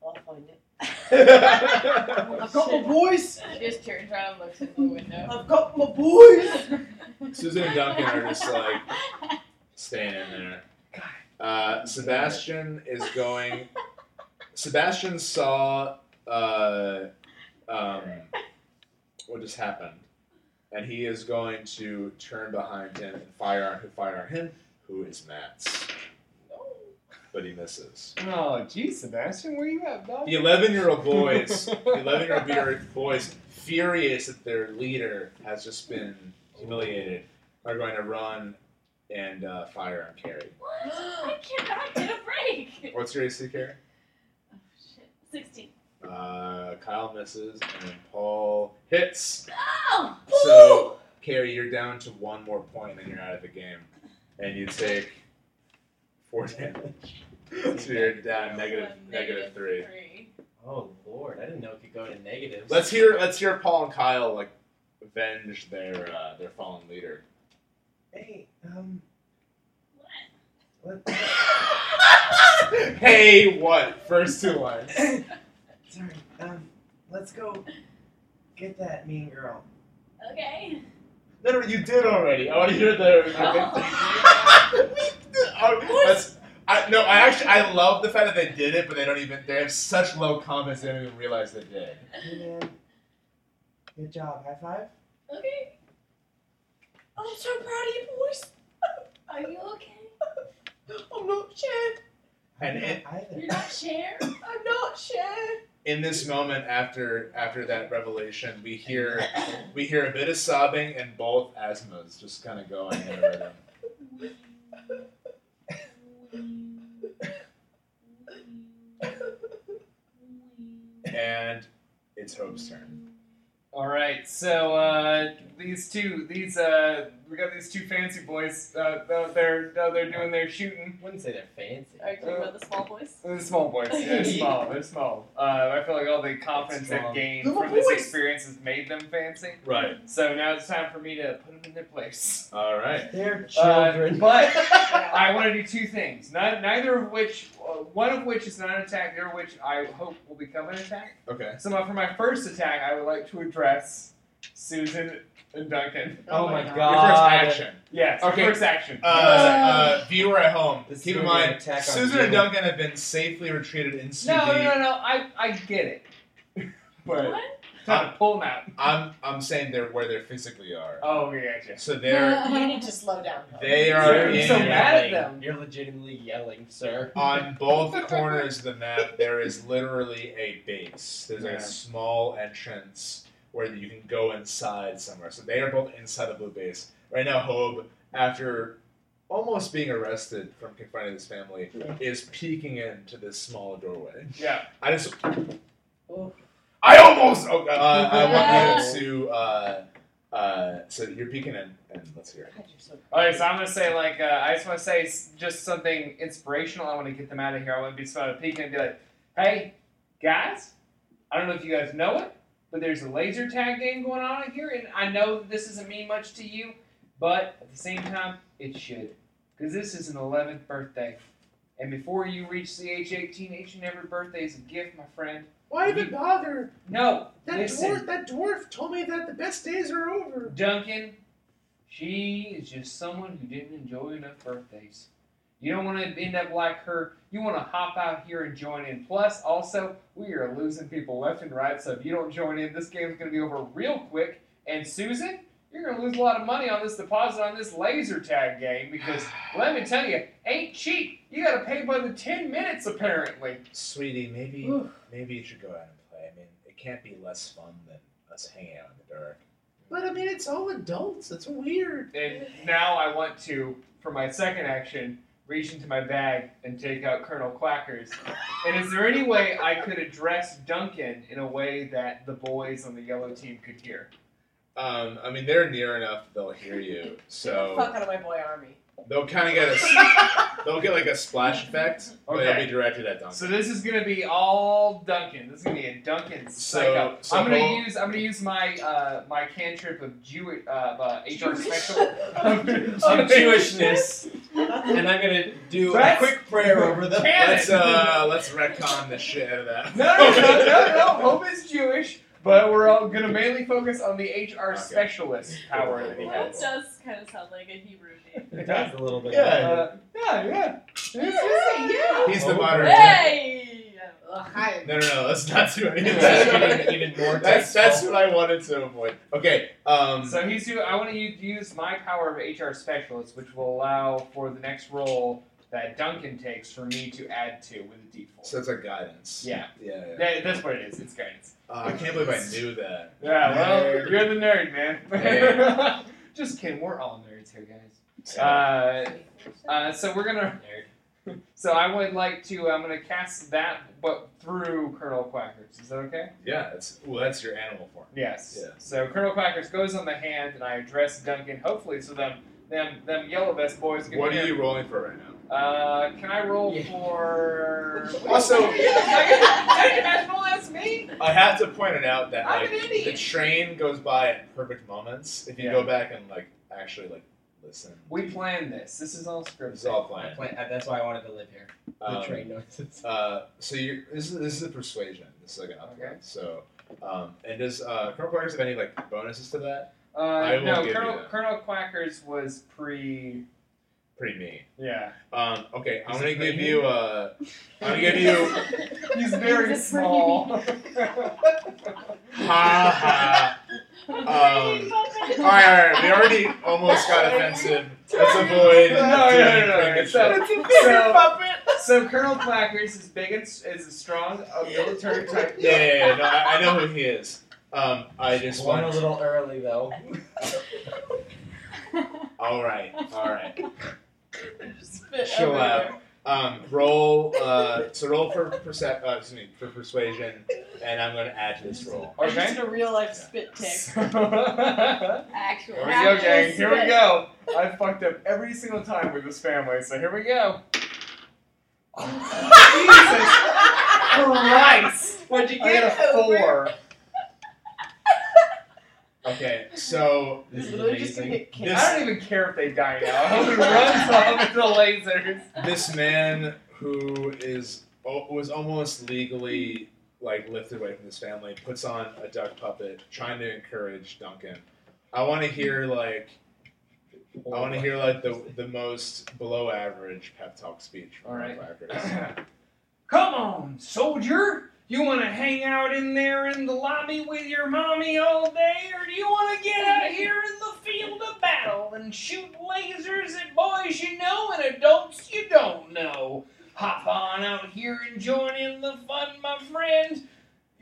Speaker 6: I'll find it.
Speaker 4: so [laughs]
Speaker 6: [laughs] I've got my boys.
Speaker 8: She just turns around and looks in the window.
Speaker 6: I've got my boys.
Speaker 4: Susan and Duncan are just like staying in there. Uh, Sebastian is going. Sebastian saw uh, um, what just happened, and he is going to turn behind him and fire fire on him, who is Matt's, but he misses.
Speaker 5: Oh, geez, Sebastian, where you at, dog?
Speaker 4: The 11 year old
Speaker 5: [laughs]
Speaker 4: boys, the 11 year old boys, furious that their leader has just been humiliated, are going to run and uh, fire on Carrie.
Speaker 3: What? I cannot get a break.
Speaker 4: What's your AC, Carrie?
Speaker 3: Oh shit. Sixteen.
Speaker 4: Uh, Kyle misses and Paul hits.
Speaker 3: Oh.
Speaker 4: So, Carrie, you're down to one more point and you're out of the game. And you take four damage. so you're down negative,
Speaker 8: Negative
Speaker 4: negative three.
Speaker 8: three.
Speaker 7: Oh lord, I didn't know it could go to negatives.
Speaker 4: Let's hear let's hear Paul and Kyle like avenge their uh, their fallen leader.
Speaker 7: Hey, um,
Speaker 3: What?
Speaker 7: let,
Speaker 4: hey, what? First two lines.
Speaker 7: sorry, um, let's go get that mean girl.
Speaker 3: Okay.
Speaker 4: No, no, you did already. I want to hear the. oh, that's, I, no, I actually I love the fact that they did it, but they don't even they have such low comments they don't even realize they did.
Speaker 7: Hey man, good job. High five.
Speaker 3: Okay. I'm so proud of you, boys. Are you okay?
Speaker 6: I'm not sure.
Speaker 4: And
Speaker 7: I'm
Speaker 4: it-
Speaker 7: not either.
Speaker 3: You're not Cher.
Speaker 6: I'm not sure.
Speaker 4: In this moment, after after that revelation, we hear we hear a bit of sobbing and both asthmas just kind of going in a rhythm. And it's Hope's turn.
Speaker 5: All right, so uh, these two, these uh, we got these two fancy boys. Uh, they're- they're they're doing their shooting.
Speaker 7: Wouldn't say they're fancy.
Speaker 8: Are you talking about the small boys?
Speaker 5: They're small boys.
Speaker 4: [laughs]
Speaker 5: Yeah, They're small. They're small. Uh, I feel like all the confidence
Speaker 7: Small.
Speaker 5: they've gained
Speaker 7: Little
Speaker 5: from this
Speaker 7: boys.
Speaker 5: experience has made them fancy.
Speaker 4: Right.
Speaker 5: So now it's time for me to put them in their place.
Speaker 4: All right.
Speaker 7: They're
Speaker 5: Uh,
Speaker 7: children.
Speaker 5: but
Speaker 6: Yeah.
Speaker 5: I want to do two things. Not, neither of which, uh, one of which is not an attack. The other which I hope will become an attack.
Speaker 4: Okay.
Speaker 5: So my- for my first attack, I would like to address Susan and Duncan.
Speaker 7: oh my
Speaker 4: Your
Speaker 7: god.
Speaker 4: first action.
Speaker 5: Yes.
Speaker 4: Okay.
Speaker 5: First action.
Speaker 4: Uh, uh, viewer at home,
Speaker 7: This is
Speaker 4: keep in
Speaker 7: gonna be an
Speaker 4: mind,
Speaker 7: attack on
Speaker 4: Susan and
Speaker 7: you.
Speaker 4: Duncan have been safely retreated in
Speaker 5: no, no,
Speaker 4: CD.
Speaker 5: no, no. I, I get it. [laughs] but
Speaker 8: What?
Speaker 5: time to pull them out.
Speaker 4: I'm I'm saying they're where they physically are.
Speaker 5: Oh, okay, gotcha.
Speaker 4: So they're
Speaker 6: You need to slow down.
Speaker 4: they are
Speaker 5: You're
Speaker 4: in,
Speaker 5: so mad at
Speaker 7: yelling.
Speaker 5: them.
Speaker 7: You're legitimately yelling, sir.
Speaker 4: on
Speaker 5: [laughs]
Speaker 4: both corners of the map. There is literally a base. There's
Speaker 5: Yeah.
Speaker 4: a small entrance where you can go inside somewhere. So they are both inside the blue base right now. Hobe, after almost being arrested from confronting this family, is peeking into this small doorway.
Speaker 5: Yeah.
Speaker 4: I just
Speaker 9: I almost. Oh,
Speaker 4: Uh,
Speaker 9: God.
Speaker 4: I want you to. Uh, uh, so you're peeking in, and let's hear.
Speaker 6: God, you're so
Speaker 5: All right, so I'm gonna say like uh, I just want to say s- just something inspirational. I want to get them out of here. I want to be sort of peeking and be like, "Hey, guys, I don't know if you guys know it, but there's a laser tag game going on out here, and I know that this doesn't mean much to you, but at the same time, it should, because this is an 11th birthday, and before you reach the age of 18, each and every birthday is a gift, my friend.
Speaker 9: Why even bother?
Speaker 5: No,
Speaker 9: That
Speaker 5: listen,
Speaker 9: dwarf, that dwarf told me that the best days are over.
Speaker 5: Duncan, she is just someone who didn't enjoy enough birthdays. You don't want to end up like her. You want to hop out here and join in. Plus, also, we are losing people left and right, so if you don't join in, this game's going to be over real quick. And Susan, you're going to lose a lot of money on this deposit on this laser tag game because, [sighs] let me tell you, ain't cheap. You got to pay by the 10 minutes, apparently.
Speaker 4: Sweetie, maybe
Speaker 6: Oof.
Speaker 4: maybe you should go out and play. I mean, it can't be less fun than us hanging out in the dark.
Speaker 9: But I mean, it's all adults. It's weird.
Speaker 5: And now I want to, for my second action, reach into my bag and take out Colonel Quackers. And is there any way I could address Duncan in a way that the boys on the yellow team could hear?
Speaker 4: Um, I mean, they're near enough; they'll hear you,
Speaker 6: Get the
Speaker 4: so
Speaker 6: fuck out of my boy army.
Speaker 4: they'll kind of get a s- they'll get like a splash effect, but it'll
Speaker 5: Okay.
Speaker 4: be directed at [laughs] Duncan.
Speaker 5: So this is gonna be all Duncan. This is gonna be a Duncan
Speaker 4: So-
Speaker 5: psycho.
Speaker 4: so
Speaker 5: I'm gonna
Speaker 4: Paul-
Speaker 5: use I'm gonna use my uh, my cantrip of Jew uh, of, uh, HR special.
Speaker 4: [laughs]
Speaker 5: Oh,
Speaker 7: Of Jewishness.
Speaker 6: Not the-
Speaker 7: And I'm gonna do
Speaker 5: That's-
Speaker 7: a quick prayer over them.
Speaker 5: Damn
Speaker 4: let's
Speaker 5: it!
Speaker 4: uh, let's retcon the shit out of that.
Speaker 5: No, no, no, no, no.
Speaker 4: [laughs]
Speaker 5: Hope is Jewish, but we're all gonna mainly focus on the HR
Speaker 4: Okay.
Speaker 5: specialist power that he
Speaker 8: That
Speaker 5: has.
Speaker 8: does kind of sound like a Hebrew name.
Speaker 7: It does a little bit.
Speaker 4: Yeah. Oh,
Speaker 5: Uh, yeah, yeah. It's just-
Speaker 4: He's the modern.
Speaker 8: Hey!
Speaker 3: Ugh, I
Speaker 4: No, no, no. Let's not do any of
Speaker 5: That's
Speaker 4: that.
Speaker 7: getting even more
Speaker 4: [laughs] That's that's
Speaker 7: tasteful.
Speaker 4: what I wanted to avoid. Okay. Um.
Speaker 5: So he's do. I want to use my power of HR specialist, which will allow for the next roll that Duncan takes for me to add to with a D4.
Speaker 4: So it's like guidance.
Speaker 5: yeah,
Speaker 4: Yeah. yeah.
Speaker 5: that, that's what it is. It's guidance.
Speaker 4: Uh, I can't believe I knew that.
Speaker 5: Yeah, well,
Speaker 4: Nerd.
Speaker 5: you're the nerd, man.
Speaker 4: Yeah.
Speaker 5: [laughs] Just kidding. We're all nerds here, guys. Uh, uh, so we're gonna. [laughs] So I would like to. I'm gonna cast that, but through Colonel Quackers. Is that okay?
Speaker 4: yeah. That's ooh, that's your animal form.
Speaker 5: Yes.
Speaker 4: Yeah.
Speaker 5: So Colonel Quackers goes on the hand, and I address Duncan. Hopefully, so them them them yellow vest boys. Can
Speaker 4: What
Speaker 5: hear.
Speaker 4: are you rolling for right now?
Speaker 5: Uh, can I roll
Speaker 7: Yeah.
Speaker 2: [laughs]
Speaker 5: for?
Speaker 4: Also-
Speaker 5: that's me.
Speaker 4: I have to point it out that
Speaker 5: I'm
Speaker 4: like
Speaker 5: an
Speaker 4: the
Speaker 5: idiot.
Speaker 4: train goes by at perfect moments. If you
Speaker 5: Yeah.
Speaker 4: go back and like actually like listen,
Speaker 5: We planned this. This is all scripted.
Speaker 4: it's all
Speaker 7: I
Speaker 4: planned.
Speaker 7: plan- uh, that's why I wanted to live here. The
Speaker 4: Um,
Speaker 7: train noises.
Speaker 4: Uh, so you this is this is a persuasion. This is like an upgrade.
Speaker 5: Okay.
Speaker 4: So um, and does uh, Colonel Quackers have any like bonuses to that?
Speaker 5: Uh,
Speaker 4: I will
Speaker 5: no,
Speaker 4: give you
Speaker 5: Colonel
Speaker 4: that.
Speaker 5: Colonel Quackers was pre.
Speaker 4: Pretty mean.
Speaker 5: [laughs] Yeah,
Speaker 4: Um, okay, I'm
Speaker 7: Is
Speaker 4: gonna
Speaker 7: it
Speaker 4: give
Speaker 7: raining?
Speaker 4: you. Uh, I'm gonna give you. [laughs]
Speaker 5: he's very
Speaker 2: He's a
Speaker 5: small.
Speaker 2: [laughs]
Speaker 5: [laughs]
Speaker 4: Ha ha. Um, all right, all right. We already almost got offensive. Let's avoid.
Speaker 5: No, no,
Speaker 4: doing
Speaker 5: no, no,
Speaker 4: cricket
Speaker 5: so- [laughs]
Speaker 4: shit.
Speaker 5: so, so Colonel Quackers is big and s- is a strong uh, military [laughs] type.
Speaker 4: Yeah, yeah, yeah, no, I, I know who he is. Um, I just
Speaker 7: One a
Speaker 4: want.
Speaker 7: little early though.
Speaker 4: All right, all right.
Speaker 3: just spit
Speaker 4: Chill
Speaker 3: everywhere.
Speaker 4: out. Um, roll. Uh, so roll for percep- uh, excuse me, for persuasion, and I'm gonna add to this roll.
Speaker 5: Okay.
Speaker 3: Just a real life
Speaker 4: Yeah.
Speaker 3: spit tick.
Speaker 5: So-
Speaker 2: Actual.
Speaker 5: [laughs] Here we go, gang.
Speaker 2: actual
Speaker 5: Here we
Speaker 2: spit.
Speaker 5: go. I fucked up every single time with this family, so here we
Speaker 7: [laughs]
Speaker 5: go. Jesus Christ!
Speaker 7: What'd you
Speaker 5: I got a four.
Speaker 4: Okay, so
Speaker 7: This is
Speaker 3: literally just gonna
Speaker 7: amazing.
Speaker 3: get kicked.
Speaker 4: This-
Speaker 5: I don't even care if they die now. [laughs] I hope it runs off into lasers.
Speaker 4: this man who is oh, was almost legally like lifted away from his family puts on a duck puppet trying to encourage Duncan. I want to hear like I want to hear like the the most below average pep talk speech from
Speaker 5: All
Speaker 4: All
Speaker 5: right.
Speaker 4: right.
Speaker 5: [coughs] Come on, soldier. You want to hang out in there in the lobby with your mommy all day, or do you want to get
Speaker 8: [laughs]
Speaker 5: out here in the field of battle and shoot lasers at boys you know and adults you don't know? Hop on out here and join in the fun, my friend.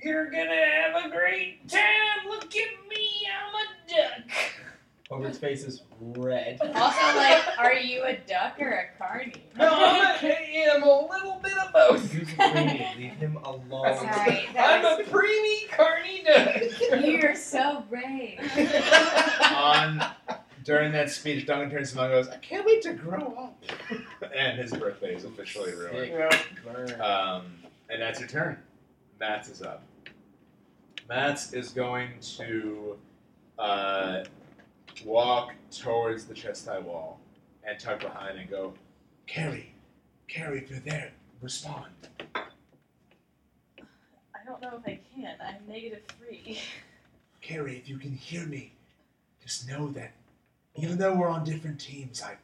Speaker 5: You're gonna have a great time. Look at me, I'm a duck.
Speaker 7: Hobart's face is red.
Speaker 5: [laughs]
Speaker 8: Also, like, are you a duck or a carny?
Speaker 5: No, I'm a, I'm a little bit of both.
Speaker 7: He's greedy. Leave him alone.
Speaker 2: Sorry,
Speaker 5: I'm
Speaker 2: that
Speaker 5: a preemie carny duck.
Speaker 2: [laughs]
Speaker 5: [laughs]
Speaker 2: was, you're so brave.
Speaker 4: On during that speech, Duncan turns to him and goes, "I can't wait to grow up," [laughs] and his birthday is officially ruined.
Speaker 7: Burn.
Speaker 4: Um, and that's your turn. Mats is up. Mats is going to uh, walk towards the chest high wall and tuck behind and go, Carrie, Carrie, if you're there, respond.
Speaker 3: I don't know if I can. I'm negative three.
Speaker 9: Carrie, if you can hear me, just know that even though we're on different teams, I,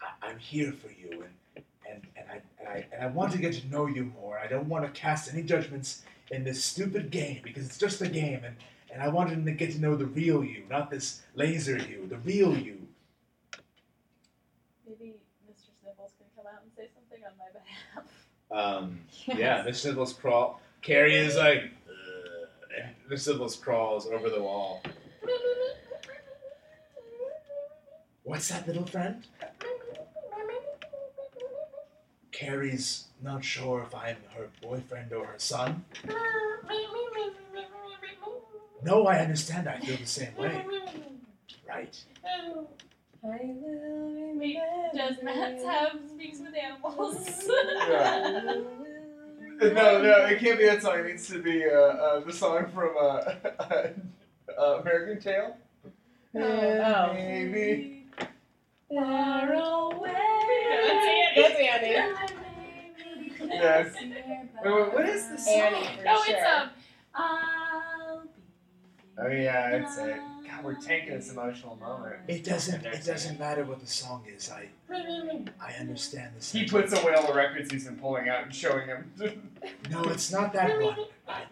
Speaker 9: I I'm here for you, and and and I, and I and I want to get to know you more. I don't want to cast any judgments in this stupid game because it's just a game, and and I wanted to get to know the real you, not this laser you, the real you.
Speaker 3: Maybe Mr. Sniffle's gonna come out and say something on my behalf.
Speaker 4: Um, Yeah, Miss Sibyl's crawl. Carrie is like, "Ugh,"
Speaker 9: uh,
Speaker 4: and Miss Sibyl's crawls over the wall.
Speaker 9: What's that, little friend? Carrie's not sure if I'm her boyfriend or her son. No, I understand. I feel the same way. Right.
Speaker 8: Wait,
Speaker 3: Does Matt have speaks with animals?
Speaker 5: Yeah. No, no, it can't be that song. It needs to be uh, uh, the song from uh, [laughs] uh, American Tail.
Speaker 6: Oh.
Speaker 5: Maybe.
Speaker 3: Far away.
Speaker 8: That's
Speaker 6: That's Annie.
Speaker 3: [laughs]
Speaker 5: Yes. Wait, wait, what is the song?
Speaker 6: Annie. for
Speaker 3: No, it's
Speaker 6: sure.
Speaker 3: um. I'll be
Speaker 7: Oh yeah, I'd say.
Speaker 5: God, we're taking this emotional moment.
Speaker 9: It doesn't. It doesn't matter what the song is. I. I understand the.
Speaker 5: He
Speaker 9: sentiment.
Speaker 5: puts away all the records he's been pulling out and showing him. [laughs]
Speaker 9: No, it's not that one. I-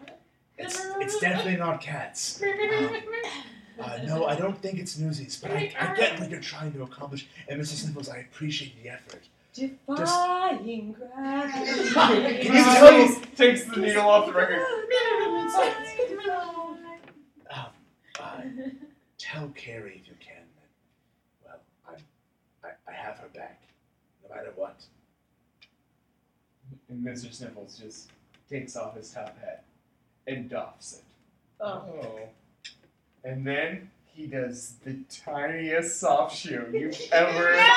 Speaker 9: It's. It's definitely not cats. Uh, no, I don't think it's Newsies, but I, I get what you're trying to accomplish. And Mr. Sniffles, I appreciate the effort.
Speaker 6: Defying [laughs] gravity.
Speaker 9: Can
Speaker 5: He
Speaker 9: you
Speaker 5: just
Speaker 9: tell me?
Speaker 5: takes, takes the needle off the record.
Speaker 9: Um,
Speaker 7: [laughs]
Speaker 9: uh, tell Carrie if you can. That, well, I, I, I have her back, no matter what.
Speaker 5: And Mr. Sniffles just takes off his top hat and doffs it.
Speaker 6: Oh.
Speaker 5: And then he does the tiniest soft shoe you've ever
Speaker 7: [laughs]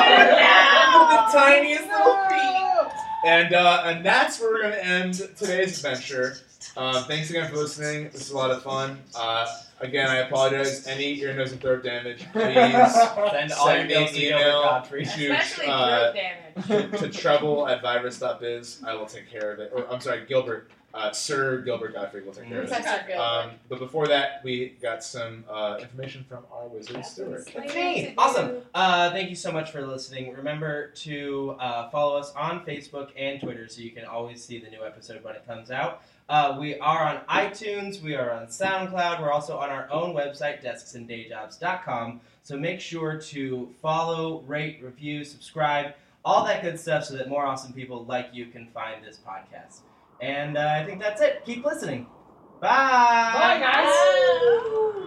Speaker 7: the tiniest
Speaker 6: [laughs]
Speaker 7: little feet.
Speaker 4: And uh, and that's where we're gonna end today's adventure. Um, thanks again for listening. This is a lot of fun. Uh, again, I apologize. Any ear, nose, and throat damage,
Speaker 5: [laughs]
Speaker 4: please
Speaker 7: Send all your
Speaker 4: Send me
Speaker 7: bills to
Speaker 4: an
Speaker 7: Gilbert
Speaker 4: email.
Speaker 7: Gottfried.
Speaker 8: Especially
Speaker 4: to uh,
Speaker 8: throat damage.
Speaker 4: to treble at virus.biz. I will take care of it. Or I'm sorry, Gilbert, uh, Sir Gilbert Godfrey will take care of it.
Speaker 8: Professor Gilbert.
Speaker 4: Um, but before that, we got some uh, information from our wizard Stuart.
Speaker 3: [laughs]
Speaker 7: Okay, awesome. Uh, thank you so much for listening. Remember to uh, follow us on Facebook and Twitter so you can always see the new episode when it comes out. Uh, we are on iTunes, we are on SoundCloud, we're also on our own website, desksandayjobs.com. So make sure to follow, rate, review, subscribe, all that good stuff so that more awesome people like you can find this podcast. And uh, I think that's it. Keep listening. Bye.
Speaker 5: Bye, guys.
Speaker 8: Ah.